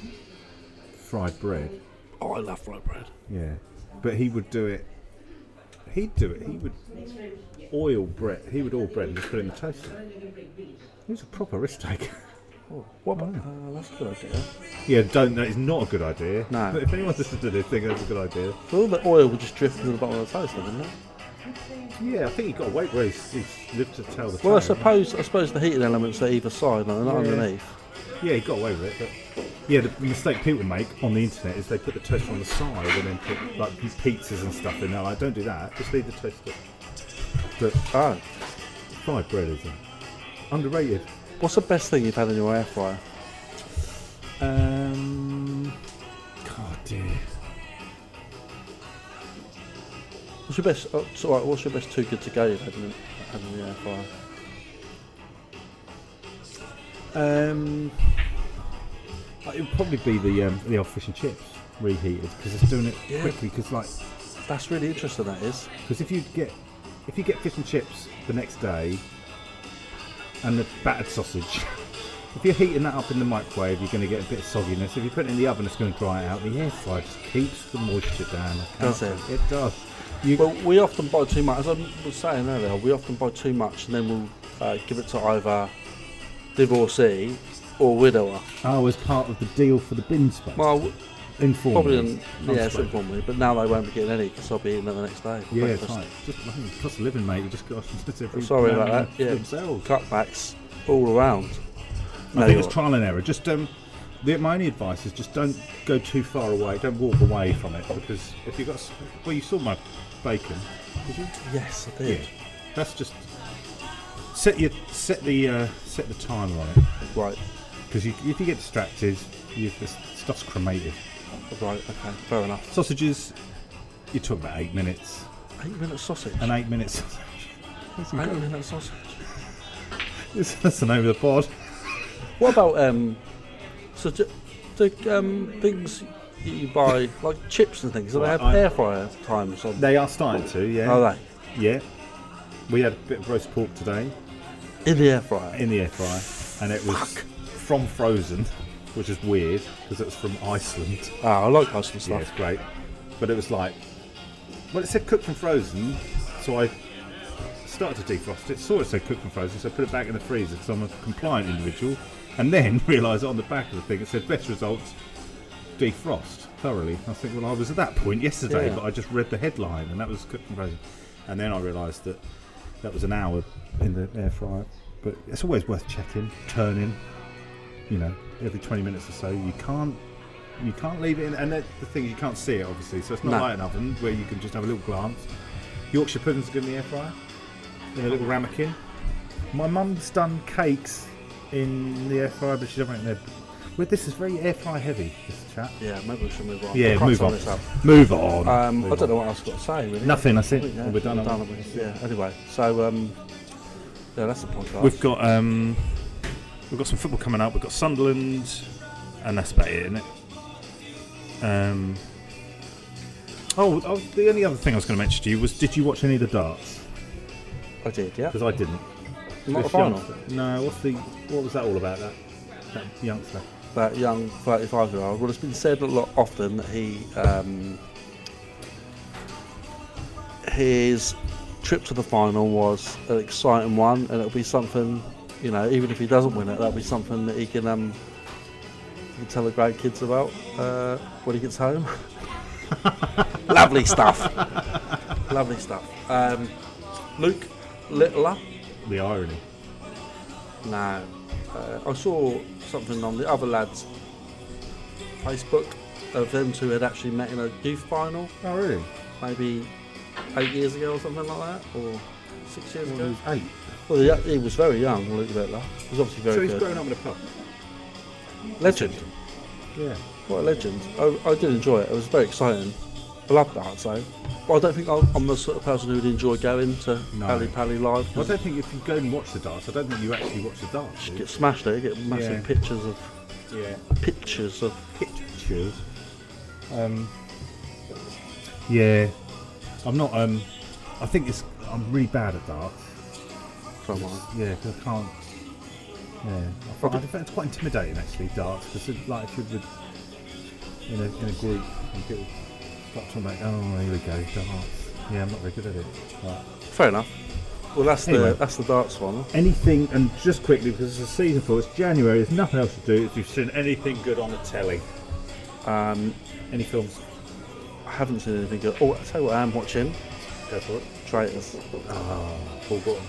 Speaker 2: fried bread.
Speaker 1: Oh, I love fried bread.
Speaker 2: Yeah, but he would do it. He'd do it. He would oil bread. He would oil bread and just put it in the toaster. He was a proper risk taker.
Speaker 1: What? about- Uh, that's a good idea.
Speaker 2: Yeah, don't. That is not a good idea.
Speaker 1: No.
Speaker 2: But if anyone's listening to this, think that's a good idea.
Speaker 1: Well, all the oil would just drift into the bottom of the toaster, wouldn't it?
Speaker 2: Yeah, I think he got away where he's, he's lived to tell the
Speaker 1: Well, I
Speaker 2: tale.
Speaker 1: suppose I suppose the heating elements are either side, aren't they? not
Speaker 2: Yeah.
Speaker 1: underneath.
Speaker 2: Yeah, he got away with it. But yeah, the mistake people make on the internet is they put the toaster on the side and then put like these pizzas and stuff in there. Like, don't do that. Just leave the toaster. But
Speaker 1: Oh,
Speaker 2: fried bread is uh, underrated.
Speaker 1: what's the best thing you've had in your air fryer?
Speaker 2: Um, God dear.
Speaker 1: What's your best? Oh, it's all right, what's your best too good to go you've had in, had in the air fryer?
Speaker 2: Um, it would probably be the um, the old fish and chips reheated because it's doing it
Speaker 1: Yeah.
Speaker 2: quickly. Because like,
Speaker 1: That's really interesting. That is.
Speaker 2: because if you get if you get fish and chips the next day and the battered sausage. If you're heating that up in the microwave, you're going to get a bit of sogginess. If you put it in the oven, it's going to dry it out. The air fryer just keeps the moisture down. I can't
Speaker 1: Does it?
Speaker 2: say- It does. You,
Speaker 1: Well, we often buy too much. As I was saying earlier, we often buy too much, and then we'll uh, give it to either divorcee or widower.
Speaker 2: oh, as part of the deal for the bin space.
Speaker 1: Well, w-
Speaker 2: informally.
Speaker 1: probably, in, yeah,
Speaker 2: Unspoken.
Speaker 1: informally, but now they won't be getting any because I'll be eating it the next day. for
Speaker 2: Yeah, it's
Speaker 1: breakfast.
Speaker 2: like just I think it's cost of living, mate. You just got to every
Speaker 1: Sorry
Speaker 2: man
Speaker 1: about that.
Speaker 2: for
Speaker 1: Yeah,
Speaker 2: themselves.
Speaker 1: cutbacks all around.
Speaker 2: I
Speaker 1: No,
Speaker 2: think it's
Speaker 1: you're-
Speaker 2: trial and error. Just um, the, my only advice is just don't go too far away. Don't walk away from it because if you have got s- well, you saw my bacon. Did you?
Speaker 1: yes, I did.
Speaker 2: That's just set your set the uh, set the timer on it
Speaker 1: Right,
Speaker 2: because you, if you get distracted, you this stuff's cremated.
Speaker 1: right, okay, fair enough.
Speaker 2: Sausages, you're talking about eight minutes.
Speaker 1: Eight minute sausage.
Speaker 2: An eight minutes. That's
Speaker 1: Eight
Speaker 2: incredible.
Speaker 1: minute sausage.
Speaker 2: That's the name of the pod.
Speaker 1: What about um, so ju- the um things you buy like chips and things? Do they
Speaker 2: Well,
Speaker 1: have
Speaker 2: I-
Speaker 1: air fryer times on?
Speaker 2: They are starting to, yeah.
Speaker 1: Are
Speaker 2: Yeah. We had a bit of roast pork today
Speaker 1: they in the air fryer?
Speaker 2: in the air fryer, and it was from frozen, which is weird because it was from Iceland.
Speaker 1: Oh, I like ice and
Speaker 2: Yeah,
Speaker 1: stuff.
Speaker 2: it's great. But it was like, well, it said cooked from frozen, so I started to defrost it, saw it said cooked from frozen, so I put it back in the freezer because I'm a compliant individual, and then realised on the back of the thing it said best results defrost thoroughly. I think, well, I was at that point yesterday,
Speaker 1: Yeah.
Speaker 2: but I just read the headline and that was cooked from frozen, and then I realised that that was an hour in the air fryer. But it's always worth checking, turning, you know, every 20 minutes or so. You can't you can't leave it in, and the the thing is you can't see it obviously, so it's not
Speaker 1: No.
Speaker 2: like an oven where you can just have a little glance. Yorkshire puddings are good in the air fryer, in a little ramekin. My mum's done cakes in the air fryer, but she doesn't make them. Well, this is very airfly heavy, this chat.
Speaker 1: Yeah, maybe we should move on.
Speaker 2: Yeah,
Speaker 1: Can't
Speaker 2: move
Speaker 1: sum
Speaker 2: on.
Speaker 1: this up.
Speaker 2: Move on.
Speaker 1: Um,
Speaker 2: Move
Speaker 1: I don't
Speaker 2: on.
Speaker 1: know what else I've got to say, really.
Speaker 2: Nothing, I think.
Speaker 1: Yeah,
Speaker 2: we're done.
Speaker 1: we're
Speaker 2: aren't we?
Speaker 1: with this. Yeah, anyway, so, um, yeah, that's the podcast.
Speaker 2: We've got um, we've got some football coming up. We've got Sunderland, and that's about it, isn't it? Um. Oh, oh, the only other thing I was going to mention to you was: Did you watch any of the darts?
Speaker 1: I did, yeah.
Speaker 2: Because I didn't.
Speaker 1: Not the
Speaker 2: This
Speaker 1: final.
Speaker 2: youngster- No. What's the? What was that all about? That, that youngster.
Speaker 1: That young 35 year old. Well, it's been said a lot often that he, um, his trip to the final was an exciting one, and it'll be something, you know, even if he doesn't win it, that'll be something that he can, um, he can tell the grandkids about uh, when he gets home. Lovely stuff. Lovely stuff. Um, Luke Littler.
Speaker 2: The irony.
Speaker 1: No. Uh, I saw something on the other lads' Facebook of them two had actually met in a youth final,
Speaker 2: Oh really?
Speaker 1: maybe eight years ago or something like that, or six years ago.
Speaker 2: eight.
Speaker 1: Well, he, he was very young, Luke Littler. He was obviously very good.
Speaker 2: up in a pub.
Speaker 1: legend.
Speaker 2: Yeah.
Speaker 1: What a legend. I, I did enjoy it. It was very exciting. I loved that, so. But I don't think I'm I'm the sort of person who would enjoy going to
Speaker 2: No.
Speaker 1: Pally Pally Live.
Speaker 2: Well, I
Speaker 1: 'cause
Speaker 2: don't think if you go and watch the darts, I don't think you actually watch the darts.
Speaker 1: you
Speaker 2: do you?
Speaker 1: get smashed there, you get massive
Speaker 2: Yeah.
Speaker 1: pictures of.
Speaker 2: Yeah.
Speaker 1: Pictures of.
Speaker 2: pictures. Um, yeah, I'm not. Um, I think it's. I'm really bad at darts.
Speaker 1: Someone.
Speaker 2: Yeah, 'cause I can't. Yeah, I find, I find it's quite intimidating actually. Darts because like if you're with, in a in a group and people start talking about, oh, here we go, darts. Yeah, I'm not very good at it. Right.
Speaker 1: Fair enough. Well, that's
Speaker 2: Anyway.
Speaker 1: the that's the darts one.
Speaker 2: Anything, and just quickly because it's a season four, it's January. There's nothing else to do. If you've seen anything good on the telly,
Speaker 1: Um,
Speaker 2: any films,
Speaker 1: I haven't seen anything good. Oh, I tell you what, I am watching
Speaker 2: go for it.
Speaker 1: Traitors.
Speaker 2: Paul Button.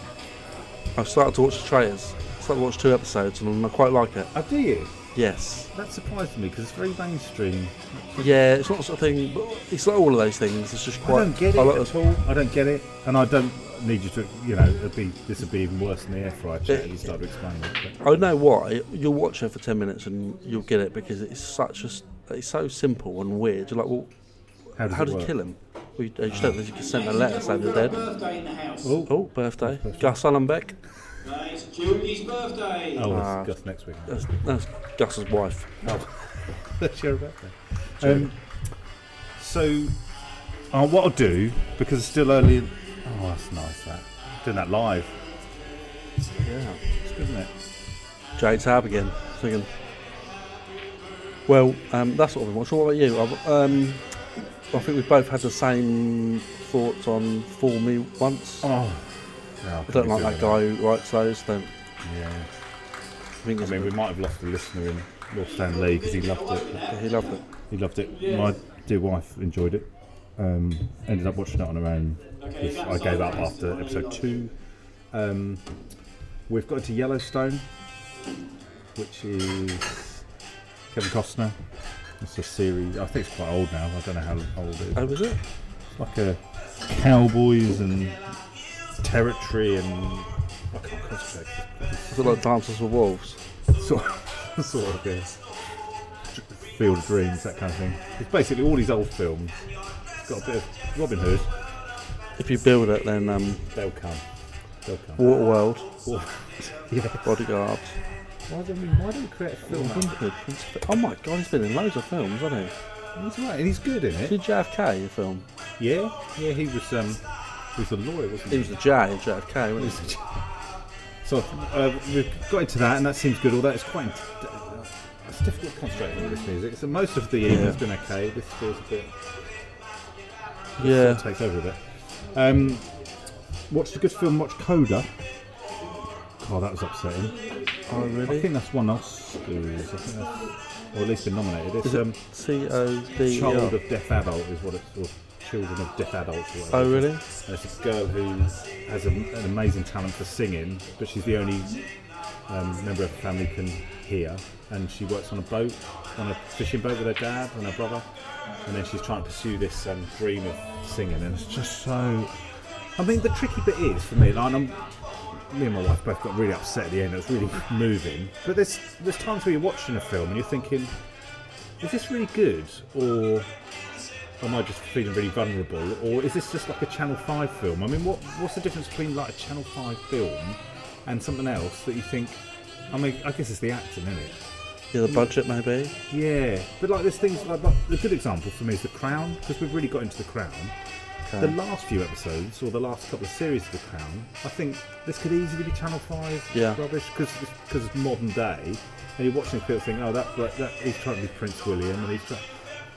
Speaker 1: I've started to watch Traitors. Started to watch two episodes, and I quite like it.
Speaker 2: Oh, do you?
Speaker 1: Yes.
Speaker 2: That surprised me because it's very mainstream.
Speaker 1: Yeah, it's not the sort of thing. But it's like all of those things. It's just quite.
Speaker 2: I don't get it
Speaker 1: like
Speaker 2: at
Speaker 1: the-
Speaker 2: all. I don't get it, and I don't need you to. You know, it'd be this would be even worse than the air fryer chat. You start to explain it. but-
Speaker 1: I know why. You'll watch it for ten minutes and you'll get it because it's such a. s- It's so simple and weird. You're like, well,
Speaker 2: How does
Speaker 1: how
Speaker 2: it
Speaker 1: do you
Speaker 2: work?
Speaker 1: kill him? Well, you, you just don't. You can send a letter saying they're dead.
Speaker 11: We've got a birthday in the house.
Speaker 2: Oh,
Speaker 1: Oh, birthday. Gus Allenbeck.
Speaker 11: Uh, it's Judy's birthday.
Speaker 2: oh, it's
Speaker 1: Ah.
Speaker 2: just next week.
Speaker 1: That's, that's Gus's wife.
Speaker 2: Let's hear about that. Um, so, uh, what I'll do because it's still early. in- Oh, that's nice. That doing that live.
Speaker 1: Yeah.
Speaker 2: It's good, isn't it?
Speaker 1: Jay Tab again, singing. Well, um, that's what I've been watching. What about you? I've, um, I think we both had the same thoughts on For Me Once.
Speaker 2: Oh, no,
Speaker 1: I don't like that guy who writes those. Don't
Speaker 2: Yeah.
Speaker 1: I think
Speaker 2: I
Speaker 1: it's
Speaker 2: mean, we might have lost a listener in North Stanley because he loved it.
Speaker 1: he loved it.
Speaker 2: He loved it. My dear wife enjoyed it. Um, ended up watching it on her own. Which I gave up after episode two. Um, we've got to Yellowstone, which is Kevin Costner. It's a series. I think it's quite old now. I don't know how old it is.
Speaker 1: Oh, was it?
Speaker 2: It's like a cowboys and territory and I can't concentrate.
Speaker 1: Was it like Dances with Wolves?
Speaker 2: sort of, sort of a Field of Dreams, that kind of thing. It's basically all these old films. It's got a bit of Robin Hood.
Speaker 1: If you build it, then um,
Speaker 2: They'll come. They'll come.
Speaker 1: Waterworld,
Speaker 2: yeah.
Speaker 1: Bodyguard.
Speaker 2: Why do we? Why do we create a film?
Speaker 1: Robin Hood, Prince of- Oh my god, he's been in loads of films, hasn't he?
Speaker 2: He's right, and he's good in it.
Speaker 1: Did JFK a film?
Speaker 2: Yeah, yeah. He was um, he was a lawyer, wasn't
Speaker 1: He
Speaker 2: he?
Speaker 1: was the J in JFK, wasn't he?
Speaker 2: So uh, we've got into that, and that seems good. Although it's quite, int- it's difficult concentrating on this music. So most of the evening's been okay. This feels a bit.
Speaker 1: Yeah.
Speaker 2: takes over a bit. Um, watched a good film, watched Coda. Oh, that was upsetting.
Speaker 1: Oh
Speaker 2: I
Speaker 1: really?
Speaker 2: think that's one Oscars, I think that's, or at least been nominated. It's
Speaker 1: Is it
Speaker 2: um,
Speaker 1: C O D? E
Speaker 2: Child of Deaf Adult is what it's, or Children of Deaf Adults. Or whatever
Speaker 1: Oh
Speaker 2: it is.
Speaker 1: really?
Speaker 2: And it's a girl who has a, an amazing talent for singing, but she's the only um, member of her family who can hear. And she works on a boat, on a fishing boat with her dad and her brother. And then she's trying to pursue this um, dream of singing, and it's just so. I mean, the tricky bit is for me, like, and I'm, me and my wife both got really upset at the end. It was really moving. But there's there's times where you're watching a film and you're thinking, is this really good, or am I just feeling really vulnerable, or is this just like a Channel Five film? I mean, what what's the difference between like a Channel Five film and something else that you think? I mean, I guess it's the acting, isn't it?
Speaker 1: Yeah, the budget maybe.
Speaker 2: Yeah, but like there's things like, like the good example for me is The Crown because we've really got into The Crown. The last few episodes or the last couple of series of The Crown, I think this could easily be Channel Five
Speaker 1: Yeah.
Speaker 2: rubbish because because it's modern day, and you're watching people think, oh that, that that he's trying to be Prince William and he's trying.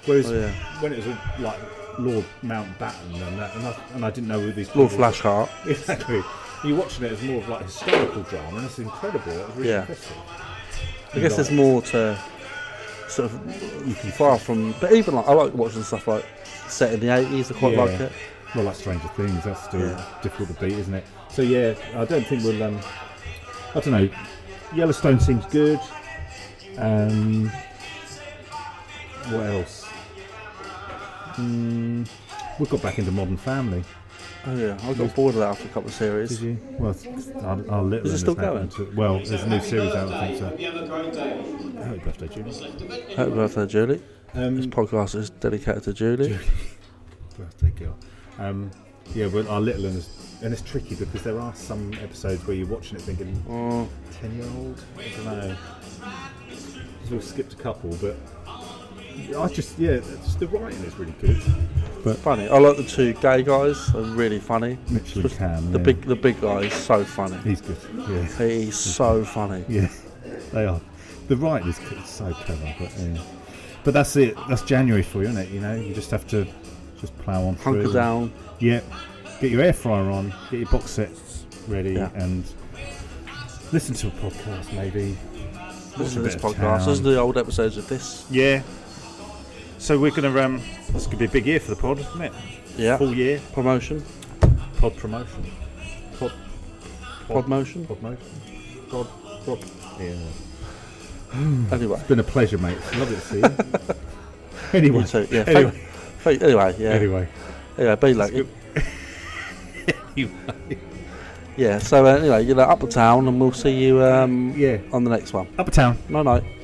Speaker 2: Whereas
Speaker 1: Oh, yeah.
Speaker 2: when it was like Lord Mountbatten and that, and I, and I didn't know who these
Speaker 1: Lord
Speaker 2: people were.
Speaker 1: Flashheart.
Speaker 2: Exactly. You're watching it as more of like historical drama, and it's incredible. It was really
Speaker 1: Yeah.
Speaker 2: impressive.
Speaker 1: I guess there's more to sort of far from. But even like I like watching stuff like set in the 80s. I quite
Speaker 2: Yeah.
Speaker 1: like it.
Speaker 2: Well, like Stranger Things, that's still
Speaker 1: Yeah.
Speaker 2: difficult to beat, isn't it? So yeah, I don't think we'll. Um, I don't know. Yellowstone seems good. Um, what else? Mm, we got back into Modern Family.
Speaker 1: Oh yeah, I got bored of that after a couple of series.
Speaker 2: you? Well, it's- our, our little
Speaker 1: Is it still
Speaker 2: one now
Speaker 1: going?
Speaker 2: into- well, there's a new
Speaker 11: Happy
Speaker 2: series out. I think
Speaker 11: birthday.
Speaker 2: so.
Speaker 11: Hope you have a great day.
Speaker 2: Happy birthday, Julie.
Speaker 11: What's left of it?
Speaker 1: Happy birthday, Julie. this
Speaker 2: Um,
Speaker 1: podcast is dedicated to Julie.
Speaker 2: birthday girl. Um, yeah, well, our little one is, and it's tricky because there are some episodes where you're watching it thinking,
Speaker 1: Oh,
Speaker 2: ten year old. I don't know. So we've skipped a couple, but I just yeah, just the writing is really good.
Speaker 1: funny. I like the two gay guys. They're really funny.
Speaker 2: Mitchell and Cam,
Speaker 1: The
Speaker 2: yeah.
Speaker 1: big, the big guy is so funny.
Speaker 2: He's good. Yeah,
Speaker 1: He's so funny.
Speaker 2: yeah, they are. The writing is c- so clever, but yeah. But that's it. That's January for you, isn't it? You know, you just have to just plough on
Speaker 1: Hunker
Speaker 2: through.
Speaker 1: down.
Speaker 2: Yeah. Get your air fryer on. Get your box sets ready,
Speaker 1: Yeah.
Speaker 2: and listen to a podcast maybe.
Speaker 1: Listen to
Speaker 2: bit
Speaker 1: this
Speaker 2: of
Speaker 1: podcast.
Speaker 2: town.
Speaker 1: Listen to the old episodes of this.
Speaker 3: Yeah. So we're gonna um, this could be a big year for the pod, isn't it?
Speaker 1: Yeah.
Speaker 3: Full year
Speaker 1: Promotion.
Speaker 2: Pod promotion.
Speaker 1: Pod motion.
Speaker 2: Pod motion. Pod. Pod. Yeah.
Speaker 1: Anyway.
Speaker 2: It's been a pleasure, mate. It's lovely to see you. anyway,
Speaker 1: You too. Yeah.
Speaker 2: anyway,
Speaker 1: Anyway. anyway. Yeah.
Speaker 2: anyway.
Speaker 1: Yeah, be lucky. yeah, so uh, anyway, you know, up the town, and we'll see you um,
Speaker 2: Yeah.
Speaker 1: on the next one.
Speaker 2: Upper town.
Speaker 1: Night night.